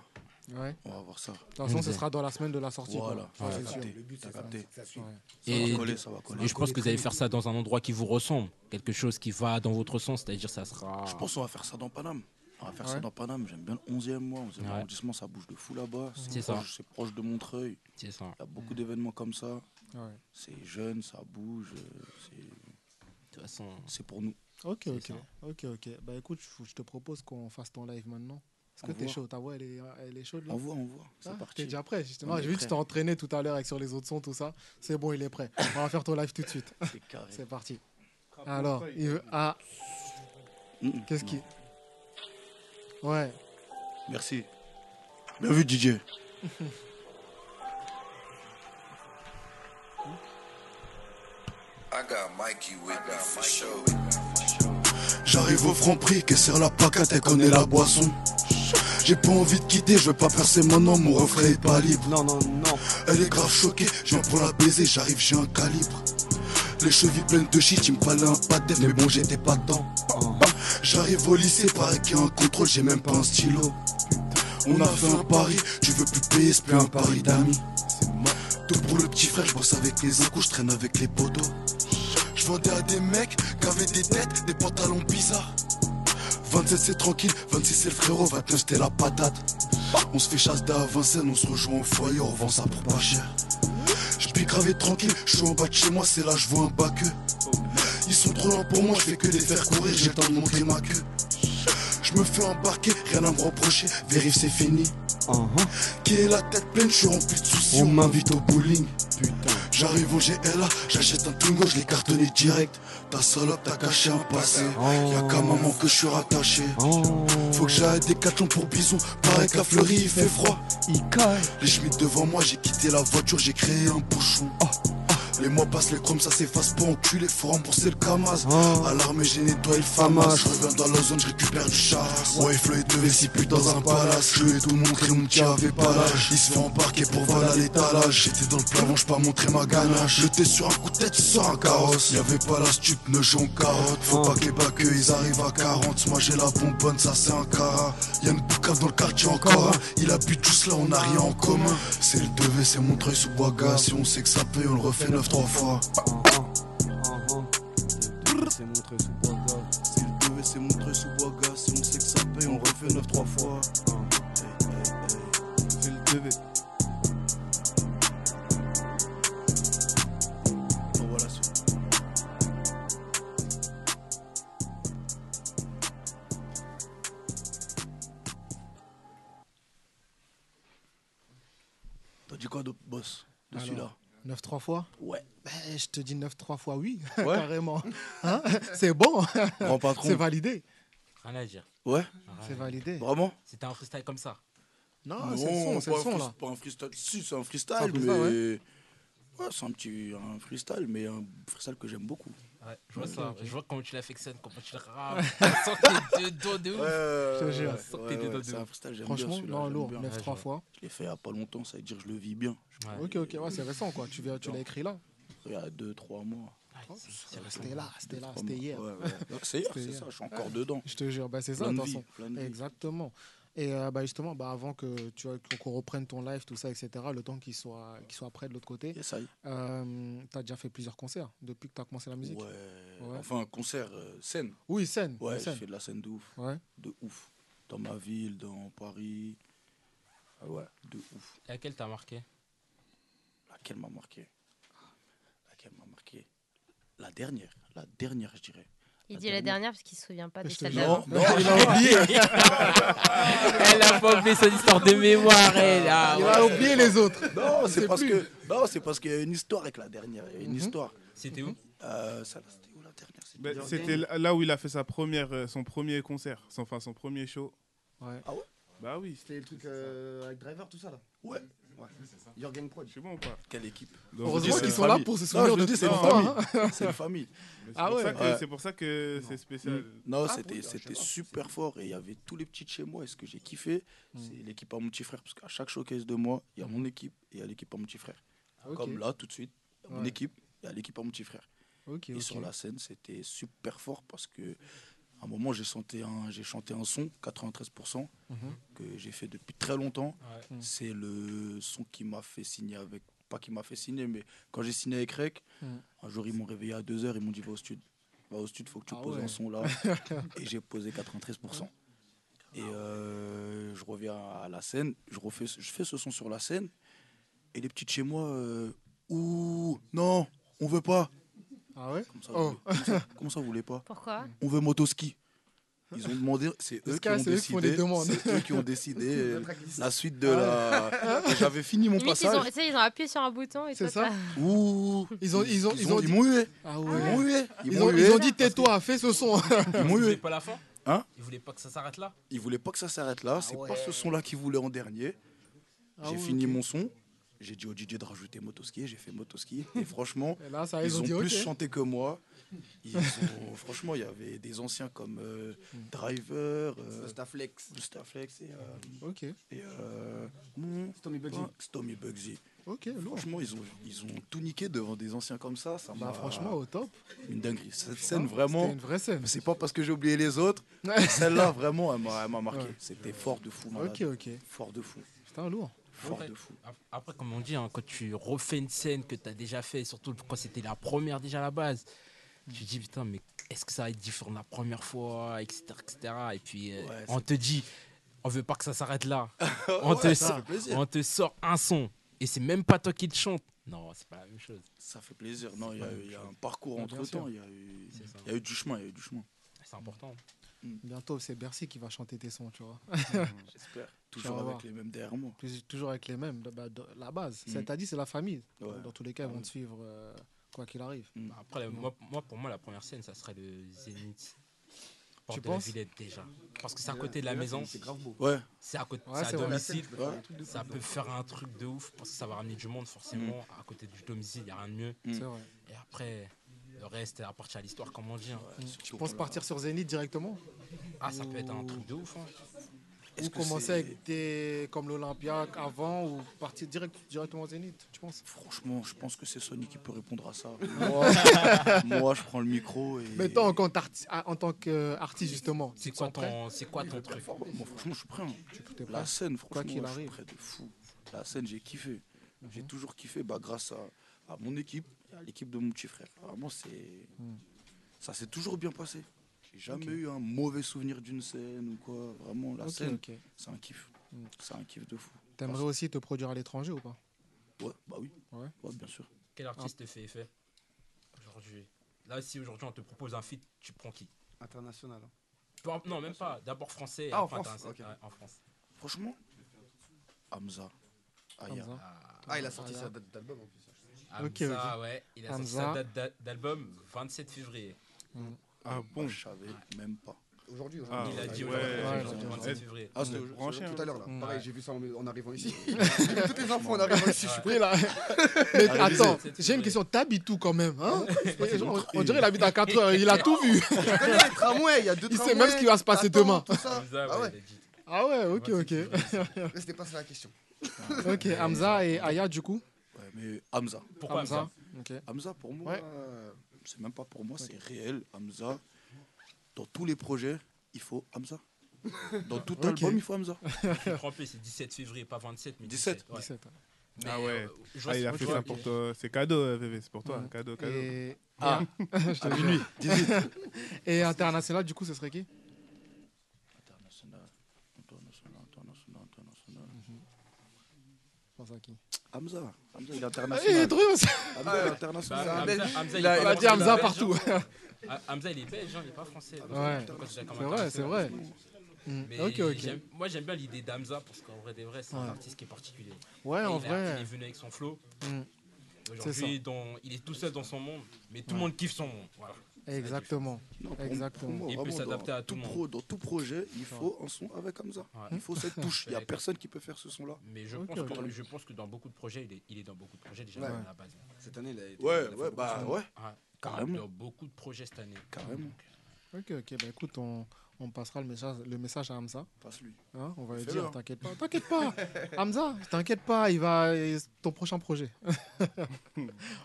[SPEAKER 4] Ouais.
[SPEAKER 5] On va voir ça. De
[SPEAKER 4] toute façon, ce sera dans la semaine de la sortie.
[SPEAKER 5] Voilà.
[SPEAKER 4] quoi. Ça,
[SPEAKER 5] Ouais,
[SPEAKER 4] c'est
[SPEAKER 5] capté.
[SPEAKER 4] sûr.
[SPEAKER 5] T'as capté.
[SPEAKER 10] Ça suit.
[SPEAKER 11] Et,
[SPEAKER 5] ça va
[SPEAKER 11] et je pense que vous allez faire ça dans un endroit qui vous ressemble, quelque chose qui va dans votre sens, c'est-à-dire ça sera.
[SPEAKER 5] Je pense qu'on va faire ça dans Paname. On va faire ça
[SPEAKER 11] Ouais.
[SPEAKER 5] dans Paname. J'aime bien le 11e, moi. 11e
[SPEAKER 11] Ouais.
[SPEAKER 5] arrondissement, ça bouge de fou là-bas.
[SPEAKER 11] C'est ça.
[SPEAKER 5] proche- C'est proche de Montreuil.
[SPEAKER 11] C'est ça.
[SPEAKER 5] Il y a beaucoup d'événements comme ça.
[SPEAKER 4] Ouais.
[SPEAKER 5] C'est jeune, ça bouge. euh, c'est- C'est pour nous.
[SPEAKER 4] Ok,
[SPEAKER 5] C'est
[SPEAKER 4] ok.
[SPEAKER 5] ça.
[SPEAKER 4] Ok, ok. Bah écoute, je, je te propose qu'on fasse ton live maintenant. Est-ce
[SPEAKER 5] On
[SPEAKER 4] que t'es
[SPEAKER 5] voit.
[SPEAKER 4] chaud Ta voix, elle est, elle est chaude là
[SPEAKER 5] On voit, on voit. C'est
[SPEAKER 4] Ah,
[SPEAKER 5] parti.
[SPEAKER 4] T'es déjà prêt,
[SPEAKER 5] On
[SPEAKER 4] justement.
[SPEAKER 5] est
[SPEAKER 4] J'ai vu que
[SPEAKER 5] prêt.
[SPEAKER 4] tu t'es entraîné tout à l'heure avec sur les autres sons, tout ça. C'est bon, il est prêt. On va faire ton live tout
[SPEAKER 5] [laughs]
[SPEAKER 4] de suite.
[SPEAKER 5] carré.
[SPEAKER 4] C'est parti. Alors, il veut. Ah
[SPEAKER 5] Mm.
[SPEAKER 4] Qu'est-ce qui. Ouais.
[SPEAKER 5] Merci. Bien vu, DJ.
[SPEAKER 14] I got Mikey with me for sure.
[SPEAKER 8] J'arrive au franc prix, que sert la pacate, elle connaît la boisson. J'ai pas envie de quitter, je vais pas percer maintenant, mon refrain est pas libre. Non, non, non. Elle est grave choquée, je viens pour la baiser, j'arrive, j'ai un calibre. Les chevilles pleines de shit, il me fallait un pâté, mais bon, j'étais pas dedans. Bah, J'arrive au lycée, pareil qu'il y a un contrôle, j'ai même pas un stylo. On a fait un pari, tu veux plus payer, c'est plus un pari d'amis. Tout pour le petit frère, je bosse avec les incous, je traîne avec les poteaux. Je vendais à des mecs qui avaient des têtes, des pantalons bizarres. 27 c'est tranquille, 26 c'est le frérot, 29 c'était la patate. On se fait chasse d'à Vincennes, on se rejoint au foyer, on vend ça pour pas cher. Je puis gravé tranquille, je suis en bas de chez moi, c'est là je vois un E. bas queue. Ils sont trop lents pour moi, je fais que les faire courir, j'ai le temps de montrer ma queue. Je me fais embarquer, rien à me reprocher, vérif c'est fini. Qui est la tête pleine, je suis rempli de soucis, Uh-huh. on m'invite au bowling. J'arrive au GLA, j'achète un Twingo, je l'ai cartonné direct. Ta salope, t'as caché un passé. Y'a qu'à maman que je suis rattaché. Faut que j'aille des catons pour bison. Pareil qu'à Fleury, il fait froid. Les chemins devant moi, j'ai quitté la voiture, j'ai créé un bouchon. Les mois passent, les chromes ça s'efface pas, enculé, faut rembourser le Kamaz. À l'armée, j'ai nettoyé le Famas. Je reviens dans la zone, je récupère du charas. Ouais, Fleury devait s'y pute dans un palace. Je lui ai tout montré, mon petit avait pas l'âge. Il se fait embarquer pour voler à l'étalage. J'étais dans le plafond, j'pas montré ma ganache. Jeté sur un coup de tête, il sort un carrosse. Y'avait pas la stupe, ne joue en carotte. Faut pas que les baqueux, ils arrivent à 40. Moi j'ai la bonbonne, ça c'est un cara. Y'a une poucave dans le quartier encore. hein. Il habite tous là, on a rien en commun. C'est le 2 c'est mon treuil sous bois gaz. Si on sait que ça paye, on le refait 9-3 fois.
[SPEAKER 5] C'est montré sous bois gaz. C'est le deux et c'est montré sous bois gaz. Si on sait que ça paye, on refait 9-3 fois. C'est le deux T'as dit quoi de boss De
[SPEAKER 4] Alors,
[SPEAKER 5] celui-là
[SPEAKER 4] 9-3 fois Ben,
[SPEAKER 5] Ouais.
[SPEAKER 4] je te dis 9-3 fois oui, [laughs]
[SPEAKER 5] Ouais.
[SPEAKER 4] carrément. Hein c'est bon.
[SPEAKER 5] Grand patron.
[SPEAKER 4] C'est validé.
[SPEAKER 11] Rien à dire.
[SPEAKER 5] Ouais.
[SPEAKER 4] C'est validé.
[SPEAKER 5] Vraiment
[SPEAKER 11] C'était un freestyle comme ça.
[SPEAKER 4] Non, c'est le son, c'est
[SPEAKER 5] pas
[SPEAKER 4] le
[SPEAKER 5] un
[SPEAKER 4] son
[SPEAKER 5] freest-
[SPEAKER 4] là.
[SPEAKER 5] pas un freestyle. Si, c'est un
[SPEAKER 4] C'est un
[SPEAKER 5] freestyle, mais.
[SPEAKER 4] freestyle,
[SPEAKER 5] Ouais, c'est un petit un freestyle, mais un freestyle que j'aime beaucoup.
[SPEAKER 11] Ouais, je vois
[SPEAKER 5] Ok,
[SPEAKER 11] ça.
[SPEAKER 5] ok.
[SPEAKER 11] Je vois comment tu l'affectionnes, comment tu le [laughs] rames. Sortez dedans de ouf.
[SPEAKER 5] Ouais, ouais, ouais,
[SPEAKER 11] Sortez
[SPEAKER 5] ouais,
[SPEAKER 11] dedans
[SPEAKER 5] ouais,
[SPEAKER 11] de
[SPEAKER 5] C'est un
[SPEAKER 11] ouf.
[SPEAKER 5] freestyle, j'aime
[SPEAKER 4] Franchement,
[SPEAKER 5] bien. celui-là,
[SPEAKER 4] non,
[SPEAKER 5] j'aime
[SPEAKER 4] lourd,
[SPEAKER 5] bien.
[SPEAKER 4] 9-3
[SPEAKER 5] Ouais,
[SPEAKER 4] fois.
[SPEAKER 5] Je l'ai fait il y a pas longtemps, ça veut dire que je le vis bien.
[SPEAKER 4] Ok, ok, ouais, c'est récent quoi. Tu, viens- tu l'as écrit là
[SPEAKER 5] Il y a 2-3 mois.
[SPEAKER 4] C'était là, c'était là,
[SPEAKER 5] Trois
[SPEAKER 4] c'était
[SPEAKER 5] mois.
[SPEAKER 4] hier.
[SPEAKER 5] Ouais, ouais. C'est hier,
[SPEAKER 4] C'était
[SPEAKER 5] c'est
[SPEAKER 4] hier.
[SPEAKER 5] ça, je suis encore dedans.
[SPEAKER 4] Je te jure, bah, c'est ça,
[SPEAKER 5] Plein
[SPEAKER 4] de
[SPEAKER 5] de
[SPEAKER 4] toute
[SPEAKER 5] vie,
[SPEAKER 4] façon.
[SPEAKER 5] plein de vie.
[SPEAKER 4] Exactement. Et euh, bah, justement, bah, avant que tu vois, qu'on- qu'on reprenne ton live, tout ça, etc., le temps qu'il soit, qu'il soit prêt de l'autre côté, euh, tu as déjà fait plusieurs concerts depuis que tu as commencé la musique
[SPEAKER 5] Ouais. Enfin, concert, euh, scène.
[SPEAKER 4] Oui, scène,
[SPEAKER 5] Ouais,
[SPEAKER 4] oui,
[SPEAKER 5] j'ai
[SPEAKER 4] scène.
[SPEAKER 5] fait de la scène de ouf.
[SPEAKER 4] Ouais.
[SPEAKER 5] De ouf. Dans ma ville, dans Paris. Ah ouais, de ouf.
[SPEAKER 11] Laquelle t'as marqué
[SPEAKER 5] Laquelle m'a marqué Laquelle m'a marqué La dernière, la dernière, je dirais.
[SPEAKER 7] Il dit la dernière parce qu'il se souvient pas de
[SPEAKER 5] Je te
[SPEAKER 7] celle
[SPEAKER 5] jure.
[SPEAKER 7] d'avant.
[SPEAKER 5] Non, non, il a oublié.
[SPEAKER 11] [laughs] Elle a pas oublié son histoire de mémoire, elle. ah, ouais.
[SPEAKER 4] les autres.
[SPEAKER 5] Non, c'est
[SPEAKER 11] sait
[SPEAKER 5] parce
[SPEAKER 11] plus. Mhm.
[SPEAKER 5] que non, c'est parce qu'il y a une histoire avec la dernière. Il y a une histoire.
[SPEAKER 11] C'était où
[SPEAKER 5] euh, ça, là, C'était où la dernière C'est
[SPEAKER 15] Bah,
[SPEAKER 12] Ben,
[SPEAKER 5] Jordan.
[SPEAKER 12] C'était l- là où il a fait sa première, euh, son premier concert, son- enfin son premier show.
[SPEAKER 4] Ouais.
[SPEAKER 5] Ah ouais
[SPEAKER 12] Bah oui.
[SPEAKER 13] C'était le truc euh, avec Driver, tout ça là
[SPEAKER 5] Ouais.
[SPEAKER 13] Jürgen Prod.
[SPEAKER 15] C'est bon ou pas
[SPEAKER 5] Quelle équipe
[SPEAKER 4] Heureusement qu'ils sont là pour se souvenir de
[SPEAKER 5] C'est une
[SPEAKER 4] toi,
[SPEAKER 5] famille.
[SPEAKER 4] hein.
[SPEAKER 5] C'est une famille.
[SPEAKER 4] Mais c'est Ah pour ouais. ça que-
[SPEAKER 5] Ouais.
[SPEAKER 15] c'est pour ça que
[SPEAKER 5] Non.
[SPEAKER 15] c'est spécial.
[SPEAKER 5] Mm.
[SPEAKER 4] euh.
[SPEAKER 5] Non,
[SPEAKER 15] Ah,
[SPEAKER 5] c'était
[SPEAKER 15] oui, je
[SPEAKER 5] c'était
[SPEAKER 15] sais pas.
[SPEAKER 5] super fort et il y avait tous les petits de chez moi. Et ce que j'ai kiffé,
[SPEAKER 4] Mm.
[SPEAKER 5] c'est l'équipe à mon petit frère. Parce qu'à chaque showcase de moi, il y a mon équipe et il y a l'équipe à mon petit frère.
[SPEAKER 4] Ah, ok.
[SPEAKER 5] Comme là, tout de suite, il y a mon
[SPEAKER 4] Ouais.
[SPEAKER 5] équipe, il y a l'équipe à mon petit frère.
[SPEAKER 4] Ok,
[SPEAKER 5] et
[SPEAKER 4] ok.
[SPEAKER 5] sur la scène, c'était super fort parce que à un moment, j'ai senti un- j'ai chanté un son, 93%,
[SPEAKER 4] Mhm.
[SPEAKER 5] que j'ai fait depuis très longtemps.
[SPEAKER 4] Ouais. Mm.
[SPEAKER 5] C'est le son qui m'a fait signer avec. Pas qui m'a fait signer, mais quand j'ai signé avec Rec,
[SPEAKER 4] Mm.
[SPEAKER 5] un jour, ils m'ont réveillé à 2h, ils m'ont dit va au stud. Va au stud, faut que tu
[SPEAKER 4] Ah
[SPEAKER 5] poses
[SPEAKER 4] ouais.
[SPEAKER 5] un
[SPEAKER 4] [laughs]
[SPEAKER 5] son là. et j'ai posé 93%. Et euh, je reviens à la scène, je, refais, ce- je fais ce son sur la scène. Et les petites chez moi, euh, ouh, non, on veut pas.
[SPEAKER 4] Ah ouais
[SPEAKER 5] Comment ça,
[SPEAKER 4] Oh.
[SPEAKER 5] vous, voulez- comment ça- comment ça, vous voulez pas
[SPEAKER 7] Pourquoi
[SPEAKER 5] On veut motoski. Ils ont demandé, c'est
[SPEAKER 4] Parce
[SPEAKER 5] eux, qui
[SPEAKER 4] que
[SPEAKER 5] ont
[SPEAKER 4] c'est eux qui font les
[SPEAKER 5] décidé.
[SPEAKER 4] demandes.
[SPEAKER 5] C'est eux qui ont décidé euh,
[SPEAKER 4] [laughs]
[SPEAKER 5] la suite de
[SPEAKER 4] Ah
[SPEAKER 5] la. Et J'avais fini mon
[SPEAKER 7] Limite, ils ont,
[SPEAKER 5] passage.
[SPEAKER 7] tu sais, ils ont appuyé sur un bouton et
[SPEAKER 4] C'est
[SPEAKER 7] tout
[SPEAKER 4] ça
[SPEAKER 5] Ouh
[SPEAKER 4] Ils ont ils ont
[SPEAKER 5] Ils ont- ils
[SPEAKER 4] m'ont
[SPEAKER 5] hué.
[SPEAKER 4] Ah
[SPEAKER 5] Ils m'ont hué.
[SPEAKER 4] ouais.
[SPEAKER 5] Ils
[SPEAKER 4] Ils
[SPEAKER 5] m'ont
[SPEAKER 4] ont
[SPEAKER 5] hué
[SPEAKER 4] ils ont dit tais-toi, fais ce son.
[SPEAKER 5] Ils
[SPEAKER 11] Vous
[SPEAKER 5] m'ont
[SPEAKER 11] voulez
[SPEAKER 5] eu.
[SPEAKER 11] pas la fin
[SPEAKER 5] Hein
[SPEAKER 11] Ils voulaient pas que ça s'arrête là
[SPEAKER 5] Ils voulaient pas que ça s'arrête là. c'est
[SPEAKER 11] ouais.
[SPEAKER 5] pas ce son-là qu'ils voulaient en dernier.
[SPEAKER 11] Ah
[SPEAKER 5] j'ai
[SPEAKER 11] ouais,
[SPEAKER 5] fini
[SPEAKER 11] ok.
[SPEAKER 5] mon son. J'ai dit au DJ de rajouter motoski. J'ai fait motoski. Et franchement,
[SPEAKER 4] Et là, ça, ils
[SPEAKER 5] ils
[SPEAKER 4] ont
[SPEAKER 5] ont,
[SPEAKER 4] dit,
[SPEAKER 5] plus
[SPEAKER 4] ok.
[SPEAKER 5] chanté que moi. Ils ont- franchement, il y avait des anciens comme euh, Driver, euh,
[SPEAKER 13] Staflex.
[SPEAKER 5] Staflex et. euh,
[SPEAKER 4] Ok.
[SPEAKER 5] et euh, mon-
[SPEAKER 13] Stormy Bugsy.
[SPEAKER 5] Stormy Bugsy.
[SPEAKER 4] Ok, lourd.
[SPEAKER 5] Franchement, ils ont, ils ont tout niqué devant des anciens comme ça. ça
[SPEAKER 4] Bah
[SPEAKER 5] m'a-
[SPEAKER 4] franchement au top.
[SPEAKER 5] une dinguerie. Cette scène,
[SPEAKER 4] c'était
[SPEAKER 5] vraiment.
[SPEAKER 4] une vraie scène.
[SPEAKER 5] C'est pas parce que j'ai oublié les autres. mais Celle-là, vraiment, elle m'a elle m'a marqué. C'était fort de fou. malade.
[SPEAKER 4] Ok, ok.
[SPEAKER 5] Fort de fou.
[SPEAKER 4] Putain lourd.
[SPEAKER 5] Fort
[SPEAKER 11] Après-
[SPEAKER 5] de fou.
[SPEAKER 11] ap- Après, comme on dit, hein, quand tu refais une scène que tu as déjà fait, surtout quand c'était la première déjà à la base, tu te dis putain, mais est-ce que ça va être différent de la première fois, etc. etc. Et puis euh,
[SPEAKER 5] Ouais,
[SPEAKER 11] on
[SPEAKER 5] c'est-
[SPEAKER 11] te dit, on veut pas que ça s'arrête là. on, te
[SPEAKER 5] [laughs] Ouais, ça
[SPEAKER 11] sort,
[SPEAKER 5] fait plaisir.
[SPEAKER 11] on te sort un son et c'est même pas toi qui le chante. Non, c'est pas la même chose.
[SPEAKER 5] Ça fait plaisir. Non, il y,
[SPEAKER 11] pas
[SPEAKER 5] a
[SPEAKER 11] la
[SPEAKER 5] eu-
[SPEAKER 11] même
[SPEAKER 5] il y a
[SPEAKER 11] chose.
[SPEAKER 5] un parcours
[SPEAKER 11] Ouais,
[SPEAKER 5] entre
[SPEAKER 11] bien
[SPEAKER 5] temps.
[SPEAKER 11] sûr.
[SPEAKER 5] Il y, a eu-
[SPEAKER 11] C'est ça.
[SPEAKER 5] il y a eu du chemin. Il y a eu du chemin. Mm.
[SPEAKER 11] C'est important.
[SPEAKER 4] Mm. Bientôt c'est Bercy qui va chanter tes sons, tu vois. [laughs]
[SPEAKER 5] J'espère.
[SPEAKER 4] Tu
[SPEAKER 5] Toujours
[SPEAKER 4] vas
[SPEAKER 5] avec
[SPEAKER 4] voir.
[SPEAKER 5] les mêmes derrière moi.
[SPEAKER 4] Plus- toujours avec les mêmes, bah, de- la base.
[SPEAKER 5] Mm.
[SPEAKER 4] C'est-à-dire, c'est la famille.
[SPEAKER 5] Ouais. Mm.
[SPEAKER 4] Dans tous les cas, ils vont te suivre euh, quoi qu'il arrive. Mm.
[SPEAKER 11] Après, la- moi, moi, pour moi, la première scène, ça serait le Zénith. Porte
[SPEAKER 4] Tu
[SPEAKER 11] de la
[SPEAKER 4] penses
[SPEAKER 11] Villette déjà. Parce que c'est à
[SPEAKER 13] Déjà-
[SPEAKER 11] côté de la
[SPEAKER 13] déjà,
[SPEAKER 11] maison.
[SPEAKER 13] c'est- c'est grave beau.
[SPEAKER 5] Ouais.
[SPEAKER 11] C'est à côté
[SPEAKER 4] Ouais,
[SPEAKER 11] c'est à
[SPEAKER 4] c'est vrai.
[SPEAKER 11] domicile.
[SPEAKER 13] Ouais. Ouais.
[SPEAKER 11] Ça
[SPEAKER 4] hein.
[SPEAKER 11] peut faire un truc de ouf parce que ça va ramener du monde forcément. À côté du domicile, il n'y a rien de mieux.
[SPEAKER 4] Mm. C'est vrai.
[SPEAKER 11] Et après, le reste appartient à l'histoire, comme on dit. hein.
[SPEAKER 4] Mm. Tu penses partir sur Zénith directement
[SPEAKER 11] Ah, ça peut être un truc de ouf. hein.
[SPEAKER 4] Ou commencer avec des. comme l'Olympia avant ou partir direct, directement au Zénith, tu penses
[SPEAKER 5] Franchement, je pense que c'est Sony qui peut répondre à ça. Moi, moi, je prends le micro. Et...
[SPEAKER 4] Mais toi, en, tant qu'arti- ah, en tant qu'artiste, justement, tu
[SPEAKER 11] C'est
[SPEAKER 4] te
[SPEAKER 11] quoi
[SPEAKER 4] sens prêt
[SPEAKER 11] ton, c'est quoi ton truc
[SPEAKER 5] Moi, franchement, je suis prêt. hein.
[SPEAKER 4] t'es prêt
[SPEAKER 5] La scène, franchement,
[SPEAKER 4] Quoi qu'il
[SPEAKER 5] je suis
[SPEAKER 4] arrive. Mhm.
[SPEAKER 5] prêt de fou. La scène, j'ai kiffé. J'ai toujours kiffé bah, grâce à, à mon équipe, à l'équipe de mon petit frère. Vraiment, c'est.
[SPEAKER 4] Mhm.
[SPEAKER 5] Ça s'est toujours bien passé. J'ai jamais eu un mauvais souvenir d'une scène ou quoi. Vraiment, la
[SPEAKER 4] Ok,
[SPEAKER 5] scène,
[SPEAKER 4] ok. Mhm.
[SPEAKER 5] c'est un kiff. C'est un kiff de fou.
[SPEAKER 4] T'aimerais aussi te produire à l'étranger ou pas
[SPEAKER 5] Ouais, bah oui.
[SPEAKER 4] Ouais.
[SPEAKER 5] Ouais, bien sûr.
[SPEAKER 4] Ah.
[SPEAKER 11] Quel artiste te fait effet aujourd'hui Là, si aujourd'hui on te propose un feat, tu prends qui
[SPEAKER 13] International. hein.
[SPEAKER 11] Peu importe- Non, même pas. D'abord français. et
[SPEAKER 13] Ah, en
[SPEAKER 11] après
[SPEAKER 13] France,
[SPEAKER 11] international.
[SPEAKER 13] ok.
[SPEAKER 11] Ouais, en France.
[SPEAKER 5] Franchement, Hamza. Aya.
[SPEAKER 4] Hamza.
[SPEAKER 13] Ah, il a sorti
[SPEAKER 4] Voilà.
[SPEAKER 13] sa date d'album en plus.
[SPEAKER 11] Hamza,
[SPEAKER 4] Ok, ok.
[SPEAKER 11] Ah, ouais, il a sorti
[SPEAKER 4] Hamza.
[SPEAKER 11] sa date d'a- d'album 27 février.
[SPEAKER 15] Ah bon
[SPEAKER 5] Je savais même pas.
[SPEAKER 13] Aujourd'hui,
[SPEAKER 15] Ah,
[SPEAKER 13] aujourd'hui.
[SPEAKER 11] Il a dit
[SPEAKER 15] ouais,
[SPEAKER 11] aujourd'hui,
[SPEAKER 15] ouais,
[SPEAKER 11] aujourd'hui,
[SPEAKER 15] ouais.
[SPEAKER 11] 27 février.
[SPEAKER 5] Ah, c'était
[SPEAKER 15] Ouais.
[SPEAKER 5] aujourd'hui
[SPEAKER 15] Branché,
[SPEAKER 13] Tout à l'heure, là.
[SPEAKER 4] Mm.
[SPEAKER 13] Pareil, j'ai vu ça en, en arrivant ici. J'ai vu toutes les infos en arrivant ici. Je suis
[SPEAKER 11] [laughs]
[SPEAKER 13] prêt. [laughs]
[SPEAKER 4] Oui, là. Mais
[SPEAKER 5] Allez,
[SPEAKER 4] attends,
[SPEAKER 11] c'est- c'est
[SPEAKER 4] j'ai une
[SPEAKER 11] vrai.
[SPEAKER 4] question. T'habites où quand même hein Et on, on dirait qu'il habite à 4 heures. Il a tout vu.
[SPEAKER 13] Je connais les tramways, il y a deux
[SPEAKER 4] Il sait
[SPEAKER 13] tramways,
[SPEAKER 4] même ce qui va se passer
[SPEAKER 13] t'attends,
[SPEAKER 4] demain.
[SPEAKER 13] tout ça.
[SPEAKER 11] Hamza,
[SPEAKER 13] Ah
[SPEAKER 11] ouais,
[SPEAKER 13] ouais,
[SPEAKER 11] il a dit.
[SPEAKER 4] Ah ouais, ok, ok.
[SPEAKER 13] mais c'était pas ça la question.
[SPEAKER 4] Ok, Hamza et Aya, du coup
[SPEAKER 5] Ouais, mais Hamza.
[SPEAKER 11] Pourquoi Hamza
[SPEAKER 4] Ok.
[SPEAKER 5] Hamza, pour moi,
[SPEAKER 4] Ouais.
[SPEAKER 5] euh, c'est même pas pour moi, c'est réel. Hamza, dans tous les projets, il faut Hamza. Dans tout album, il
[SPEAKER 11] [laughs]
[SPEAKER 5] faut Hamza.
[SPEAKER 11] Je suis trompé, c'est 17 février, pas 27, mais
[SPEAKER 5] 17,
[SPEAKER 11] 17. ouais.
[SPEAKER 4] 17. ouais.
[SPEAKER 11] Mais,
[SPEAKER 15] Ah
[SPEAKER 11] euh,
[SPEAKER 15] ouais.
[SPEAKER 11] je vois
[SPEAKER 15] Ah,
[SPEAKER 11] ce
[SPEAKER 15] il a
[SPEAKER 11] que
[SPEAKER 15] fait
[SPEAKER 11] tu vois,
[SPEAKER 15] ça pour toi. C'est cadeau, euh, bébé. C'est pour toi.
[SPEAKER 4] Ouais.
[SPEAKER 15] Cadeau, cadeau.
[SPEAKER 4] Et...
[SPEAKER 5] Ah.
[SPEAKER 4] [laughs] Je te
[SPEAKER 5] À
[SPEAKER 4] jure.
[SPEAKER 5] minuit, 18.
[SPEAKER 4] Et international, du coup, ce serait qui
[SPEAKER 5] International, international, international, international.
[SPEAKER 4] Pense à qui
[SPEAKER 5] Hamza, Hamza, il est
[SPEAKER 4] Eh, il est
[SPEAKER 5] international.
[SPEAKER 4] drôle, ça.
[SPEAKER 5] Hamza, il est
[SPEAKER 11] Bah,
[SPEAKER 5] international.
[SPEAKER 13] C'est un
[SPEAKER 11] Hamza,
[SPEAKER 13] Belge.
[SPEAKER 11] Hamza,
[SPEAKER 4] Il
[SPEAKER 11] est pas
[SPEAKER 4] a dit
[SPEAKER 11] français,
[SPEAKER 4] Hamza
[SPEAKER 11] belge,
[SPEAKER 4] partout.
[SPEAKER 11] hein. Ah, Hamza, il est belge, hein, il est pas français.
[SPEAKER 4] Ouais.
[SPEAKER 11] Pourquoi tu l'as comme
[SPEAKER 4] C'est vrai, c'est vrai. Mm,
[SPEAKER 11] Mais
[SPEAKER 4] Ok, ok.
[SPEAKER 11] j'aime- moi j'aime bien l'idée d'Hamza parce qu'en vrai des vrais c'est
[SPEAKER 4] Ouais.
[SPEAKER 11] un artiste qui est particulier.
[SPEAKER 4] Ouais,
[SPEAKER 11] Et
[SPEAKER 4] en
[SPEAKER 11] il a-
[SPEAKER 4] vrai.
[SPEAKER 11] il est venu avec son flow.
[SPEAKER 4] Mm. C'est ça. Mm.
[SPEAKER 11] Aujourd'hui, dans- il est tout seul dans son monde, mais tout le monde kiffe son monde. Voilà.
[SPEAKER 4] Exactement.
[SPEAKER 5] Non, pour-
[SPEAKER 4] Exactement.
[SPEAKER 5] pour moi,
[SPEAKER 6] Il peut
[SPEAKER 5] vraiment,
[SPEAKER 6] s'adapter
[SPEAKER 5] dans
[SPEAKER 6] à tout le
[SPEAKER 5] tout
[SPEAKER 6] monde.
[SPEAKER 5] pro- Dans tout projet, il faut un son avec Hamza. Il faut cette touche. Il n'y
[SPEAKER 6] [laughs]
[SPEAKER 5] a
[SPEAKER 6] D'accord.
[SPEAKER 5] personne qui peut faire ce son-là.
[SPEAKER 6] Mais je, pense que, je pense que dans beaucoup de projets, il est, il est dans beaucoup de projets déjà
[SPEAKER 5] Ouais.
[SPEAKER 6] à la base. Ah,
[SPEAKER 5] Cette année, il a été- Ouais, il a fait ouais, beaucoup bah, de- ouais. Carrément.
[SPEAKER 6] Dans beaucoup de projets cette année.
[SPEAKER 5] Carrément.
[SPEAKER 4] Ok, ok, bah écoute, on, on passera le message, le message à Hamza.
[SPEAKER 5] Passe-lui.
[SPEAKER 4] Hein, on va lui
[SPEAKER 5] Fais-le,
[SPEAKER 4] dire,
[SPEAKER 5] hein.
[SPEAKER 4] t'inquiète pas,
[SPEAKER 5] [laughs]
[SPEAKER 4] t'inquiète pas, Hamza, t'inquiète pas, il va, ton prochain
[SPEAKER 5] [laughs]
[SPEAKER 4] projet.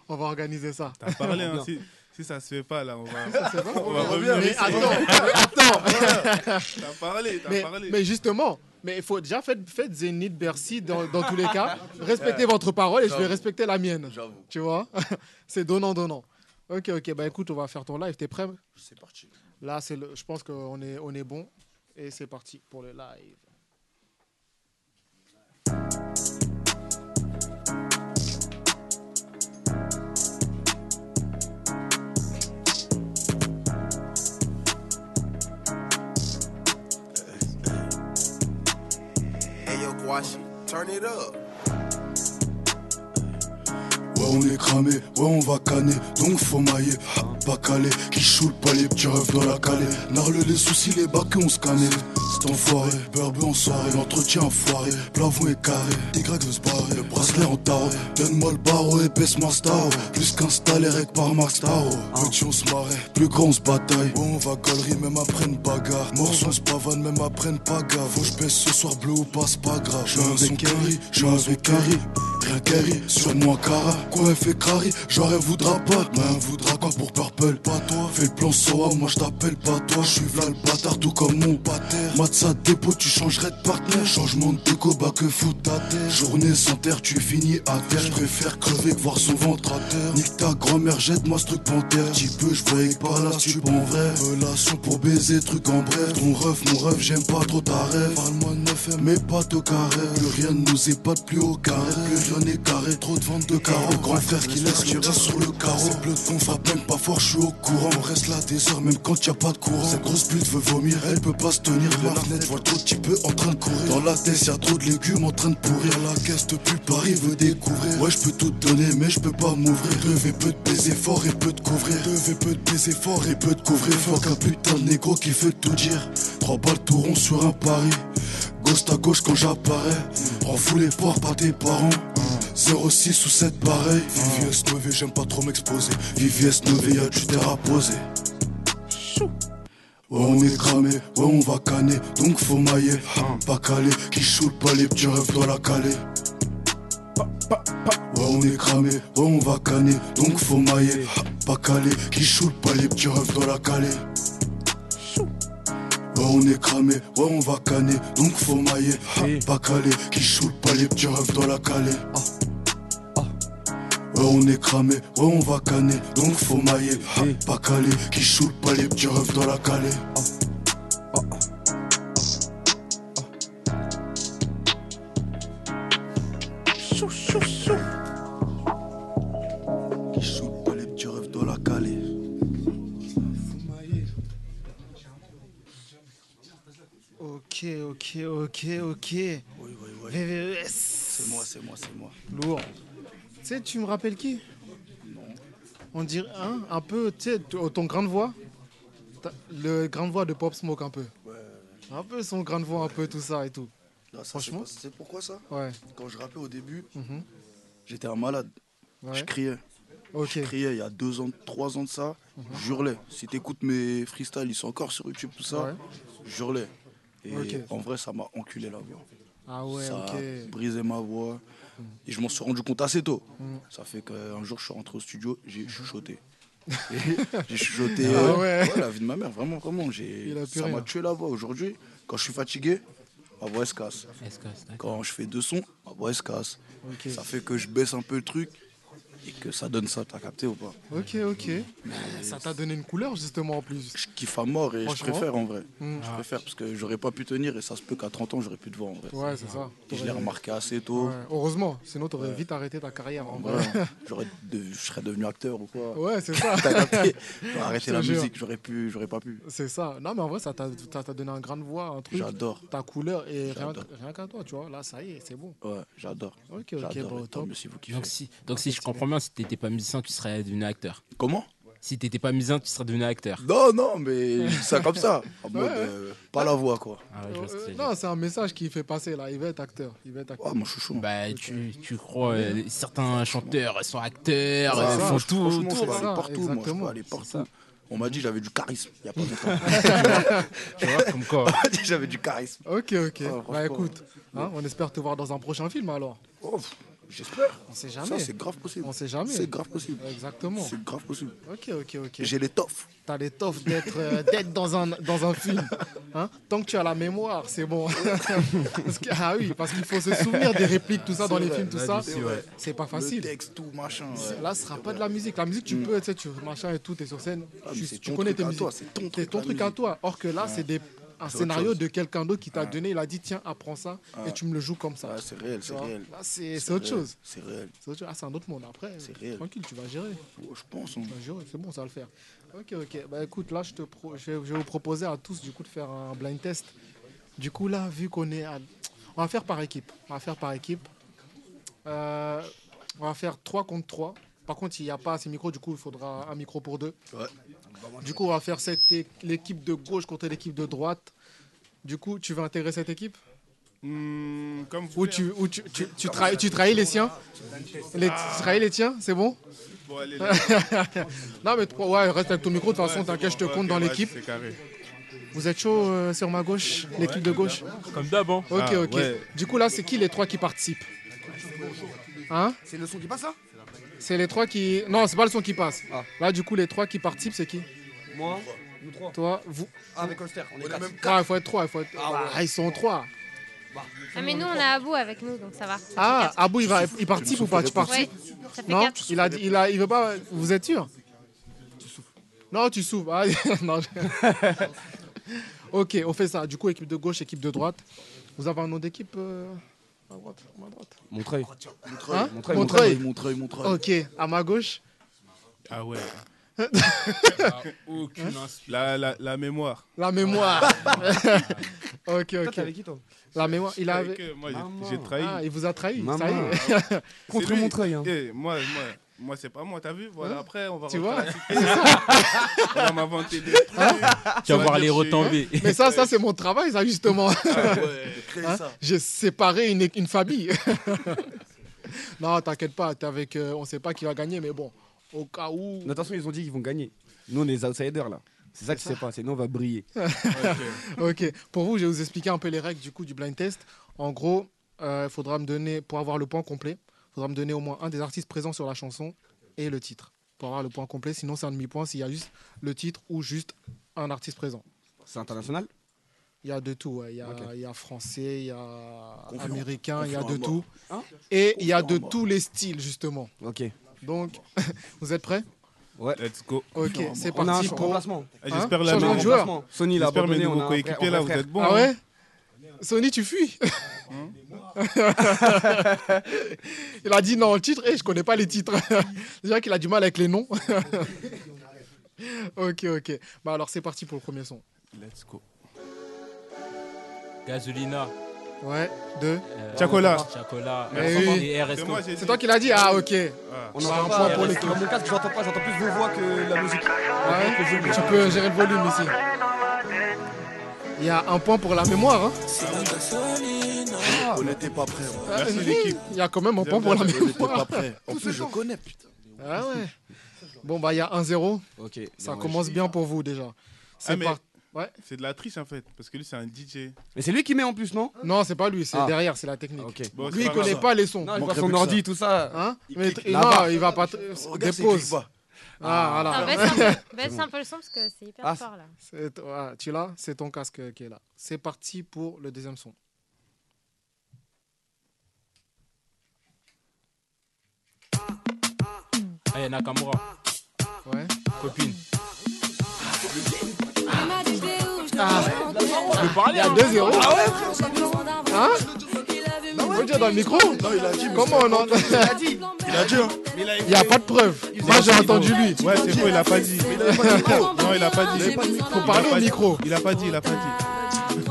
[SPEAKER 4] on va organiser ça.
[SPEAKER 12] T'as parlé, hein,
[SPEAKER 4] Bien.
[SPEAKER 12] si, si ça se fait pas, là, on va,
[SPEAKER 4] Ça se fait pas
[SPEAKER 12] on va
[SPEAKER 4] Mais
[SPEAKER 12] revenir.
[SPEAKER 4] Mais
[SPEAKER 12] ici.
[SPEAKER 4] attends, mais
[SPEAKER 12] Voilà.
[SPEAKER 4] attends.
[SPEAKER 12] T'as parlé, t'as
[SPEAKER 4] mais,
[SPEAKER 12] parlé.
[SPEAKER 4] mais justement, mais il faut déjà faites, faites Zénith Bercy dans, dans tous les
[SPEAKER 5] [laughs]
[SPEAKER 4] cas. Respectez votre parole et je vais
[SPEAKER 5] J'avoue.
[SPEAKER 4] respecter la mienne. Tu vois, [laughs] c'est donnant donnant. Ok, ok, bah écoute, on va faire ton live. T'es prêt
[SPEAKER 5] C'est parti.
[SPEAKER 4] Là, c'est le, je pense qu'on est, on est bon et c'est parti pour le live.
[SPEAKER 16] Hey yo, Guashi, turn it up.
[SPEAKER 8] Ouais, on est cramé, ouais, on va canner, donc faut mailler. Ah, Pas calé, qui choule pas les petits rêves dans la calée. Narle les soucis, les bacs, on se cannait. C'est enfoiré, berbe en soirée, l'entretien foiré. Plafond est carré, Y veut se barrer, le bracelet en tarot. Donne-moi le barreau et baisse ma staro. Plus qu'un staller, rec par Max Taro. Petit, on se marrait, plus grand, on se bataille. Ouais, on va galerie, même après une bagarre. Morceau, on se pavane, même après une pagave. Faut que je baisse ce soir, bleu ou pas, c'est pas grave. Je un son carré, je un son carré. Rien carry, sur moi cara Quoi elle fait carry, genre elle voudra pas Mais elle voudra quoi pour purple Pas toi Fais le plan soa, moi je t'appelle pas toi Je suis là le bâtard tout comme mon pater Mat ça dépôt, tu changerais de partenaire Changement de déco, bah que fout ta terre Journée sans terre, tu finis à terre Je préfère crever que voir son ventre à terre Nique ta grand-mère, jette-moi ce truc panthère Petit peu, je voyais que par là, tu en vrai Relation pour baiser, truc en bref Ton ref, mon ref, j'aime pas trop ta rêve Parle-moi de neuf, mais pas de carré Plus rien ne nous épate, plus au carré Plus rien n'est carré, trop de ventes de carreaux Grand frère qui laisse le gaz sur le carreau C'est bleu de fond, frappe même pas fort, je suis au courant On reste là des heures, même quand y a pas de courant Cette grosse pute veut vomir, elle peut pas se tenir La fenêtre, vois trop de types en train de courir Dans la tête, y a trop de légumes en train de pourrir La caisse de pub, Paris veut découvrir Ouais, je peux tout te donner, mais je peux pas m'ouvrir Devez peu de baiser fort et peu de couvrir Devez peu de baiser fort et peu de couvrir Faut qu'un putain de négro qui veut tout dire Trois balles tout rond sur un pari Ghost à gauche quand j'apparais. Prends les fort par tes parents. 06 ou 7 pareil. VVS 9 j'aime pas trop m'exposer. VVS 9 y'a du terre à poser. Ouais, on est cramé, ouais, on va canner, donc faut mailler. Pas calé, qui shoot pas les petits rêves dans la calée. Ouais, on est cramé, ouais, on va canner, donc faut mailler. Pas calé, qui shoot pas les petits rêves dans la calée. Ouais on est cramé, ouais on va canner, donc faut mailler, Ha, pas calé, qui shoot pas les petits rêves dans la calée. Ah, ah. Ouais on est cramé, ouais on va canner, donc faut mailler, Ha, pas calé, qui shoot pas les petits rêves dans la calée. Ah. Chou, chou, chou. Qui shoot pas les petits rêves dans la calée.
[SPEAKER 4] Ok, ok, ok, ok. VVES. C'est
[SPEAKER 5] moi, c'est moi, c'est moi.
[SPEAKER 4] Lourd. Tu sais, tu me rappelles qui On dirait hein, un peu, tu sais, t- ton grain de voix. T'as- Le grain de voix de Pop Smoke, un peu. Un peu son grain de voix, un peu tout ça et tout.
[SPEAKER 5] Là, ça,
[SPEAKER 4] Franchement
[SPEAKER 5] C'est pas- c'est pourquoi ça
[SPEAKER 4] Ouais.
[SPEAKER 5] Quand je rappais au début,
[SPEAKER 4] Mhm.
[SPEAKER 5] j'étais un malade. Je criais. Je criais il y a deux ans, trois ans de ça.
[SPEAKER 4] Mhm.
[SPEAKER 5] J'hurlais. Si t'écoutes mes freestyles, ils sont encore sur YouTube, tout ça.
[SPEAKER 4] Ouais.
[SPEAKER 5] J'hurlais. Et
[SPEAKER 4] Ok.
[SPEAKER 5] en vrai, ça m'a enculé la voix.
[SPEAKER 4] Ah ouais,
[SPEAKER 5] ça a
[SPEAKER 4] ok.
[SPEAKER 5] brisé ma voix. Et je m'en suis rendu compte assez tôt.
[SPEAKER 4] Mhm.
[SPEAKER 5] Ça fait qu'un jour, je suis rentré au studio, j'ai
[SPEAKER 4] [laughs]
[SPEAKER 5] chuchoté. Et j'ai chuchoté.
[SPEAKER 4] Mm. Ah
[SPEAKER 5] euh,
[SPEAKER 4] ouais.
[SPEAKER 5] la vie de ma mère, vraiment, vraiment. j'ai-
[SPEAKER 4] Il a plus
[SPEAKER 5] Ça m'a
[SPEAKER 4] rien.
[SPEAKER 5] tué la voix. Aujourd'hui, quand je suis fatigué, ma voix elle se casse.
[SPEAKER 6] Elle se casse, d'accord.
[SPEAKER 5] Quand je fais deux sons, ma voix elle se casse.
[SPEAKER 4] Ok.
[SPEAKER 5] Ça fait que je baisse un peu le truc et que ça donne ça, t'as capté ou pas
[SPEAKER 4] Ok, ok. Ça t'a donné une couleur, justement, en plus.
[SPEAKER 5] Je kiffe à mort et je
[SPEAKER 4] Franchement.
[SPEAKER 5] préfère en vrai.
[SPEAKER 4] Mm.
[SPEAKER 5] Je
[SPEAKER 4] Ah.
[SPEAKER 5] préfère parce que j'aurais pas pu tenir et ça se peut qu'à 30 ans j'aurais plus de voix en vrai.
[SPEAKER 4] Ouais, c'est ça.
[SPEAKER 5] Et je l'ai remarqué assez tôt.
[SPEAKER 4] Ouais, Heureusement, sinon t'aurais
[SPEAKER 5] Ouais.
[SPEAKER 4] vite arrêté ta carrière. En
[SPEAKER 5] En
[SPEAKER 4] vrai.
[SPEAKER 5] vrai, j'aurais de- je serais devenu acteur ou quoi.
[SPEAKER 4] Ouais, c'est ça.
[SPEAKER 5] T'as
[SPEAKER 13] [laughs]
[SPEAKER 5] capté
[SPEAKER 4] Je
[SPEAKER 5] J'aurais arrêté
[SPEAKER 4] te
[SPEAKER 5] la
[SPEAKER 4] jure.
[SPEAKER 5] musique, j'aurais pu, j'aurais pas pu.
[SPEAKER 4] [laughs] C'est ça. Non, mais en vrai, ça t'a ça t'a donné un grain de voix, un truc.
[SPEAKER 5] J'adore.
[SPEAKER 4] Ta couleur et rien,
[SPEAKER 5] J'adore.
[SPEAKER 4] rien qu'à toi, tu vois. Là, ça y est, c'est bon.
[SPEAKER 5] Ouais, j'adore.
[SPEAKER 4] Ok, ok,
[SPEAKER 5] J'adore,
[SPEAKER 4] bah,
[SPEAKER 5] et
[SPEAKER 4] au
[SPEAKER 5] tant
[SPEAKER 4] top.
[SPEAKER 5] mieux si vous kiffez.
[SPEAKER 6] Donc si, donc si je comprends bien, si t'étais pas musicien, tu serais devenu acteur.
[SPEAKER 5] Comment
[SPEAKER 11] Si t'étais pas musicien, tu serais devenu acteur.
[SPEAKER 5] Non, non, mais
[SPEAKER 4] [laughs]
[SPEAKER 5] je dis ça comme ça. En
[SPEAKER 4] Ouais,
[SPEAKER 5] mode,
[SPEAKER 4] ouais.
[SPEAKER 5] euh, pas la voix, quoi.
[SPEAKER 11] Ah ouais, je vois ce que c'est.
[SPEAKER 4] Non, c'est un message qui fait passer là. Il va être acteur. Il va être acteur.
[SPEAKER 5] Ah, mon chouchou.
[SPEAKER 11] Bah, tu, tu crois, euh, certains chanteurs sont acteurs,
[SPEAKER 5] Ouais,
[SPEAKER 11] euh,
[SPEAKER 5] ça,
[SPEAKER 11] font
[SPEAKER 5] je-
[SPEAKER 11] tout.
[SPEAKER 5] Franchement, je
[SPEAKER 11] tout.
[SPEAKER 13] hein.
[SPEAKER 5] peux aller partout, moi, je peux aller partout. On m'a dit j'avais du charisme, il n'y a pas
[SPEAKER 13] [laughs]
[SPEAKER 5] longtemps.
[SPEAKER 11] [laughs] Tu vois, comme
[SPEAKER 5] [laughs]
[SPEAKER 11] quoi.
[SPEAKER 5] On m'a dit j'avais du charisme.
[SPEAKER 4] Ok, ok.
[SPEAKER 5] Ouais,
[SPEAKER 4] bah
[SPEAKER 5] franchement. Oh,
[SPEAKER 4] écoute, hein, on espère te voir dans un prochain film alors.
[SPEAKER 5] J'espère.
[SPEAKER 4] On sait jamais.
[SPEAKER 5] Ça, c'est grave possible.
[SPEAKER 4] On sait jamais.
[SPEAKER 5] C'est grave possible.
[SPEAKER 4] Exactement.
[SPEAKER 5] C'est grave possible.
[SPEAKER 4] Ok, ok, ok.
[SPEAKER 5] J'ai l'étoffe.
[SPEAKER 4] T'as l'étoffe d'être euh, d'être dans, un, dans un film. Hein Tant que tu as la mémoire, c'est bon. [laughs] Parce que- ah oui, parce qu'il faut se souvenir des répliques, tout ça,
[SPEAKER 5] C'est
[SPEAKER 4] dans les
[SPEAKER 5] vrai,
[SPEAKER 4] films, tout
[SPEAKER 5] là,
[SPEAKER 4] ça.
[SPEAKER 5] dessus, ouais.
[SPEAKER 4] C'est pas
[SPEAKER 5] Le
[SPEAKER 4] facile.
[SPEAKER 5] texte, tout, machin,
[SPEAKER 4] C'est-
[SPEAKER 5] ouais. Mm.
[SPEAKER 4] Là, ce sera pas de la musique. La musique, tu peux, tu sais, tu machin et tout, t'es sur scène.
[SPEAKER 5] Ah, mais
[SPEAKER 4] tu
[SPEAKER 5] c'est
[SPEAKER 4] tu
[SPEAKER 5] ton
[SPEAKER 4] connais
[SPEAKER 5] truc
[SPEAKER 4] tes
[SPEAKER 5] à
[SPEAKER 4] musiques.
[SPEAKER 5] toi, c'est ton
[SPEAKER 4] C'est
[SPEAKER 5] truc,
[SPEAKER 4] ton
[SPEAKER 5] la
[SPEAKER 4] truc à
[SPEAKER 5] musique.
[SPEAKER 4] toi. Or que là,
[SPEAKER 5] Ouais.
[SPEAKER 4] c'est des. Un
[SPEAKER 5] C'est autre
[SPEAKER 4] scénario
[SPEAKER 5] chose.
[SPEAKER 4] de quelqu'un d'autre qui t'a
[SPEAKER 5] Ouais.
[SPEAKER 4] donné, il a dit tiens, apprends ça et
[SPEAKER 5] Ouais.
[SPEAKER 4] tu me le joues comme ça.
[SPEAKER 5] Ah, c'est réel,
[SPEAKER 4] Tu
[SPEAKER 5] c'est
[SPEAKER 4] vois
[SPEAKER 5] réel.
[SPEAKER 4] Là, c'est c'est autre
[SPEAKER 5] réel,
[SPEAKER 4] chose.
[SPEAKER 5] C'est réel. Oh,
[SPEAKER 4] C'est autre chose. Ah, c'est un autre monde après. Tranquille, tu vas gérer.
[SPEAKER 5] je pense. hein.
[SPEAKER 4] Tu vas gérer, c'est bon, ça va le faire. Ok, ok. Bah écoute, là, je, te pro- je, vais, je vais vous proposer à tous du coup de faire un blind test. Du coup, là, vu qu'on est à. On va faire par équipe. On va faire par équipe. Euh, on va faire 3 contre 3. Par contre, il n'y a pas assez de micros, du coup, il faudra un micro pour deux. Du coup, on va faire cette é- l'équipe de gauche contre l'équipe de droite. Du coup, tu veux intégrer cette équipe
[SPEAKER 15] comme vous
[SPEAKER 4] Ou
[SPEAKER 15] voulez,
[SPEAKER 4] tu,
[SPEAKER 15] hein.
[SPEAKER 4] ou tu, tu, tu trahis, tu trahis les siens les, Tu trahis les tiens, c'est bon
[SPEAKER 15] Bon, allez, les-
[SPEAKER 4] Non, mais toi, ouais, reste avec ton micro, de toute façon, t'inquiète, je te
[SPEAKER 15] Ouais,
[SPEAKER 4] compte
[SPEAKER 15] ok,
[SPEAKER 4] dans
[SPEAKER 15] vas-y,
[SPEAKER 4] l'équipe.
[SPEAKER 15] C'est carré.
[SPEAKER 4] Vous êtes chaud euh, sur ma gauche, l'équipe de gauche
[SPEAKER 11] Comme d'hab, hein.
[SPEAKER 4] Ok,
[SPEAKER 11] Ah,
[SPEAKER 4] ok.
[SPEAKER 11] ouais.
[SPEAKER 4] Du coup, là, c'est qui les trois qui participent Hein
[SPEAKER 9] C'est le son qui passe là Ah.
[SPEAKER 4] C'est les trois qui. Non, c'est pas le son qui passe. Là, du coup, les trois qui participent, c'est qui
[SPEAKER 9] Moi, nous trois.
[SPEAKER 4] Toi, vous.
[SPEAKER 9] Ah, avec Holster, on est quatre.
[SPEAKER 4] Ah, il faut être trois. il faut être-
[SPEAKER 9] Ah, ouais.
[SPEAKER 4] Ah, ils sont trois.
[SPEAKER 7] Ah, mais nous, on a Abou avec nous, donc ça va.
[SPEAKER 4] Ah, Abou, il, va, il participe ou pas Tu
[SPEAKER 7] Ouais,
[SPEAKER 4] participes
[SPEAKER 7] ça fait
[SPEAKER 4] Non
[SPEAKER 7] quatre.
[SPEAKER 4] il, a, dit- il, a, il veut pas. Vous êtes sûr Non, tu souffles. Ah, [laughs] non, je- ok, on fait ça. Du coup, équipe de gauche, équipe de droite. Vous avez un nom d'équipe euh, à droite, à ma droite
[SPEAKER 5] Montreuil.
[SPEAKER 4] Hein
[SPEAKER 5] Montreuil.
[SPEAKER 4] Montreuil.
[SPEAKER 5] Montreuil. Montreuil. Montreuil.
[SPEAKER 4] Ok, à ma gauche.
[SPEAKER 15] Ah ouais.
[SPEAKER 11] aucune
[SPEAKER 4] Hein
[SPEAKER 15] La, la, la mémoire. [laughs]
[SPEAKER 4] La mémoire. ok, ok.
[SPEAKER 15] t'es avec qui, toi
[SPEAKER 4] La mémoire, il a
[SPEAKER 15] Avec eux, moi, j'ai- j'ai trahi.
[SPEAKER 4] Ah, il vous a trahi.
[SPEAKER 15] Maman.
[SPEAKER 4] Ça y est. [laughs]
[SPEAKER 15] C'est lui. Eh, moi, moi, moi c'est pas moi, t'as vu Voilà,
[SPEAKER 4] Hein
[SPEAKER 15] après, on va
[SPEAKER 4] Tu
[SPEAKER 15] rentrer
[SPEAKER 4] vois
[SPEAKER 15] à
[SPEAKER 4] [laughs]
[SPEAKER 15] la cité. [laughs] On va m'inventer des trucs.
[SPEAKER 11] Tu vas voir
[SPEAKER 15] dire
[SPEAKER 11] les
[SPEAKER 15] que-
[SPEAKER 11] retombées.
[SPEAKER 4] hein? [laughs] Mais ça, ça c'est mon travail, ça justement.
[SPEAKER 5] Ah
[SPEAKER 4] [laughs]
[SPEAKER 15] créer
[SPEAKER 4] Hein
[SPEAKER 15] ça.
[SPEAKER 4] J'ai séparé une, une famille. [laughs] non, t'inquiète pas, t'es avec. euh, on sait pas qui va gagner, mais bon, au cas où.
[SPEAKER 13] Mais Attention, ils ont dit qu'ils vont gagner. Nous, on est les outsiders là. C'est ça qui se passe. Et nous, on va briller.
[SPEAKER 4] [laughs] ok. Pour vous, je vais vous expliquer un peu les règles du coup du blind test. En gros, il faudra me donner, pour avoir le point complet, il faudra me donner au moins un des artistes présents sur la chanson et le titre. Pour avoir le point complet, sinon c'est un demi-point s'il y a juste le titre ou juste un artiste présent.
[SPEAKER 13] C'est international
[SPEAKER 4] Il y a de tout, ouais. il, y a,
[SPEAKER 13] Ok.
[SPEAKER 4] il y a français, il y a
[SPEAKER 13] Confiant.
[SPEAKER 4] américain, il y a
[SPEAKER 13] Confiant
[SPEAKER 4] de
[SPEAKER 13] à
[SPEAKER 4] tout.
[SPEAKER 13] mort. Hein
[SPEAKER 4] Et il y a
[SPEAKER 13] Confiant à
[SPEAKER 4] de
[SPEAKER 13] mort.
[SPEAKER 4] tous les styles justement.
[SPEAKER 13] Ok.
[SPEAKER 4] Donc, [laughs] vous êtes prêts
[SPEAKER 13] Ouais.
[SPEAKER 15] Let's go. Ah,
[SPEAKER 4] Ok, c'est
[SPEAKER 13] hein, On a
[SPEAKER 4] parti
[SPEAKER 13] un
[SPEAKER 4] pour...
[SPEAKER 13] remplacement.
[SPEAKER 4] Hein
[SPEAKER 15] J'espère la
[SPEAKER 4] Changement de
[SPEAKER 15] même-
[SPEAKER 4] joueur.
[SPEAKER 13] Sony l'a
[SPEAKER 15] J'espère mes
[SPEAKER 13] abandonné.
[SPEAKER 15] nouveaux
[SPEAKER 13] On a un frère-
[SPEAKER 15] coéquipiers
[SPEAKER 13] on a
[SPEAKER 15] là,
[SPEAKER 13] un
[SPEAKER 15] vous
[SPEAKER 13] frère.
[SPEAKER 15] êtes bons.
[SPEAKER 4] ah ouais
[SPEAKER 15] hein.
[SPEAKER 4] Sony, tu fuis Hein Il a dit non, le titre, eh, je connais pas les titres. Déjà qu'il a du mal avec les noms. ok, ok. Bah alors c'est parti pour le premier son.
[SPEAKER 15] Let's go.
[SPEAKER 11] Gasolina.
[SPEAKER 4] Ouais, deux.
[SPEAKER 11] Euh,
[SPEAKER 4] Chacola.
[SPEAKER 11] Chacola.
[SPEAKER 15] Eh
[SPEAKER 4] Mais
[SPEAKER 11] Ensemble,
[SPEAKER 4] oui.
[SPEAKER 11] et RSO.
[SPEAKER 4] C'est toi qui l'as dit Ah ok.
[SPEAKER 13] On
[SPEAKER 4] Bah,
[SPEAKER 13] entend
[SPEAKER 4] un
[SPEAKER 13] pas.
[SPEAKER 4] point pour l'équipe.
[SPEAKER 13] Dans mon casque, j'entends pas. J'entends plus vos voix que la musique.
[SPEAKER 4] Ah ouais Tu peux gérer le volume ici. Il y a un point pour la mémoire. hein.
[SPEAKER 5] On n'était pas prêts. ouais.
[SPEAKER 4] Ah, Il y a quand même un point pour la
[SPEAKER 5] On n'était pas
[SPEAKER 4] mémoire.
[SPEAKER 5] prêts.
[SPEAKER 8] [laughs]
[SPEAKER 5] En plus, je connais, putain.
[SPEAKER 4] Ah ouais. Bon bah il y a 1-0.
[SPEAKER 13] Ok.
[SPEAKER 4] Ça
[SPEAKER 15] bien, ouais.
[SPEAKER 4] commence bien pour vous déjà.
[SPEAKER 15] Ah,
[SPEAKER 4] C'est
[SPEAKER 15] mais-
[SPEAKER 4] par-
[SPEAKER 15] C'est de la triche en fait, parce que lui c'est un DJ.
[SPEAKER 13] Mais c'est lui qui met en plus, non
[SPEAKER 4] Non, c'est pas lui, c'est
[SPEAKER 13] Ah.
[SPEAKER 4] derrière, c'est la technique.
[SPEAKER 15] Bon, c'est
[SPEAKER 4] lui, il
[SPEAKER 15] pas
[SPEAKER 4] connaît
[SPEAKER 15] grave.
[SPEAKER 4] pas les sons.
[SPEAKER 13] Non, il voit son ordi, tout ça.
[SPEAKER 4] Hein Mais t- non,
[SPEAKER 13] Là-bas.
[SPEAKER 4] il va pas. t-
[SPEAKER 13] Regarde, c'est
[SPEAKER 4] Dépose.
[SPEAKER 13] qu'il voit.
[SPEAKER 4] Ah,
[SPEAKER 7] Non,
[SPEAKER 4] voilà.
[SPEAKER 7] baisse un
[SPEAKER 4] [laughs]
[SPEAKER 7] peu, baisse un peu le son parce que c'est hyper
[SPEAKER 4] Ah,
[SPEAKER 7] fort là.
[SPEAKER 4] c'est- ouais, tu l'as C'est ton casque qui est là. C'est parti pour le deuxième son.
[SPEAKER 11] Aya Nakamura.
[SPEAKER 4] Ouais.
[SPEAKER 11] Copine.
[SPEAKER 4] Ah,
[SPEAKER 11] Je peux parler,
[SPEAKER 4] il y a
[SPEAKER 11] hein.
[SPEAKER 4] 2-0.
[SPEAKER 11] Ah ouais
[SPEAKER 4] Hein Faut le dire Ah dans le micro Comment on entend Il a dit
[SPEAKER 5] Il a dit, hein.
[SPEAKER 4] Il n'y a pas de preuve. Moi, j'ai entendu lui.
[SPEAKER 15] Ouais, c'est faux, il a pas dit.
[SPEAKER 4] il hein. avait pas de micro.
[SPEAKER 15] Non, il a pas dit.
[SPEAKER 4] Faut parler au micro.
[SPEAKER 15] Il a pas dit, il a pas dit.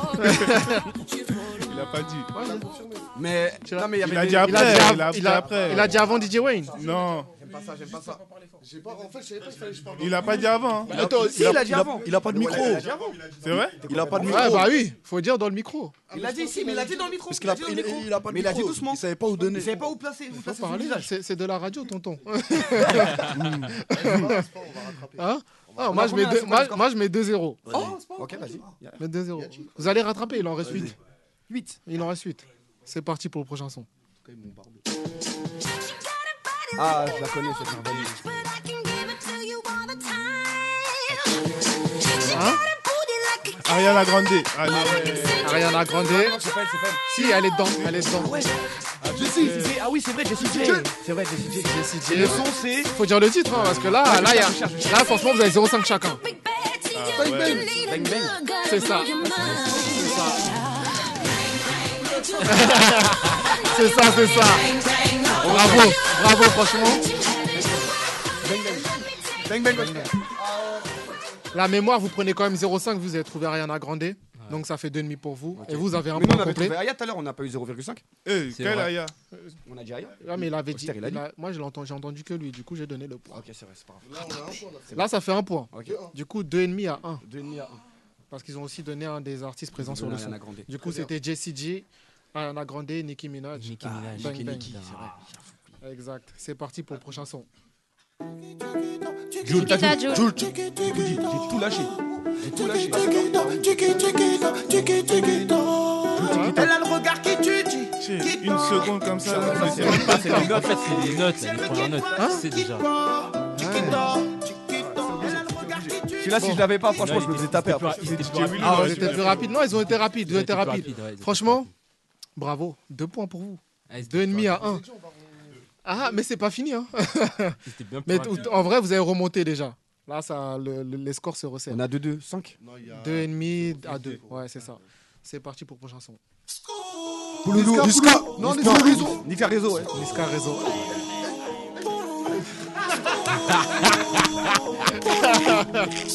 [SPEAKER 15] Il a pas dit.
[SPEAKER 13] Mais. Non, mais il y
[SPEAKER 15] Il
[SPEAKER 13] avait
[SPEAKER 15] a
[SPEAKER 13] des-
[SPEAKER 15] dit après.
[SPEAKER 4] il a
[SPEAKER 15] Il a
[SPEAKER 4] dit av- il a-
[SPEAKER 15] après.
[SPEAKER 4] il a dit avant DJ Wayne.
[SPEAKER 15] Non.
[SPEAKER 13] j'aime pas ça, j'aime pas ça. J'ai pas, en fait, je savais pas qu'il fallait que je parle.
[SPEAKER 12] Il a pas dit avant, hein.
[SPEAKER 13] Il a-
[SPEAKER 12] Attends,
[SPEAKER 13] si,
[SPEAKER 12] il a-
[SPEAKER 13] il a dit
[SPEAKER 12] il a-
[SPEAKER 13] avant.
[SPEAKER 12] il a pas de
[SPEAKER 13] Mais voilà,
[SPEAKER 12] micro.
[SPEAKER 13] il a dit avant.
[SPEAKER 12] C'est vrai
[SPEAKER 13] Il a pas de
[SPEAKER 4] Ah
[SPEAKER 13] micro.
[SPEAKER 4] bah oui, faut dire dans le micro.
[SPEAKER 13] Il a dit ici, mais il a dit dans le micro.
[SPEAKER 4] Parce
[SPEAKER 13] Parce
[SPEAKER 4] qu'il
[SPEAKER 13] qu'il
[SPEAKER 4] a-
[SPEAKER 13] a dit dans le
[SPEAKER 4] il-
[SPEAKER 13] micro.
[SPEAKER 4] il- il a pas de
[SPEAKER 13] Mais il a dit
[SPEAKER 4] micro.
[SPEAKER 13] doucement.
[SPEAKER 4] Il savait pas où donner.
[SPEAKER 13] Il savait pas où placer. Où
[SPEAKER 4] Faut
[SPEAKER 13] placer son
[SPEAKER 4] parler,
[SPEAKER 13] visage.
[SPEAKER 4] c'est c'est de la radio,
[SPEAKER 13] [laughs]
[SPEAKER 4] tonton. Hein
[SPEAKER 13] On
[SPEAKER 4] Ah,
[SPEAKER 13] a
[SPEAKER 4] moi, je mets
[SPEAKER 13] combien, là, c'est
[SPEAKER 4] deux-
[SPEAKER 13] quoi le
[SPEAKER 4] moi,
[SPEAKER 13] score
[SPEAKER 4] moi, je mets 2-0.
[SPEAKER 13] Oh, c'est pas Ok, vas-y.
[SPEAKER 4] Je mets 2-0. Vous allez rattraper, il en reste
[SPEAKER 13] Vas-y.
[SPEAKER 4] 8. 8. Il en reste 8. C'est parti pour le prochain son.
[SPEAKER 17] Ah, je la connais cette merveille.
[SPEAKER 4] Hein
[SPEAKER 12] Ariana Grande. Allez.
[SPEAKER 4] Ariana Grande. Si, elle est dedans. Elle est dedans.
[SPEAKER 10] Jessie,
[SPEAKER 4] Euh,
[SPEAKER 10] Jessie, ah oui, c'est vrai, Jessie J. C'est vrai, Jessie J.
[SPEAKER 4] J.
[SPEAKER 10] Le son, c'est.
[SPEAKER 4] Faut dire le titre, hein, parce que là,
[SPEAKER 10] Ouais,
[SPEAKER 4] là,
[SPEAKER 10] je
[SPEAKER 4] y a-
[SPEAKER 10] cherche, je cherche.
[SPEAKER 4] là, franchement, vous avez 0,5 chacun.
[SPEAKER 10] Bang Bang.
[SPEAKER 4] Ah Bang C'est ça. [laughs] C'est ça, c'est ça. Bravo, bravo, franchement.
[SPEAKER 13] Bang bang, bang.
[SPEAKER 4] La mémoire, vous prenez quand même 0,5, vous avez trouvé Ariana Grande. Donc ça fait 2,5 pour vous. Et vous avez un
[SPEAKER 10] Mais nous,
[SPEAKER 4] point
[SPEAKER 10] on avait
[SPEAKER 4] complet.
[SPEAKER 10] trouvé Aya tout à l'heure, on n'a pas eu 0,5.
[SPEAKER 12] Eh,
[SPEAKER 4] quel vrai.
[SPEAKER 12] Aya
[SPEAKER 13] Euh,
[SPEAKER 10] On a dit Aya
[SPEAKER 4] Ah, mais il avait dit.
[SPEAKER 10] Austère, Oh, il a
[SPEAKER 4] il
[SPEAKER 10] dit.
[SPEAKER 4] a- moi, je l'entends- j'ai entendu que lui, du coup, j'ai donné le point.
[SPEAKER 10] Ok, c'est vrai, c'est pas grave.
[SPEAKER 13] Là, on a un point, là.
[SPEAKER 4] Là, ça fait un point.
[SPEAKER 10] Ok.
[SPEAKER 4] Du coup, 2,5 à 1.
[SPEAKER 10] 2,5 à 1.
[SPEAKER 4] Parce qu'ils ont aussi donné un des artistes
[SPEAKER 10] Ils
[SPEAKER 4] présents
[SPEAKER 10] ont
[SPEAKER 4] sur le
[SPEAKER 10] donné
[SPEAKER 4] son.
[SPEAKER 10] Ariana Grande.
[SPEAKER 4] Du coup,
[SPEAKER 10] Très
[SPEAKER 4] c'était JCG, Ariana Grande, Nicki Minaj.
[SPEAKER 10] Nicki Minaj,
[SPEAKER 4] Bang
[SPEAKER 10] Nicki,
[SPEAKER 4] Bang.
[SPEAKER 10] Nicki, c'est vrai.
[SPEAKER 4] Exact. C'est parti pour le prochain son.
[SPEAKER 15] Jules, t'as
[SPEAKER 4] Chiquita,
[SPEAKER 15] tout,
[SPEAKER 4] Jules.
[SPEAKER 15] Jules, j'ai j'ai tout lâché. J'ai tout lâché.
[SPEAKER 12] Elle a le regard qui tue, Une seconde comme ça. là, mais c'est-
[SPEAKER 11] Ah, C'est les notes, en fait, c'est les notes, là, les premières notes.
[SPEAKER 4] Hein?
[SPEAKER 11] Tu sais déjà.
[SPEAKER 4] Ah,
[SPEAKER 17] Celui-là, si je l'avais pas, franchement, je me faisais taper après.
[SPEAKER 4] Ah, ils étaient plus rapides. Non, ils ont été rapides. Ils ont été
[SPEAKER 11] plus
[SPEAKER 4] rapides.
[SPEAKER 11] rapides, ouais, ils étaient
[SPEAKER 4] Franchement, bravo. Deux points pour vous. Deux et demi à un. Ah, mais c'est pas fini. Hein.
[SPEAKER 11] bien plus
[SPEAKER 4] [laughs] mais
[SPEAKER 11] rapides.
[SPEAKER 4] t- en vrai, vous avez remonté déjà. Là, ça, le- le- les scores se resserrent.
[SPEAKER 17] On a 2-2, 5.
[SPEAKER 4] Deux et demi à deux. Ouais, c'est ça. C'est parti pour le prochain son.
[SPEAKER 17] Pouloulou,
[SPEAKER 4] Niska,
[SPEAKER 17] Niska,
[SPEAKER 4] non,
[SPEAKER 17] Niska,
[SPEAKER 4] Niska Réseau.
[SPEAKER 17] Niska Réseau, ouais.
[SPEAKER 4] Niska Réseau.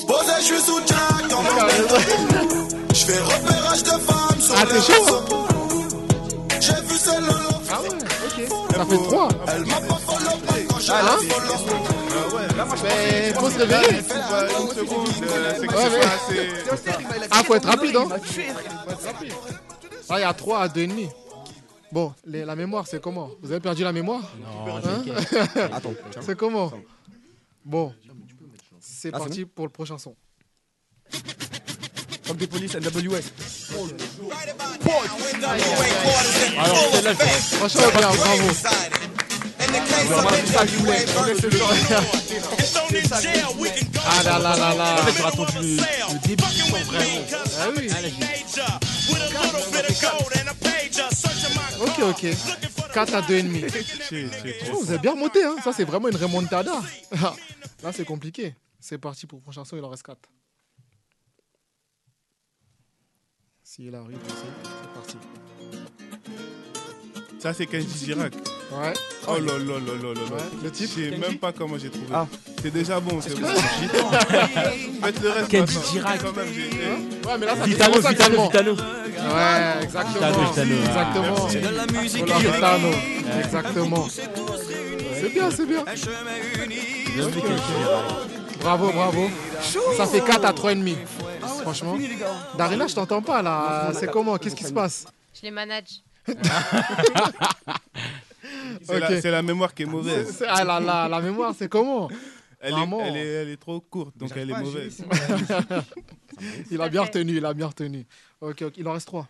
[SPEAKER 16] Posé, je suis sous Jack dans mon bed. Je fais repérage de femmes sur
[SPEAKER 4] Ah,
[SPEAKER 16] le
[SPEAKER 4] t'es chaud, hein.
[SPEAKER 16] J'ai vu celle-là.
[SPEAKER 4] Ah ouais, ok. Ça fait trois.
[SPEAKER 16] Elle m'a pas follow back quand j'ai
[SPEAKER 4] Ah,
[SPEAKER 16] la
[SPEAKER 4] hein
[SPEAKER 16] follow.
[SPEAKER 4] Mais faut se réveiller.
[SPEAKER 15] euh,
[SPEAKER 4] Ouais, mais- Ah, faut être rapide, hein. Ah, il y a 3 à 2,5. Bon, les- la mémoire, c'est comment Vous avez perdu la mémoire
[SPEAKER 11] Non,
[SPEAKER 4] Hein [laughs]
[SPEAKER 11] t'inquiète.
[SPEAKER 17] Attends, tiens.
[SPEAKER 4] C'est comment Bon, c'est
[SPEAKER 17] Ah, c'est
[SPEAKER 4] parti pour le prochain son.
[SPEAKER 17] Comme des polices NWS.
[SPEAKER 4] Alors, celle-là, je- Franchement, bien, bravo. Ah là là là là.
[SPEAKER 11] En fait, j'aurais attendu le, le début sans vraiment.
[SPEAKER 4] Ah oui. Ok, ok. 4 à 2,5. Oh, vous avez bien monté, hein. Ça, c'est vraiment une remontada. [laughs] Là, c'est compliqué. C'est parti pour le prochain son, il en reste 4. S'il arrive aussi, c'est parti.
[SPEAKER 12] Ça, c'est Kenji Girac.
[SPEAKER 4] Ouais.
[SPEAKER 12] Oh là là là là là là.
[SPEAKER 4] Le titre
[SPEAKER 12] Je sais même pas comment j'ai trouvé.
[SPEAKER 4] Ah.
[SPEAKER 12] C'est déjà bon. C'est bon. Faites le reste.
[SPEAKER 4] Kenji
[SPEAKER 12] maintenant.
[SPEAKER 4] Girac.
[SPEAKER 12] Quand même, j'ai- eh.
[SPEAKER 4] Ouais, mais là, ça fait
[SPEAKER 12] Gitano,
[SPEAKER 4] vraiment ça
[SPEAKER 12] Gitano,
[SPEAKER 4] seulement.
[SPEAKER 12] Gitano.
[SPEAKER 4] Ouais, exactement.
[SPEAKER 12] Gitano, Gitano, ah.
[SPEAKER 4] Exactement.
[SPEAKER 12] Merci. De la musique
[SPEAKER 4] Voilà,
[SPEAKER 12] et du
[SPEAKER 4] Gitano.
[SPEAKER 12] rire.
[SPEAKER 4] Exactement. C'est bien, c'est bien. Bravo, bravo. Ça fait 4 à 3,5.
[SPEAKER 12] Ah
[SPEAKER 4] Franchement. Darina, je t'entends pas là. C'est comment Qu'est-ce qui se passe
[SPEAKER 7] Je les
[SPEAKER 4] [laughs]
[SPEAKER 7] manage.
[SPEAKER 12] C'est la-
[SPEAKER 4] Ok.
[SPEAKER 12] c'est la mémoire qui est mauvaise.
[SPEAKER 4] C'est- Ah là là, la mémoire, c'est comment
[SPEAKER 12] Elle est,
[SPEAKER 4] Vraiment.
[SPEAKER 12] elle, est, elle est trop courte, donc elle est mauvaise. [laughs]
[SPEAKER 4] il a bien retenu, il a bien retenu. Ok, ok, il en reste 3.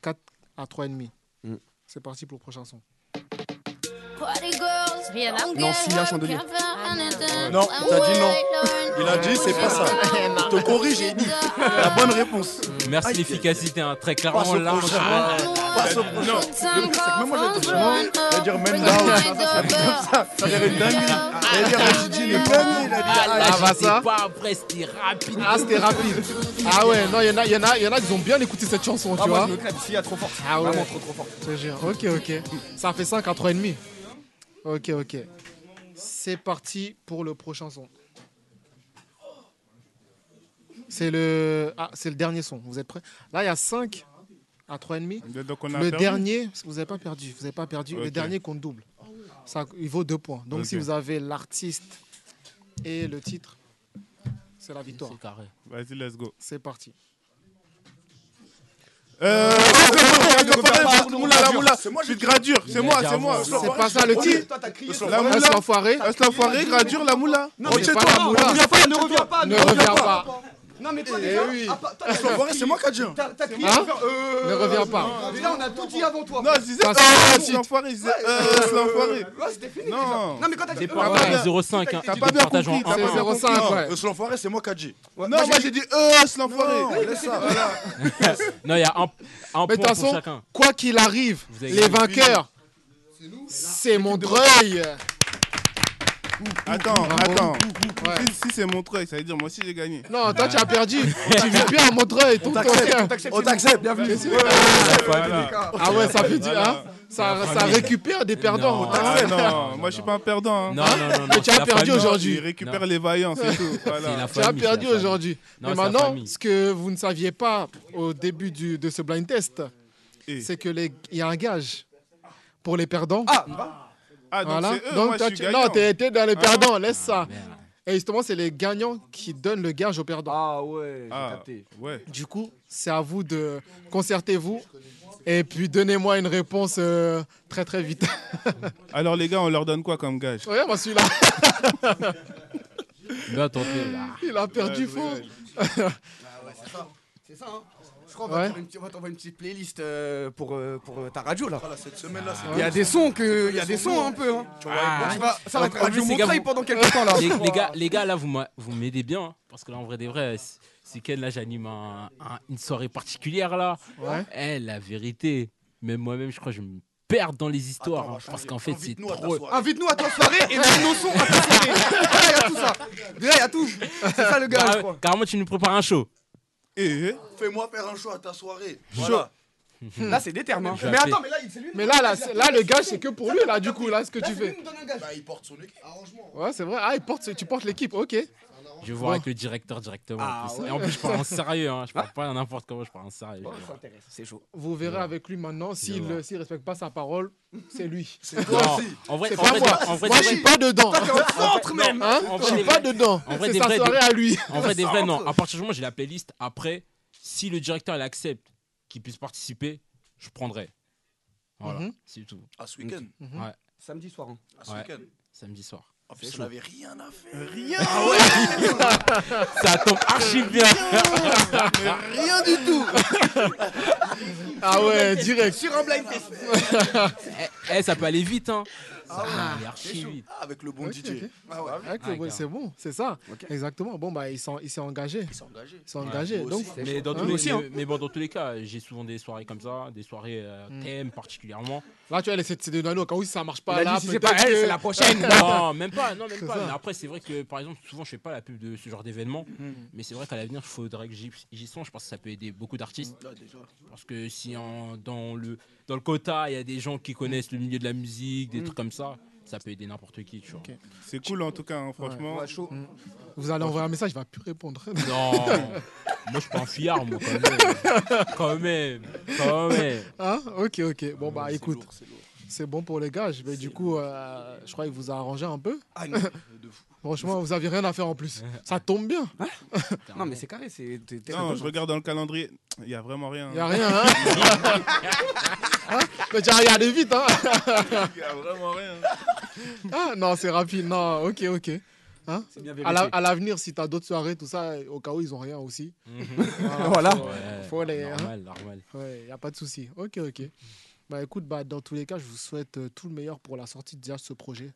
[SPEAKER 4] 4 à 3,5.
[SPEAKER 17] Mm.
[SPEAKER 4] C'est parti pour le prochain son.
[SPEAKER 7] Rihanna.
[SPEAKER 17] Nancy, un chandelier.
[SPEAKER 15] Non,
[SPEAKER 12] Ah
[SPEAKER 15] t'as dit non. Il a dit, c'est pas ça.
[SPEAKER 11] Je
[SPEAKER 15] te corrige, j'ai dit la bonne réponse.
[SPEAKER 11] Merci l'efficacité, hein, très
[SPEAKER 15] Passe
[SPEAKER 11] clairement
[SPEAKER 15] au
[SPEAKER 11] là. on
[SPEAKER 15] prochain.
[SPEAKER 11] se-
[SPEAKER 15] Passe au prochain.
[SPEAKER 11] Non.
[SPEAKER 15] Le truc, c'est que même moi, j'allais dire- j'allais dire même là, ou- j'allais dire comme ça. Ça dirait une dinguerie. J'allais dire Rachidi, le premier, il a dit,
[SPEAKER 4] Ah,
[SPEAKER 15] ah,
[SPEAKER 4] là, bah
[SPEAKER 15] Rachidi.
[SPEAKER 4] ça.
[SPEAKER 11] Pas après, c'était rapide.
[SPEAKER 4] Ah, c'était rapide. Ah ouais, non, il y en a, il y en a, il y en a qui ont bien écouté cette chanson,
[SPEAKER 10] Ah,
[SPEAKER 4] tu
[SPEAKER 10] moi,
[SPEAKER 4] vois.
[SPEAKER 10] je me claque ici, ah, trop fort.
[SPEAKER 4] Ah ouais.
[SPEAKER 10] Vraiment trop, trop fort.
[SPEAKER 4] Je te jure. Ok, ok. Ça fait 5 à 3,5. Ok, ok. C'est parti pour le prochain son.
[SPEAKER 13] Oh,
[SPEAKER 4] C'est le... Ah, c'est le dernier son. Vous êtes prêts Là, il y a 5 à 3,5.
[SPEAKER 12] Donc on a
[SPEAKER 4] Le
[SPEAKER 12] perdu.
[SPEAKER 4] dernier, vous n'avez pas perdu. Vous n'avez pas perdu. Le
[SPEAKER 12] Ok.
[SPEAKER 4] dernier compte double. Ça, il vaut deux points. Donc
[SPEAKER 15] Ok.
[SPEAKER 4] si vous avez l'artiste et le titre, c'est la victoire.
[SPEAKER 15] Vas-y, let's go.
[SPEAKER 4] C'est parti.
[SPEAKER 15] Euh, Moula, moula, c'est gradure, c'est moi, c'est moi.
[SPEAKER 4] C'est pas ça le titre.
[SPEAKER 15] La moula,
[SPEAKER 4] Est-ce l'enfoiré
[SPEAKER 12] ah,
[SPEAKER 15] Est-ce l'enfoiré, gradure, la moula
[SPEAKER 4] Non,
[SPEAKER 15] Rentre
[SPEAKER 4] mais
[SPEAKER 15] chez
[SPEAKER 4] pas
[SPEAKER 15] toi.
[SPEAKER 4] la moula.
[SPEAKER 15] ne reviens pas,
[SPEAKER 4] Ne reviens pas.
[SPEAKER 13] Non, mais toi,
[SPEAKER 15] Eh
[SPEAKER 13] déjà,
[SPEAKER 15] oui.
[SPEAKER 13] ah, pas- toi,
[SPEAKER 15] Est-ce
[SPEAKER 13] t'as-
[SPEAKER 15] l'enfoiré, c'est moi qui a dit, hein.
[SPEAKER 13] T'as t'as crié.
[SPEAKER 15] Hein
[SPEAKER 13] faire, euh,
[SPEAKER 15] Ne reviens pas.
[SPEAKER 13] Déjà, on a tout dit avant toi.
[SPEAKER 15] Non, je disais,
[SPEAKER 13] Parce que
[SPEAKER 15] euh,
[SPEAKER 13] c'est
[SPEAKER 15] c'est
[SPEAKER 13] un
[SPEAKER 15] l'enfoiré, je disais,
[SPEAKER 13] Ouais.
[SPEAKER 15] euh, c'est l'enfoiré.
[SPEAKER 13] Ouais, c'était fini. déjà.
[SPEAKER 15] Non.
[SPEAKER 13] Non, mais quand t'as dit.
[SPEAKER 15] T'as
[SPEAKER 13] euh,
[SPEAKER 15] pas bien-
[SPEAKER 13] ouais. Si t'as
[SPEAKER 15] T'as
[SPEAKER 13] dit-
[SPEAKER 15] pas bien compris. t'as
[SPEAKER 13] C'est
[SPEAKER 15] pas bien
[SPEAKER 13] 0,5,
[SPEAKER 15] compris.
[SPEAKER 13] ouais.
[SPEAKER 15] Euh, C'est l'enfoiré, c'est moi qui a dit. Non,
[SPEAKER 13] moi,
[SPEAKER 15] moi
[SPEAKER 13] j'ai
[SPEAKER 15] j'ai dit, euh, c'est l'enfoiré.
[SPEAKER 13] Non,
[SPEAKER 15] Laisse ça.
[SPEAKER 13] mais-
[SPEAKER 15] voilà.
[SPEAKER 11] Non, il y a un, un
[SPEAKER 4] Mais de
[SPEAKER 11] point
[SPEAKER 4] toute
[SPEAKER 11] pour
[SPEAKER 4] façon,
[SPEAKER 11] chacun.
[SPEAKER 4] quoi qu'il arrive,
[SPEAKER 11] Vous avez
[SPEAKER 4] les
[SPEAKER 11] gagné.
[SPEAKER 4] vainqueurs, c'est Montreuil.
[SPEAKER 15] Attends,
[SPEAKER 4] Bravo.
[SPEAKER 15] attends.
[SPEAKER 4] Ouais.
[SPEAKER 15] Si, si c'est mon truc, ça veut dire moi aussi j'ai gagné.
[SPEAKER 4] Non, toi, tu as perdu. Tu vis bien à Montreuil, ton ancien.
[SPEAKER 15] On t'accepte, bienvenue.
[SPEAKER 4] Ah ouais, ça fait du hein ça, ça récupère des perdants.
[SPEAKER 15] Non,
[SPEAKER 4] Ah,
[SPEAKER 15] [laughs] non, moi je suis pas un perdant. hein.
[SPEAKER 4] Non, non, non, Mais non, tu as la perdu famille. aujourd'hui.
[SPEAKER 15] Il récupère les vaillants, c'est tout. Voilà.
[SPEAKER 4] Tu as perdu aujourd'hui.
[SPEAKER 15] Non,
[SPEAKER 4] Mais
[SPEAKER 15] c'est la
[SPEAKER 4] maintenant,
[SPEAKER 15] famille.
[SPEAKER 4] ce que vous ne saviez pas au début du- de ce blind test, c'est que les- il y a un gage pour les perdants. Ah,
[SPEAKER 15] Ah, donc c'est eux, moi, je
[SPEAKER 4] toi,
[SPEAKER 15] suis
[SPEAKER 4] tu-
[SPEAKER 15] gagnant.
[SPEAKER 4] non, t'es t'es dans les
[SPEAKER 15] Ah.
[SPEAKER 4] perdants, laisse ça. Et justement, c'est les gagnants qui donnent le gage aux perdants. Ah ouais,
[SPEAKER 15] Ah, ouais.
[SPEAKER 4] Du coup, c'est à vous de concertez-vous et puis donnez-moi une réponse euh, très très vite. [laughs]
[SPEAKER 15] Alors les gars, on leur donne quoi comme gage
[SPEAKER 4] Regarde-moi celui-là.
[SPEAKER 11] Là, tenté, là.
[SPEAKER 4] Il a perdu
[SPEAKER 13] Ouais,
[SPEAKER 4] [laughs] faux.
[SPEAKER 13] ouais, ouais. Ah ouais, c'est ça. C'est ça, hein. Je crois qu'on va
[SPEAKER 4] Ouais.
[SPEAKER 13] faire une petite- on va t'envoyer une petite playlist euh, pour, euh, pour euh, ta radio là. cette semaine-là,
[SPEAKER 15] c'est-
[SPEAKER 13] Il y a des sons que, il y a des sons un peu. Hein. Tu vois,
[SPEAKER 11] Ah.
[SPEAKER 13] tu vas- ça va être
[SPEAKER 11] En plus,
[SPEAKER 13] radio
[SPEAKER 11] les gars,
[SPEAKER 13] Montreuil
[SPEAKER 11] vous-
[SPEAKER 13] pendant quelques temps là.
[SPEAKER 11] Les, les gars, les gars, là, vous m'a- vous m'aidez bien. hein, Parce que là, en vrai des vrais, c'est- c'est qu'elle, là, j'anime un- un- une soirée particulière, là.
[SPEAKER 4] Ouais.
[SPEAKER 11] Eh, la vérité, même moi-même, je crois que je me perds dans les histoires. hein, parce qu'en fait, c'est trop.
[SPEAKER 13] Invite-nous à ta soirée et donne nos sons à ta soirée. Voilà, il y a tout ça. Déjà, il y a tout. C'est ça le gars, je
[SPEAKER 11] Carrément-
[SPEAKER 13] crois.
[SPEAKER 11] Ah,
[SPEAKER 13] Eh,
[SPEAKER 11] Carrément, tu nous prépares un show.
[SPEAKER 14] Fais-moi faire un choix à ta soirée.
[SPEAKER 11] Mhm.
[SPEAKER 13] Là, c'est des termes. hein.
[SPEAKER 11] Je vais
[SPEAKER 13] Mais
[SPEAKER 11] appeler.
[SPEAKER 13] attends, mais là, il- c'est lui.
[SPEAKER 4] Mais là, là, c'est- là, le gage, c'est que pour lui, là, du coup, là, ce que tu fais.
[SPEAKER 14] Bah, il porte son équipe.
[SPEAKER 4] Ouais, c'est vrai. Ah, il porte, tu portes l'équipe, ok.
[SPEAKER 11] Je vais voir
[SPEAKER 4] Bon.
[SPEAKER 11] avec le directeur directement. en
[SPEAKER 4] Ah
[SPEAKER 11] plus.
[SPEAKER 4] ouais.
[SPEAKER 11] Et en plus, je parle en sérieux. hein, Je parle pas n'importe comment, je parle en sérieux.
[SPEAKER 4] Oh,
[SPEAKER 13] Ah. ça intéresse, c'est chaud.
[SPEAKER 4] Vous verrez avec lui maintenant, s'il
[SPEAKER 11] voir.
[SPEAKER 4] ne respecte pas sa parole, c'est lui.
[SPEAKER 11] C'est toi Non, aussi. en vrai-
[SPEAKER 4] C'est
[SPEAKER 11] en
[SPEAKER 4] pas
[SPEAKER 11] vrai,
[SPEAKER 4] moi.
[SPEAKER 11] en vrai,
[SPEAKER 4] moi,
[SPEAKER 11] c'est
[SPEAKER 4] je suis
[SPEAKER 11] vrai.
[SPEAKER 4] pas dedans.
[SPEAKER 11] Toi, t'es au centre,
[SPEAKER 4] Non,
[SPEAKER 11] même.
[SPEAKER 4] hein,
[SPEAKER 11] En
[SPEAKER 4] Je
[SPEAKER 11] vrai,
[SPEAKER 4] suis
[SPEAKER 11] des
[SPEAKER 4] pas
[SPEAKER 11] vrais-
[SPEAKER 4] dedans.
[SPEAKER 11] en vrai,
[SPEAKER 4] C'est
[SPEAKER 11] des
[SPEAKER 4] sa
[SPEAKER 11] vrais,
[SPEAKER 4] soirée
[SPEAKER 11] des-
[SPEAKER 4] à lui.
[SPEAKER 11] En vrai, des vrais, non. À partir du moment où j'ai la playlist, après, si le directeur il accepte qu'il puisse participer, je prendrai. Voilà,
[SPEAKER 14] Mhm.
[SPEAKER 11] c'est tout.
[SPEAKER 14] Ah, ce week-end Mhm.
[SPEAKER 11] Ouais.
[SPEAKER 13] Samedi soir. hein.
[SPEAKER 14] Ah, ce
[SPEAKER 11] Ouais.
[SPEAKER 14] week-end
[SPEAKER 11] Samedi soir.
[SPEAKER 14] En
[SPEAKER 11] C'est
[SPEAKER 14] plus,
[SPEAKER 11] chaud.
[SPEAKER 14] on n'avait rien à faire.
[SPEAKER 15] Rien
[SPEAKER 14] Ah ouais
[SPEAKER 11] [laughs] Ça tombe archi bien.
[SPEAKER 14] Mais rien du tout
[SPEAKER 11] [laughs]
[SPEAKER 4] Ah ouais, direct.
[SPEAKER 13] Sur un blind test.
[SPEAKER 11] [laughs] Eh, eh, ça peut aller vite, hein. Ça peut
[SPEAKER 4] Ah,
[SPEAKER 11] aller archi vite.
[SPEAKER 14] Ah, Avec le bon
[SPEAKER 4] Ok,
[SPEAKER 14] DJ.
[SPEAKER 4] ok.
[SPEAKER 14] Ah ouais.
[SPEAKER 4] Ouais, que-
[SPEAKER 11] Ah,
[SPEAKER 4] ouais,
[SPEAKER 11] gars.
[SPEAKER 4] c'est bon, c'est ça. Exactement. Bon, bah, il s'en- il s'est engagé. Il s'est
[SPEAKER 14] engagé.
[SPEAKER 4] engagé.
[SPEAKER 11] Ouais,
[SPEAKER 4] Donc,
[SPEAKER 11] moi aussi. mais, dans
[SPEAKER 4] Hein,
[SPEAKER 11] tous les,
[SPEAKER 4] moi aussi,
[SPEAKER 11] mais-
[SPEAKER 4] hein.
[SPEAKER 11] mais bon, dans tous les cas, j'ai souvent des soirées comme ça, des soirées euh,
[SPEAKER 4] Mm.
[SPEAKER 11] thèmes particulièrement.
[SPEAKER 4] Là, tu vois, c'est c'est de l'anneau. Quand oui, ça marche
[SPEAKER 11] Il
[SPEAKER 4] pas.
[SPEAKER 11] a
[SPEAKER 4] là,
[SPEAKER 11] dit, si c'est
[SPEAKER 4] peut-être
[SPEAKER 11] pas elle,
[SPEAKER 4] que-
[SPEAKER 11] c'est la
[SPEAKER 4] [laughs]
[SPEAKER 11] prochaine. non, même pas, non, même
[SPEAKER 4] C'est
[SPEAKER 11] pas.
[SPEAKER 4] ça.
[SPEAKER 11] Mais après, c'est vrai que par exemple, souvent je fais pas la pub de ce genre d'événement, mais c'est vrai qu'à l'avenir, il faudrait que j'y j'y songe parce que ça peut aider beaucoup d'artistes. Parce que si en- dans, le, dans le quota, il y a des gens qui connaissent le milieu de la musique, des
[SPEAKER 15] Mm.
[SPEAKER 11] trucs comme ça, ça peut aider n'importe qui, tu vois.
[SPEAKER 15] C'est cool en tout cas, hein, franchement.
[SPEAKER 4] Mm. Vous allez envoyer un message, il va plus répondre. [laughs]
[SPEAKER 11] Non, moi je suis pas un fuyard, moi quand même. Quand même, quand même.
[SPEAKER 4] Hein ok, ok. Bon, bah écoute, c'est bon pour les gages. Mais du coup, euh, je crois qu'il vous a arrangé un peu.
[SPEAKER 15] Ah,
[SPEAKER 4] [laughs] Franchement, vous aviez rien à faire
[SPEAKER 15] [laughs]
[SPEAKER 4] en plus. Ça tombe bien.
[SPEAKER 13] Non, mais c'est carré. C'est. t'es- t'es-
[SPEAKER 15] Non, je regarde dans le calendrier, il y a vraiment rien.
[SPEAKER 4] Il n'y a
[SPEAKER 15] [laughs]
[SPEAKER 4] rien, hein, Hein [laughs] [laughs] Mais tu as regardé vite,
[SPEAKER 13] [laughs]
[SPEAKER 4] hein
[SPEAKER 15] [laughs] Il y a vraiment rien.
[SPEAKER 4] [laughs] Ah, non, c'est rapide. Non, ok, ok. Hein
[SPEAKER 15] bien
[SPEAKER 4] à la-
[SPEAKER 15] vérifié.
[SPEAKER 4] à l'avenir, si tu as d'autres soirées, tout ça, au cas où ils ont rien aussi. [laughs]
[SPEAKER 11] Voilà.
[SPEAKER 4] Faut, faut les. hein.
[SPEAKER 11] Normal, normal.
[SPEAKER 4] Ouais, y a pas de souci. Ok, ok. Bah écoute, bah, dans tous les cas, je vous souhaite euh, tout le meilleur pour la sortie déjà de ce projet.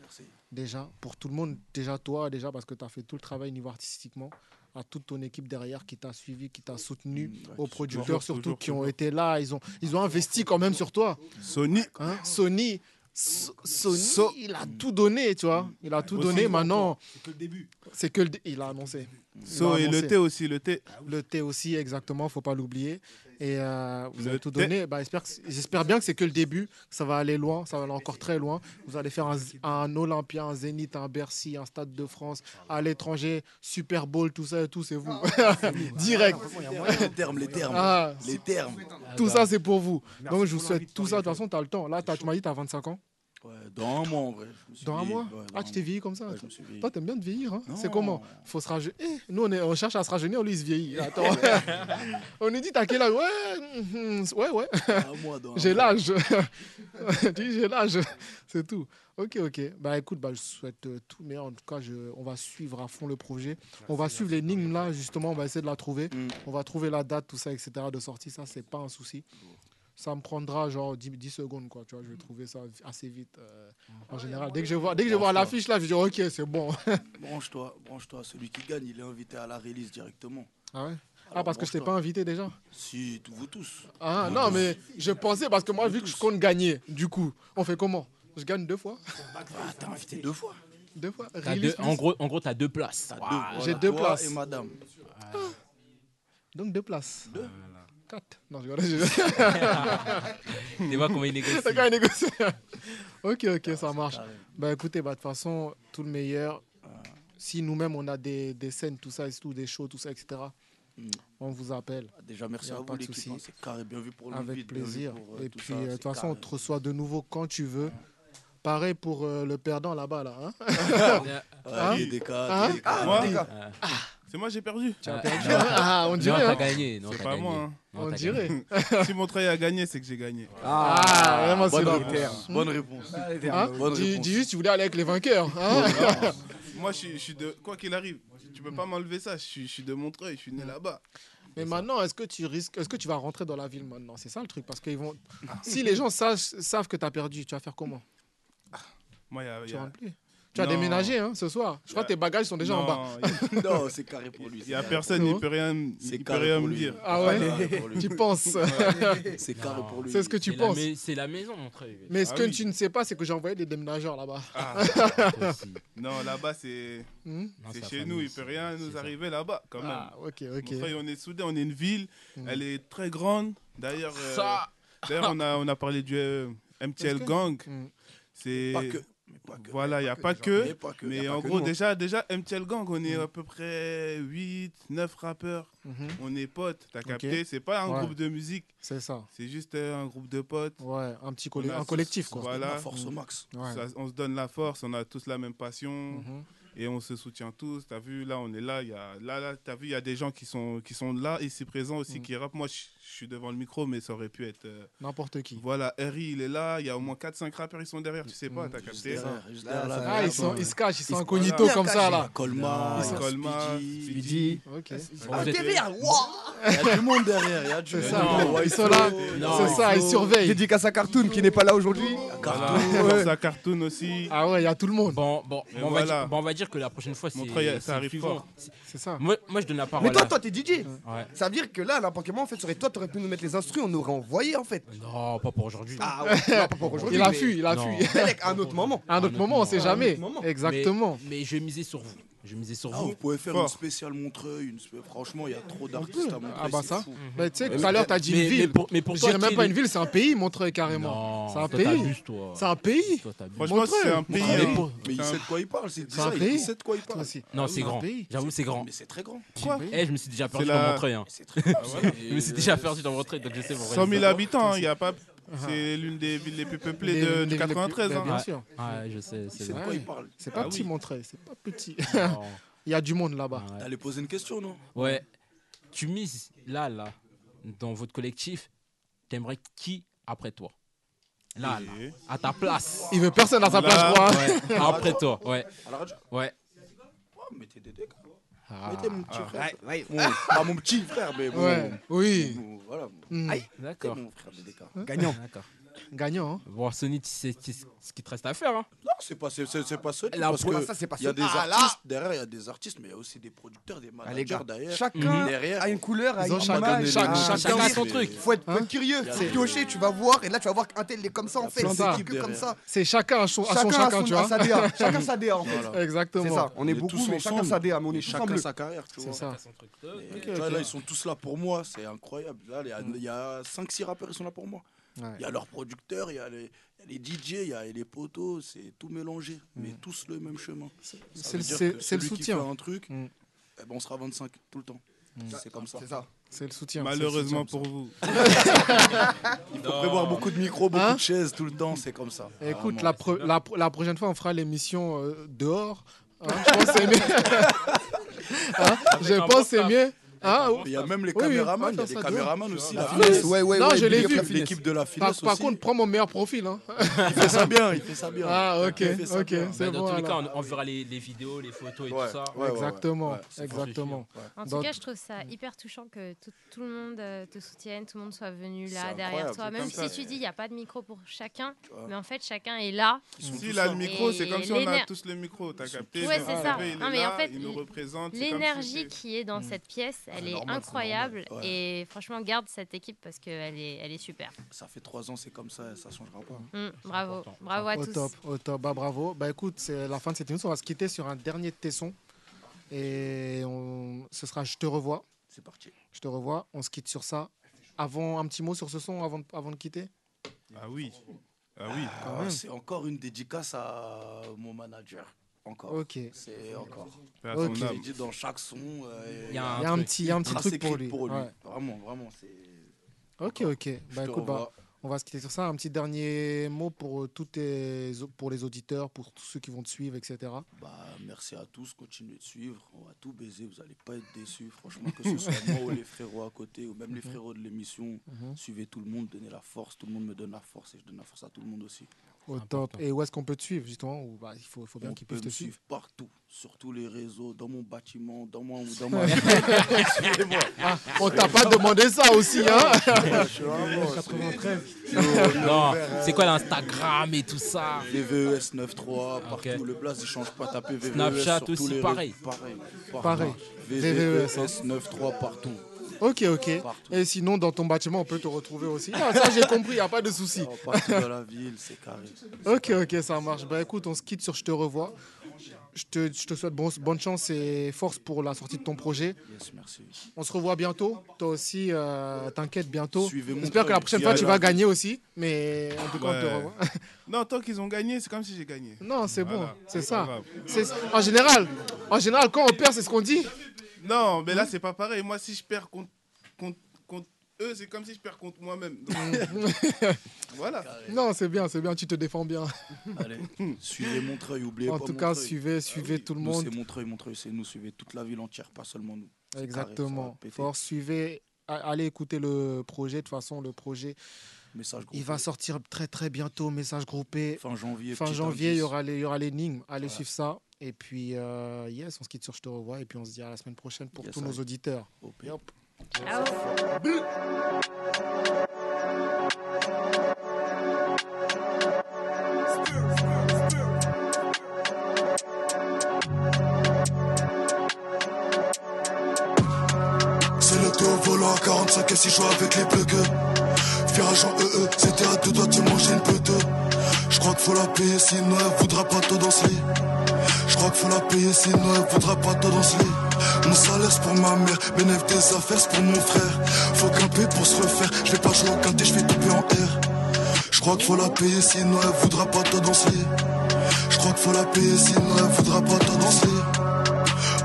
[SPEAKER 14] Merci.
[SPEAKER 4] Déjà, pour tout le monde, déjà toi, déjà parce que tu as fait tout le travail niveau artistiquement, à toute ton équipe derrière qui t'a suivi, qui t'a soutenu, aux producteurs
[SPEAKER 15] toujours,
[SPEAKER 4] surtout
[SPEAKER 15] toujours,
[SPEAKER 4] qui ont été là, ils ont, ils ont investi quand même sur toi. Hein?
[SPEAKER 15] Sony.
[SPEAKER 4] Sony. So- Sony, il a tout donné, tu vois. Il a tout donné. Maintenant,
[SPEAKER 15] C'est que le début.
[SPEAKER 4] c'est que le dé- il a annoncé. Il
[SPEAKER 15] So,
[SPEAKER 4] a
[SPEAKER 15] et le
[SPEAKER 4] annoncé. Ah
[SPEAKER 15] thé aussi, le thé.
[SPEAKER 4] Le thé aussi, exactement, faut pas l'oublier. Et euh, vous
[SPEAKER 15] Le
[SPEAKER 4] avez tout
[SPEAKER 15] thé.
[SPEAKER 4] donné. Bah, j'espère, que- j'espère bien que c'est que le début, que ça va aller loin, ça va aller encore très loin. Vous allez faire un, un Olympia, un Zénith, un Bercy, un Stade de France, à l'étranger, Super Bowl, tout ça et tout, c'est hein. vous. Direct.
[SPEAKER 14] Les termes, les termes.
[SPEAKER 4] Ah.
[SPEAKER 14] les termes.
[SPEAKER 4] Tout ça, c'est pour vous. Donc, je vous souhaite tout ça. De toute façon, tu as le temps. Là, t'as- tu m'as dit, tu as 25 ans.
[SPEAKER 5] Ouais, dans un mois en vrai. je me suis
[SPEAKER 4] Dans un
[SPEAKER 5] vieilli.
[SPEAKER 4] mois
[SPEAKER 5] Ouais, dans
[SPEAKER 4] Ah, tu t'es vieilli comme ça
[SPEAKER 5] Ouais, je
[SPEAKER 4] toi.
[SPEAKER 5] me suis vieilli.
[SPEAKER 4] Toi, t'aimes bien te vieillir. hein. C'est
[SPEAKER 5] Non.
[SPEAKER 4] comment Faut se rajeunir. Eh, nous, on, est- on cherche à se rajeunir, lui, il se vieillit. Attends. [laughs] on nous dit, t'as quel âge Ouais, hum, ouais, ouais.
[SPEAKER 5] mois, dans un
[SPEAKER 4] J'ai
[SPEAKER 5] mois.
[SPEAKER 4] l'âge. [laughs] Tu dis, j'ai l'âge. C'est tout. Ok, ok. Bah écoute, bah, je souhaite euh, tout le meilleur. En tout cas, je, on va suivre à fond le projet. on va suivre l'énigme là, justement. On va essayer de la trouver.
[SPEAKER 5] Mm.
[SPEAKER 4] On va trouver la date, tout ça, etc. de sortie. Ça, c'est pas un souci. Ça me prendra genre 10, 10 secondes, quoi. Tu vois, je vais trouver ça assez vite. euh, en général, dès que je vois, dès que je vois
[SPEAKER 5] Franchement.
[SPEAKER 4] l'affiche là, je dis ok, c'est bon. [laughs]
[SPEAKER 5] Branche-toi, branche-toi. Celui qui gagne, il est invité à la release directement.
[SPEAKER 4] Ah ouais Ah,
[SPEAKER 5] Alors,
[SPEAKER 4] parce que je t'ai pas
[SPEAKER 5] branche-toi.
[SPEAKER 4] invité déjà
[SPEAKER 5] Si, tous- vous tous.
[SPEAKER 4] Ah
[SPEAKER 5] Vous
[SPEAKER 4] non,
[SPEAKER 5] tous.
[SPEAKER 4] mais je pensais parce que moi, vu que je compte gagner, du coup, on fait comment Je gagne deux fois
[SPEAKER 5] Ah, t'as invité deux fois.
[SPEAKER 4] Deux fois
[SPEAKER 6] T'as
[SPEAKER 4] Release
[SPEAKER 6] deux- en
[SPEAKER 4] plus.
[SPEAKER 6] gros, en gros, t'as deux places.
[SPEAKER 5] T'as
[SPEAKER 6] Waouh.
[SPEAKER 5] deux.
[SPEAKER 4] J'ai
[SPEAKER 5] Voilà,
[SPEAKER 4] deux
[SPEAKER 5] toi
[SPEAKER 4] places.
[SPEAKER 5] et madame.
[SPEAKER 4] Ah. Donc deux places. Euh,
[SPEAKER 5] Deux
[SPEAKER 4] Quatre. Non, je rigole.
[SPEAKER 5] [laughs]
[SPEAKER 4] je-
[SPEAKER 6] Tu vois comment il négocie.
[SPEAKER 4] Le gars, il négocie. [laughs] ok, ok, ça marche.
[SPEAKER 6] carré.
[SPEAKER 4] Bah écoutez, bah, de toute façon, tout le meilleur. euh, Si nous-mêmes, on a des, des scènes, tout ça, et tout, des shows, tout ça, etc., on vous appelle.
[SPEAKER 5] Mm. Bah, Déjà, merci
[SPEAKER 4] Y a
[SPEAKER 5] à
[SPEAKER 4] pas
[SPEAKER 5] vous,
[SPEAKER 4] de
[SPEAKER 5] l'équipe.
[SPEAKER 4] souci.
[SPEAKER 5] hein. C'est carré, bien vu pour le
[SPEAKER 4] Avec
[SPEAKER 5] vide, bien vu
[SPEAKER 4] plaisir.
[SPEAKER 5] pour, euh,
[SPEAKER 4] Et
[SPEAKER 5] tout
[SPEAKER 4] puis,
[SPEAKER 5] ça,
[SPEAKER 4] euh, de
[SPEAKER 5] c'est
[SPEAKER 4] toute façon,
[SPEAKER 5] carré.
[SPEAKER 4] on te reçoit de nouveau quand tu veux. Pareil pour euh, le perdant là-bas, là. hein
[SPEAKER 5] [laughs]
[SPEAKER 4] Hein
[SPEAKER 5] il y a des cas,
[SPEAKER 4] Hein
[SPEAKER 5] des cas.
[SPEAKER 4] Hein
[SPEAKER 5] Moi
[SPEAKER 4] Ah.
[SPEAKER 15] C'est moi, j'ai perdu.
[SPEAKER 4] Tu as perdu, hein [laughs] Ah, on dirait. hein.
[SPEAKER 15] C'est pas moi. hein.
[SPEAKER 4] on dirait. [laughs]
[SPEAKER 15] [laughs] si mon travail a gagné, c'est que j'ai gagné.
[SPEAKER 4] Ah, vraiment, c'est
[SPEAKER 15] Bonne
[SPEAKER 4] dingue.
[SPEAKER 15] réponse.
[SPEAKER 4] Hmm.
[SPEAKER 15] Bonne réponse.
[SPEAKER 13] Ah,
[SPEAKER 4] Hein
[SPEAKER 15] Ah, Bonne
[SPEAKER 4] dis,
[SPEAKER 15] réponse.
[SPEAKER 4] dis juste, tu voulais aller avec les vainqueurs. hein
[SPEAKER 15] Moi, je suis- je suis de. Quoi qu'il arrive, tu peux pas m'enlever ça. Je suis- je suis de Montreuil, je suis né là-bas.
[SPEAKER 4] Mais maintenant, est-ce que tu risques, est-ce que tu vas rentrer dans la ville maintenant C'est ça le [laughs] truc, parce qu'ils vont. Si les gens savent, savent que tu as perdu, tu vas faire comment
[SPEAKER 15] Moi, il y a- il Euh, y
[SPEAKER 4] Tu
[SPEAKER 15] a-
[SPEAKER 4] rentres plus. Tu as
[SPEAKER 15] Non. Euh,
[SPEAKER 4] déménagé hein, ce soir. Je crois que tes bagages sont déjà en bas.
[SPEAKER 15] Non, il-
[SPEAKER 5] [laughs] Non, c'est carré pour lui.
[SPEAKER 15] Il y a personne, il peut rien,
[SPEAKER 5] C'est
[SPEAKER 15] il peut
[SPEAKER 5] carré
[SPEAKER 15] rien
[SPEAKER 5] pour
[SPEAKER 15] me
[SPEAKER 5] lui.
[SPEAKER 15] dire.
[SPEAKER 4] Ah
[SPEAKER 5] C'est
[SPEAKER 4] ouais
[SPEAKER 5] carré pour lui.
[SPEAKER 4] [laughs] Tu penses
[SPEAKER 5] Ouais. C'est carré pour lui.
[SPEAKER 4] C'est ce que tu
[SPEAKER 6] C'est la
[SPEAKER 4] penses.
[SPEAKER 6] mais- c'est la maison, Montreuil.
[SPEAKER 4] Mais ce
[SPEAKER 6] Ah
[SPEAKER 4] que
[SPEAKER 6] oui.
[SPEAKER 4] tu ne sais pas, c'est que j'ai envoyé des déménageurs là-bas.
[SPEAKER 6] Ah,
[SPEAKER 4] [laughs]
[SPEAKER 15] Ah. [laughs] Non, là-bas, c'est
[SPEAKER 4] Hmm
[SPEAKER 15] c'est
[SPEAKER 4] Non, c'est la
[SPEAKER 15] chez
[SPEAKER 4] famille,
[SPEAKER 15] nous. Il peut rien nous arriver là-bas, quand même.
[SPEAKER 4] Ah, ok, ok. Hmm.
[SPEAKER 15] Montreuil, on est soudés, on est une ville. Elle est très grande. D'ailleurs, euh,
[SPEAKER 5] Ça.
[SPEAKER 15] d'ailleurs, on, a, on a parlé du euh,
[SPEAKER 5] Est-ce
[SPEAKER 15] MTL
[SPEAKER 5] que- Mm.
[SPEAKER 15] Gang.
[SPEAKER 4] Hmm.
[SPEAKER 5] Mais
[SPEAKER 15] C'est.
[SPEAKER 5] pas que.
[SPEAKER 15] Voilà, il n'y a pas
[SPEAKER 5] déjà.
[SPEAKER 15] que.
[SPEAKER 5] Mais pas que, y
[SPEAKER 15] Mais
[SPEAKER 5] a pas
[SPEAKER 15] en
[SPEAKER 5] que
[SPEAKER 15] gros,
[SPEAKER 5] nous, Mm.
[SPEAKER 15] déjà,
[SPEAKER 5] hein.
[SPEAKER 15] déjà, MTL Gang, on est à peu près 8, 9 rappeurs.
[SPEAKER 5] Mm-hmm.
[SPEAKER 4] Mhm.
[SPEAKER 15] On est potes, t'as
[SPEAKER 4] Ok.
[SPEAKER 15] capté. C'est pas un
[SPEAKER 4] Ouais.
[SPEAKER 15] groupe de musique.
[SPEAKER 4] C'est ça.
[SPEAKER 15] C'est juste euh, un groupe de potes.
[SPEAKER 4] Ouais, un petit colle-
[SPEAKER 15] On a
[SPEAKER 4] un
[SPEAKER 15] ce-
[SPEAKER 4] collectif, quoi.
[SPEAKER 15] Voilà. Mm.
[SPEAKER 4] La force au max. Ouais.
[SPEAKER 15] Ça- on se donne la force, on a tous la même passion
[SPEAKER 5] Mm-hmm.
[SPEAKER 4] Mhm.
[SPEAKER 15] et on se soutient tous. T'as vu, là, on est là. il Y a, là, là t'as vu, il y a des gens qui sont, qui sont là, ici présents aussi,
[SPEAKER 5] Mm.
[SPEAKER 15] qui rappent. Moi, je je suis devant le micro, mais ça aurait pu être. euh,
[SPEAKER 4] N'importe qui.
[SPEAKER 15] Voilà, Harry, il est là. Il y a au moins 4-5 rappeurs, ils sont derrière. Tu sais pas, t'as capté.
[SPEAKER 4] Mmh, derrière,
[SPEAKER 5] juste
[SPEAKER 4] derrière la Ah, ils version, sont- ouais. ils se cachent, ils sont incognito comme ça, là. Colmar, Ils sont-
[SPEAKER 15] Colmar,
[SPEAKER 5] Speedy.
[SPEAKER 4] Ok.
[SPEAKER 5] Ah, t'es
[SPEAKER 15] derrière,
[SPEAKER 5] Il
[SPEAKER 13] [laughs]
[SPEAKER 5] y a du monde derrière, il y a du
[SPEAKER 4] C'est
[SPEAKER 5] monde.
[SPEAKER 4] ça, ils sont là. C'est ça, ils surveillent.
[SPEAKER 17] Dédicace à Cartoon qui n'est pas là aujourd'hui.
[SPEAKER 15] Voilà, force à Cartoon aussi.
[SPEAKER 4] Ah ouais, il y a tout le monde.
[SPEAKER 6] Bon, bon,
[SPEAKER 15] Mais
[SPEAKER 6] on, va
[SPEAKER 15] voilà.
[SPEAKER 6] dire, bon, on va dire que la prochaine fois, c'est.
[SPEAKER 15] Montreuil, ça
[SPEAKER 6] c'est
[SPEAKER 15] arrive
[SPEAKER 6] suivant.
[SPEAKER 15] fort.
[SPEAKER 4] C'est ça.
[SPEAKER 6] Moi, moi, je donne la parole.
[SPEAKER 13] Mais toi,
[SPEAKER 6] à-
[SPEAKER 13] toi, t'es DJ.
[SPEAKER 6] Ouais.
[SPEAKER 13] Ça veut dire que là, à n'importe quel moment, en fait, serait toi, t'aurais pu nous mettre les instrus, on nous aurait envoyé, en fait.
[SPEAKER 6] Non, pas pour aujourd'hui.
[SPEAKER 11] [laughs]
[SPEAKER 13] Ah ouais, non, pas pour aujourd'hui.
[SPEAKER 4] Il a
[SPEAKER 13] mais-
[SPEAKER 4] fui, il a Non. fui.
[SPEAKER 13] Mec, à un autre moment.
[SPEAKER 4] À un autre moment, on sait
[SPEAKER 13] À un
[SPEAKER 4] jamais.
[SPEAKER 13] autre moment.
[SPEAKER 4] Exactement.
[SPEAKER 6] Mais, mais je vais miser sur vous. Je vais miser sur
[SPEAKER 5] Ah,
[SPEAKER 6] vous.
[SPEAKER 5] vous pouvez faire
[SPEAKER 6] Fort.
[SPEAKER 5] une spéciale Montreuil. Une spé- Franchement, il y a trop d'artistes à Montreuil.
[SPEAKER 4] Ah bah
[SPEAKER 5] c'est
[SPEAKER 4] ça.
[SPEAKER 5] fou. Mhm.
[SPEAKER 4] Bah, tu sais, que
[SPEAKER 5] Mais-
[SPEAKER 4] tout à l'heure, t'as dit
[SPEAKER 5] mais-
[SPEAKER 4] une
[SPEAKER 5] mais
[SPEAKER 4] ville.
[SPEAKER 5] pour- mais pour
[SPEAKER 4] Je
[SPEAKER 5] toi,
[SPEAKER 4] dirais même
[SPEAKER 5] qui-
[SPEAKER 4] pas une ville, c'est un pays, Montreuil, carrément. C'est un
[SPEAKER 5] toi,
[SPEAKER 4] pays.
[SPEAKER 5] t'abuses, toi.
[SPEAKER 4] C'est un pays.
[SPEAKER 15] Franchement, c'est un
[SPEAKER 4] Montreuil.
[SPEAKER 15] pays,
[SPEAKER 5] Mais,
[SPEAKER 15] hein.
[SPEAKER 5] pour- mais il sait de quoi il parle. C'est
[SPEAKER 4] C'est un pays.
[SPEAKER 5] Il sait de quoi il parle.
[SPEAKER 4] aussi.
[SPEAKER 6] Non, c'est
[SPEAKER 5] Ah oui,
[SPEAKER 6] grand.
[SPEAKER 5] un pays.
[SPEAKER 6] J'avoue, c'est grand.
[SPEAKER 5] Mais c'est très grand.
[SPEAKER 15] Quoi
[SPEAKER 6] Eh, je me suis déjà perdu
[SPEAKER 15] C'est Ah
[SPEAKER 6] dans
[SPEAKER 15] la-
[SPEAKER 6] Montreuil. hein.
[SPEAKER 5] C'est très grand.
[SPEAKER 6] [laughs] je me suis déjà perdu dans Montreuil, donc je sais. mon
[SPEAKER 15] 100 000
[SPEAKER 6] réalisateur.
[SPEAKER 15] euh, habitants, il y a pas.
[SPEAKER 4] Ah.
[SPEAKER 15] C'est l'une des villes les plus peuplées
[SPEAKER 6] Les-
[SPEAKER 15] de,
[SPEAKER 6] les-
[SPEAKER 15] du
[SPEAKER 6] les-
[SPEAKER 15] 93.
[SPEAKER 6] bah,
[SPEAKER 15] hein.
[SPEAKER 6] bien sûr. Ouais, je sais, c'est
[SPEAKER 15] de
[SPEAKER 6] vrai.
[SPEAKER 15] quoi il
[SPEAKER 4] Ouais.
[SPEAKER 15] parle.
[SPEAKER 4] C'est pas
[SPEAKER 15] Ah
[SPEAKER 4] petit
[SPEAKER 15] oui.
[SPEAKER 4] Montreuil, c'est pas petit. [laughs]
[SPEAKER 6] Non.
[SPEAKER 4] Il y a du monde là-bas.
[SPEAKER 5] T'allais poser une question, non
[SPEAKER 6] Ouais. Tu mises là, là, dans votre collectif, t'aimerais qui après toi Là, là, à ta place.
[SPEAKER 4] Il veut personne à sa place, hein. je crois.
[SPEAKER 6] Ouais,
[SPEAKER 4] [laughs]
[SPEAKER 6] Ah, Après toi, ouais.
[SPEAKER 5] À la radio
[SPEAKER 6] Ouais.
[SPEAKER 5] Oh, mettez des dégâts.
[SPEAKER 6] Ah.
[SPEAKER 5] Mettez mon petit
[SPEAKER 6] Ah.
[SPEAKER 5] frère.
[SPEAKER 6] Ouais, ouais.
[SPEAKER 5] Mon, pas mon petit frère, mais mon.
[SPEAKER 6] Ouais, oui.
[SPEAKER 5] mon- voilà. mon-
[SPEAKER 4] Hmm.
[SPEAKER 6] Mm.
[SPEAKER 5] Aïe,
[SPEAKER 6] D'accord.
[SPEAKER 5] mettez mon frère des dégâts.
[SPEAKER 6] Gagnant.
[SPEAKER 4] Hein Gagnant. hein.
[SPEAKER 6] Bon, Sony, tu sais tu sais ce qu'il te reste à faire. Hein.
[SPEAKER 5] Non, c'est pas, c'est, c'est, c'est pas solide,
[SPEAKER 6] La
[SPEAKER 5] parce
[SPEAKER 6] pro-
[SPEAKER 5] que
[SPEAKER 6] ça, c'est pas
[SPEAKER 5] il y a des
[SPEAKER 6] solide. Ah, là
[SPEAKER 5] artistes derrière, il y a des artistes, mais il y a aussi des producteurs, des managers
[SPEAKER 13] Ah, les gars,
[SPEAKER 5] derrière. Mhm.
[SPEAKER 13] chacun
[SPEAKER 5] derrière.
[SPEAKER 13] a une couleur, a
[SPEAKER 5] Ils ont
[SPEAKER 13] une
[SPEAKER 5] chacun
[SPEAKER 13] image,
[SPEAKER 5] des-
[SPEAKER 13] a-
[SPEAKER 5] chacun-
[SPEAKER 13] a-
[SPEAKER 5] chacun
[SPEAKER 13] a-
[SPEAKER 5] son truc. Hein
[SPEAKER 13] Faut être, faut être curieux,
[SPEAKER 5] C'est-
[SPEAKER 13] faut piocher, tu vas voir, et là tu vas voir qu'un tel il est comme ça en fait,
[SPEAKER 4] plein
[SPEAKER 13] c'est que
[SPEAKER 4] d'équipes
[SPEAKER 13] comme
[SPEAKER 4] derrière.
[SPEAKER 13] ça.
[SPEAKER 4] C'est chacun à son chacun,
[SPEAKER 13] a
[SPEAKER 4] tu vois.
[SPEAKER 13] à sa DA,
[SPEAKER 4] [laughs]
[SPEAKER 13] chacun sa DA en fait.
[SPEAKER 4] Voilà. Exactement.
[SPEAKER 13] C'est ça, on est, beaucoup,
[SPEAKER 5] tous
[SPEAKER 13] mais chacun
[SPEAKER 5] ensemble.
[SPEAKER 13] sa DA, mais on est tous en
[SPEAKER 5] chacun
[SPEAKER 13] bleu.
[SPEAKER 5] sa carrière, tu vois. Et, tu
[SPEAKER 13] ok.
[SPEAKER 5] vois, Là, ils sont tous là pour moi, c'est incroyable. Là, il y a-
[SPEAKER 13] Mm.
[SPEAKER 5] il y a 5-6 rappeurs, ils sont là pour moi. Il
[SPEAKER 4] Ouais.
[SPEAKER 5] y a leurs producteurs, il y a les, il y a les DJ, il y a les poteaux, c'est tout mélangé,
[SPEAKER 13] Mm.
[SPEAKER 5] mais tous le même chemin. Ça
[SPEAKER 4] c'est
[SPEAKER 5] veut
[SPEAKER 4] le-
[SPEAKER 5] dire
[SPEAKER 4] c'est-
[SPEAKER 5] que
[SPEAKER 4] c'est le
[SPEAKER 5] celui qui
[SPEAKER 4] soutien.
[SPEAKER 5] fait un truc, eh ben, on sera 25 tout le temps.
[SPEAKER 4] Mm.
[SPEAKER 5] C'est comme ça.
[SPEAKER 13] C'est ça.
[SPEAKER 4] C'est le soutien.
[SPEAKER 15] Malheureusement
[SPEAKER 4] c'est le
[SPEAKER 15] pour vous.
[SPEAKER 5] [laughs]
[SPEAKER 15] [laughs]
[SPEAKER 5] Il faut prévoir beaucoup de micros, beaucoup
[SPEAKER 4] Hein
[SPEAKER 5] de chaises tout le temps, c'est comme ça.
[SPEAKER 4] Eh, Écoute,
[SPEAKER 5] Vraiment.
[SPEAKER 4] la, pro- la, pro- la prochaine fois, on fera l'émission euh, dehors. Hein, je pense que
[SPEAKER 5] [laughs]
[SPEAKER 4] c'est mieux. Hein,
[SPEAKER 5] Avec
[SPEAKER 4] je
[SPEAKER 5] un
[SPEAKER 4] pense que c'est
[SPEAKER 5] portable.
[SPEAKER 4] mieux. Hein,
[SPEAKER 5] Il y a même les
[SPEAKER 4] oui, oui,
[SPEAKER 5] caméramans,
[SPEAKER 4] on
[SPEAKER 5] il y
[SPEAKER 4] va
[SPEAKER 5] a
[SPEAKER 4] faire
[SPEAKER 5] des
[SPEAKER 4] ça dehors.
[SPEAKER 5] caméramans aussi. La
[SPEAKER 4] Ah,
[SPEAKER 5] finesse.
[SPEAKER 4] oui. non, je l'ai vu.
[SPEAKER 5] L'équipe de la
[SPEAKER 4] Par,
[SPEAKER 5] finesse
[SPEAKER 4] par
[SPEAKER 5] aussi.
[SPEAKER 4] contre, prends mon meilleur profil. hein.
[SPEAKER 5] Il fait ça bien, il fait ça bien.
[SPEAKER 4] Ah, ok,
[SPEAKER 5] Il fait ça
[SPEAKER 4] ok,
[SPEAKER 5] bien.
[SPEAKER 4] c'est
[SPEAKER 6] Bah, Dans
[SPEAKER 4] bon.
[SPEAKER 6] tous les cas,
[SPEAKER 4] alors.
[SPEAKER 6] on, on verra les, les vidéos, les photos et
[SPEAKER 5] Ouais,
[SPEAKER 6] tout ça.
[SPEAKER 4] exactement,
[SPEAKER 6] c'est pour
[SPEAKER 4] exactement.
[SPEAKER 6] réfléchir.
[SPEAKER 7] En tout
[SPEAKER 4] Dans-
[SPEAKER 7] cas, je trouve ça hyper touchant que tout, tout le monde euh, te soutienne, tout le monde soit venu là
[SPEAKER 15] C'est
[SPEAKER 7] derrière
[SPEAKER 15] incroyable,
[SPEAKER 7] toi.
[SPEAKER 15] c'est
[SPEAKER 7] Même
[SPEAKER 15] comme
[SPEAKER 7] si
[SPEAKER 15] ça,
[SPEAKER 7] tu
[SPEAKER 15] c'est-
[SPEAKER 7] dis il n'y a pas de micro pour chacun,
[SPEAKER 15] vois.
[SPEAKER 7] mais en fait chacun est là.
[SPEAKER 15] S'il a le micro, c'est comme si on a
[SPEAKER 7] l'éner-
[SPEAKER 15] tous le micro, t'as capté
[SPEAKER 7] Ouais,
[SPEAKER 15] Le
[SPEAKER 7] c'est
[SPEAKER 15] mec,
[SPEAKER 7] ça.
[SPEAKER 15] il est
[SPEAKER 7] Non, mais en
[SPEAKER 15] là,
[SPEAKER 7] fait,
[SPEAKER 15] il nous représente. c'est comme si Ah,
[SPEAKER 7] l'énergie
[SPEAKER 15] c'était-
[SPEAKER 7] qui est dans cette pièce, elle
[SPEAKER 5] Ouais,
[SPEAKER 7] est
[SPEAKER 5] normal, c'est
[SPEAKER 7] incroyable.
[SPEAKER 5] normal, ouais.
[SPEAKER 7] Et franchement, garde cette équipe parce qu'elle est, elle est super.
[SPEAKER 5] Ça fait trois ans, c'est comme ça, ça changera pas.
[SPEAKER 7] Mm, bravo, bravo à
[SPEAKER 4] au
[SPEAKER 7] tous.
[SPEAKER 4] top, au top. Bah, bravo. Bah, écoute, c'est la fin de cette émission. On va se quitter sur un dernier tesson. Et on- ce sera Je te revois.
[SPEAKER 5] C'est parti.
[SPEAKER 4] Je te revois. On se quitte sur ça. Avant, un petit mot sur ce son avant de, avant de quitter
[SPEAKER 15] Ah oui. Ah oui.
[SPEAKER 4] Quand même.
[SPEAKER 5] c'est encore une dédicace à mon manager. Encore.
[SPEAKER 4] Ok.
[SPEAKER 5] C'est encore.
[SPEAKER 15] Paix à son
[SPEAKER 5] J'ai
[SPEAKER 15] âme.
[SPEAKER 5] dit dans chaque son, euh,
[SPEAKER 4] Il y a un truc. Il y a un petit
[SPEAKER 5] trace
[SPEAKER 4] truc pour
[SPEAKER 5] écrite
[SPEAKER 4] lui, ouais.
[SPEAKER 5] Vraiment, vraiment, c'est.
[SPEAKER 4] Ok, ok. Bah,
[SPEAKER 5] te
[SPEAKER 4] écoute, bah,
[SPEAKER 5] revois.
[SPEAKER 4] on va se quitter sur ça. Un petit dernier mot pour, euh, tous tes, pour les auditeurs, pour tous ceux qui vont te suivre, etc.
[SPEAKER 5] Bah, merci à tous, continuez de suivre. On va tout baiser, vous n'allez pas être déçus. Franchement, que ce soit moi ou les frérots à côté, ou même les frérots de l'émission,
[SPEAKER 4] Mhm.
[SPEAKER 5] suivez tout le monde, donnez la force. Tout le monde me donne la force et je donne la force à tout le monde aussi.
[SPEAKER 4] Au top. Et où est-ce qu'on peut te suivre, justement Ou, bah, Il faut, faut bien
[SPEAKER 5] On
[SPEAKER 4] qu'ils
[SPEAKER 5] peut
[SPEAKER 4] puissent te
[SPEAKER 5] me
[SPEAKER 4] suivre.
[SPEAKER 5] suivre partout, sur tous les réseaux, dans mon bâtiment, dans, moi, dans ma [laughs] Suivez-moi.
[SPEAKER 4] Ah, on t'a pas demandé ça aussi, hein
[SPEAKER 5] Je suis vraiment-
[SPEAKER 4] [laughs]
[SPEAKER 5] [laughs]
[SPEAKER 6] Non,
[SPEAKER 5] hein.
[SPEAKER 6] c'est quoi
[SPEAKER 4] Ah,
[SPEAKER 6] l'Instagram et tout ça
[SPEAKER 5] PVES 93 partout le blaze il change pas taper VVES
[SPEAKER 6] Snapchat
[SPEAKER 5] E sur tous
[SPEAKER 6] aussi,
[SPEAKER 5] les réseaux.
[SPEAKER 6] pareil.
[SPEAKER 5] pareil par- E
[SPEAKER 4] Pareil. VVES, hein.
[SPEAKER 5] VVES 93 partout
[SPEAKER 4] Ok, ok. Et sinon, dans ton bâtiment, on peut te retrouver aussi. Ah, ça, j'ai compris, il n'y a pas de souci.
[SPEAKER 5] Oh, partout dans la ville c'est carré
[SPEAKER 4] ok, ok, ça marche. Bah écoute, on se quitte sur Je te revois. Je te, je te souhaite bon- bonne chance et force pour la sortie de ton projet.
[SPEAKER 5] yes merci
[SPEAKER 4] On se revoit bientôt. Toi aussi, euh, t'inquiète bientôt.
[SPEAKER 5] Suivez mon
[SPEAKER 4] J'espère que la
[SPEAKER 5] truc.
[SPEAKER 4] prochaine
[SPEAKER 5] Il y
[SPEAKER 4] fois,
[SPEAKER 5] a
[SPEAKER 4] tu
[SPEAKER 5] la-
[SPEAKER 4] vas gagner aussi. Mais en tout cas, on te
[SPEAKER 15] Ouais.
[SPEAKER 4] revoit.
[SPEAKER 15] Non, tant qu'ils ont gagné, c'est comme si j'ai gagné.
[SPEAKER 4] [laughs] hein. Non, c'est bon,
[SPEAKER 15] Voilà.
[SPEAKER 4] c'est
[SPEAKER 15] pas
[SPEAKER 4] ça.
[SPEAKER 15] grave.
[SPEAKER 4] C'est en général, en général, quand on perd, c'est ce qu'on dit.
[SPEAKER 15] Non, mais là, c'est pas pareil. Moi, si je perds contre, contre, contre eux, c'est comme si je perds contre moi-même. Donc, voilà.
[SPEAKER 4] Non, c'est bien, c'est bien, tu te défends bien. [laughs]
[SPEAKER 5] allez suivez Montreuil oubliez
[SPEAKER 4] En
[SPEAKER 5] pas
[SPEAKER 4] tout cas,
[SPEAKER 5] Montreuil.
[SPEAKER 4] suivez- suivez tout le
[SPEAKER 5] Nous,
[SPEAKER 4] monde.
[SPEAKER 5] c'est Montreuil Montreuil c'est nous suivez toute la ville entière pas seulement nous C'est carré, ça va
[SPEAKER 4] Exactement.
[SPEAKER 5] péter.
[SPEAKER 4] Force, suivez, a- allez écouter le projet. De toute façon, le projet,
[SPEAKER 5] message
[SPEAKER 4] il
[SPEAKER 5] groupé.
[SPEAKER 4] va sortir très très bientôt. Message groupé.
[SPEAKER 5] Fin janvier,
[SPEAKER 4] Fin
[SPEAKER 5] petit
[SPEAKER 4] janvier, il y
[SPEAKER 5] indice.
[SPEAKER 4] aura les, il y aura l'énigme. Allez
[SPEAKER 5] Voilà.
[SPEAKER 4] suivre ça. Et puis, euh, yes, on se quitte sur Je te revois. Et puis, on se dit à la semaine prochaine pour
[SPEAKER 5] Yes,
[SPEAKER 4] tous
[SPEAKER 5] allez.
[SPEAKER 4] nos auditeurs.
[SPEAKER 5] OP.
[SPEAKER 4] Yep.
[SPEAKER 8] C'est le deux au volant à 45 et si je joue avec les buggers Virage en EE, euh, c'était à deux doigts de se manger une pute Je crois qu'il faut la payer sinon elle voudra pas tout dans ce lit Je crois qu'il faut la payer sinon elle voudra pas tout dans ce lit Mon salaire c'est pour ma mère, bénéfice des affaires c'est pour mon frère Faut grimper pour se refaire, je vais pas jouer au quintet, je vais couper en air Je crois qu'il faut la payer sinon elle voudra pas tout dans ce lit Je crois qu'il faut la payer sinon elle voudra pas tout dans ce lit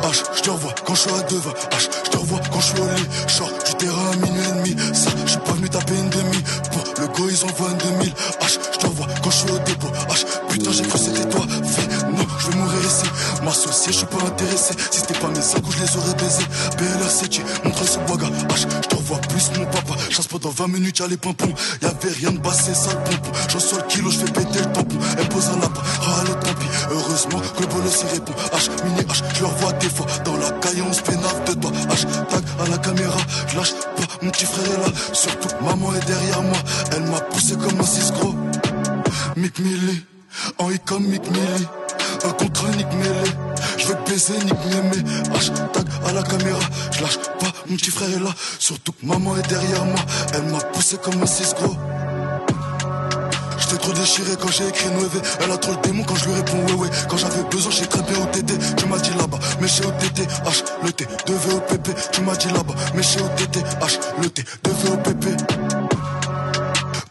[SPEAKER 8] H, je te revois quand je suis à deux va. H, je te revois quand je suis au lit. Genre, du terrain à minuit et demi. Ça, je suis pas venu taper une demi. Pour le go, ils envoient une demi. H, je te revois quand je suis au dépôt. H, putain, j'ai cru que c'était toi. Fais, non, je vais mourir ici. M'associer, je suis pas intéressé. Si c'était pas mes sacs, je les aurais baisés. BLR, CG, montre ce bois gars. H, je te revois plus mon papa. Chasse pendant 20 minutes, y'a les pompons. Y'avait rien de bas, c'est ça le pompon. J'en sors le kilo, je fais péter le tampon. Elle pose un lapin, ah, allez, tant pis. Heureusement que le bolo s'y répond. H, mini H, je le revois des fois. Dans la caille, on se pénave de toi. H, tag à la caméra, je lâche pas. Mon petit frère est là, surtout maman est derrière moi. Elle m'a poussé comme un cisgro. Mick Millie, en I comme Mick Millie. Un contre un Nick Mêlé, je veux baiser Nick Mémé. H, tag à la caméra, je lâche pas. Mon petit frère est là, surtout maman est derrière moi. Elle m'a poussé comme un cisgro. J'étais trop déchiré quand j'ai écrit Noévé Elle a trop le démon quand je lui réponds ouais ouais Quand j'avais besoin j'ai très bien OTT Tu m'as dit là-bas mais chez OTT H le T 2 VOPP Tu m'as dit là-bas mais chez OTT H le T 2 VOPP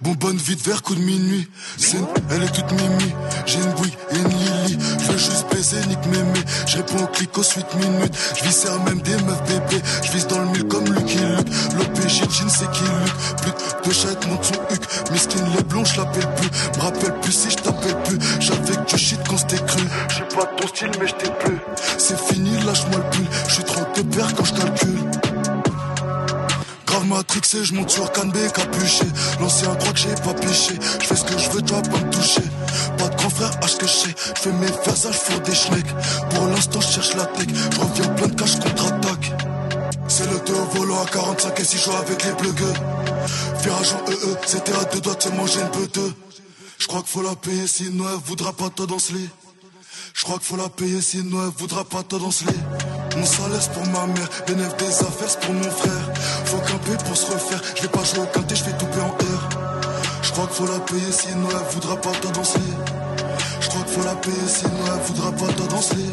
[SPEAKER 8] Bon bonne vite vers coup de minuit C'est elle est toute mimi J'ai une bouille et une lily Je veux juste baiser nique mémé Je réponds au clic aux 8 minutes Je vis à même des meufs bébés Je vise dans le mille comme Lucky Luke J'ai jean, c'est qui lutte. Pute, pochette, monte son huc. Miskin, les blonds, je l'appelle plus. Me rappelle plus si je t'appelle plus. J'avais que du shit quand c'était cru. J'ai pas ton style, mais je t'ai plus. C'est fini, lâche-moi le pull. Je suis trop de père quand je calcule. Grave matrixé, je monte sur canne B capuché. L'ancien croit que j'ai pas piché. Je fais ce que je veux, tu vas pas me toucher. Pas de grand frère, à ce que je sais. Je fais mes versages pour des schnecks. Pour l'instant, je cherche la tech. Je reviens plein de cash contre-attaque. C'est le 2 au volant à 45 et si je joue avec les bleus gueux. Virage en EE, euh, c'était à deux doigts de se manger une peu deux. Je crois qu'il faut la payer sinon elle voudra pas toi dans ce lit. Je crois qu'il faut la payer sinon elle voudra pas toi dans ce lit. Mon salaire c'est pour ma mère, bénéfice des affaires c'est pour mon frère. Faut camper pour se refaire, je vais pas jouer au quintet, je vais tout payer en air. Je crois qu'il faut la payer sinon elle voudra pas toi dans ce lit. Je crois qu'il faut la payer sinon elle voudra pas toi dans ce lit.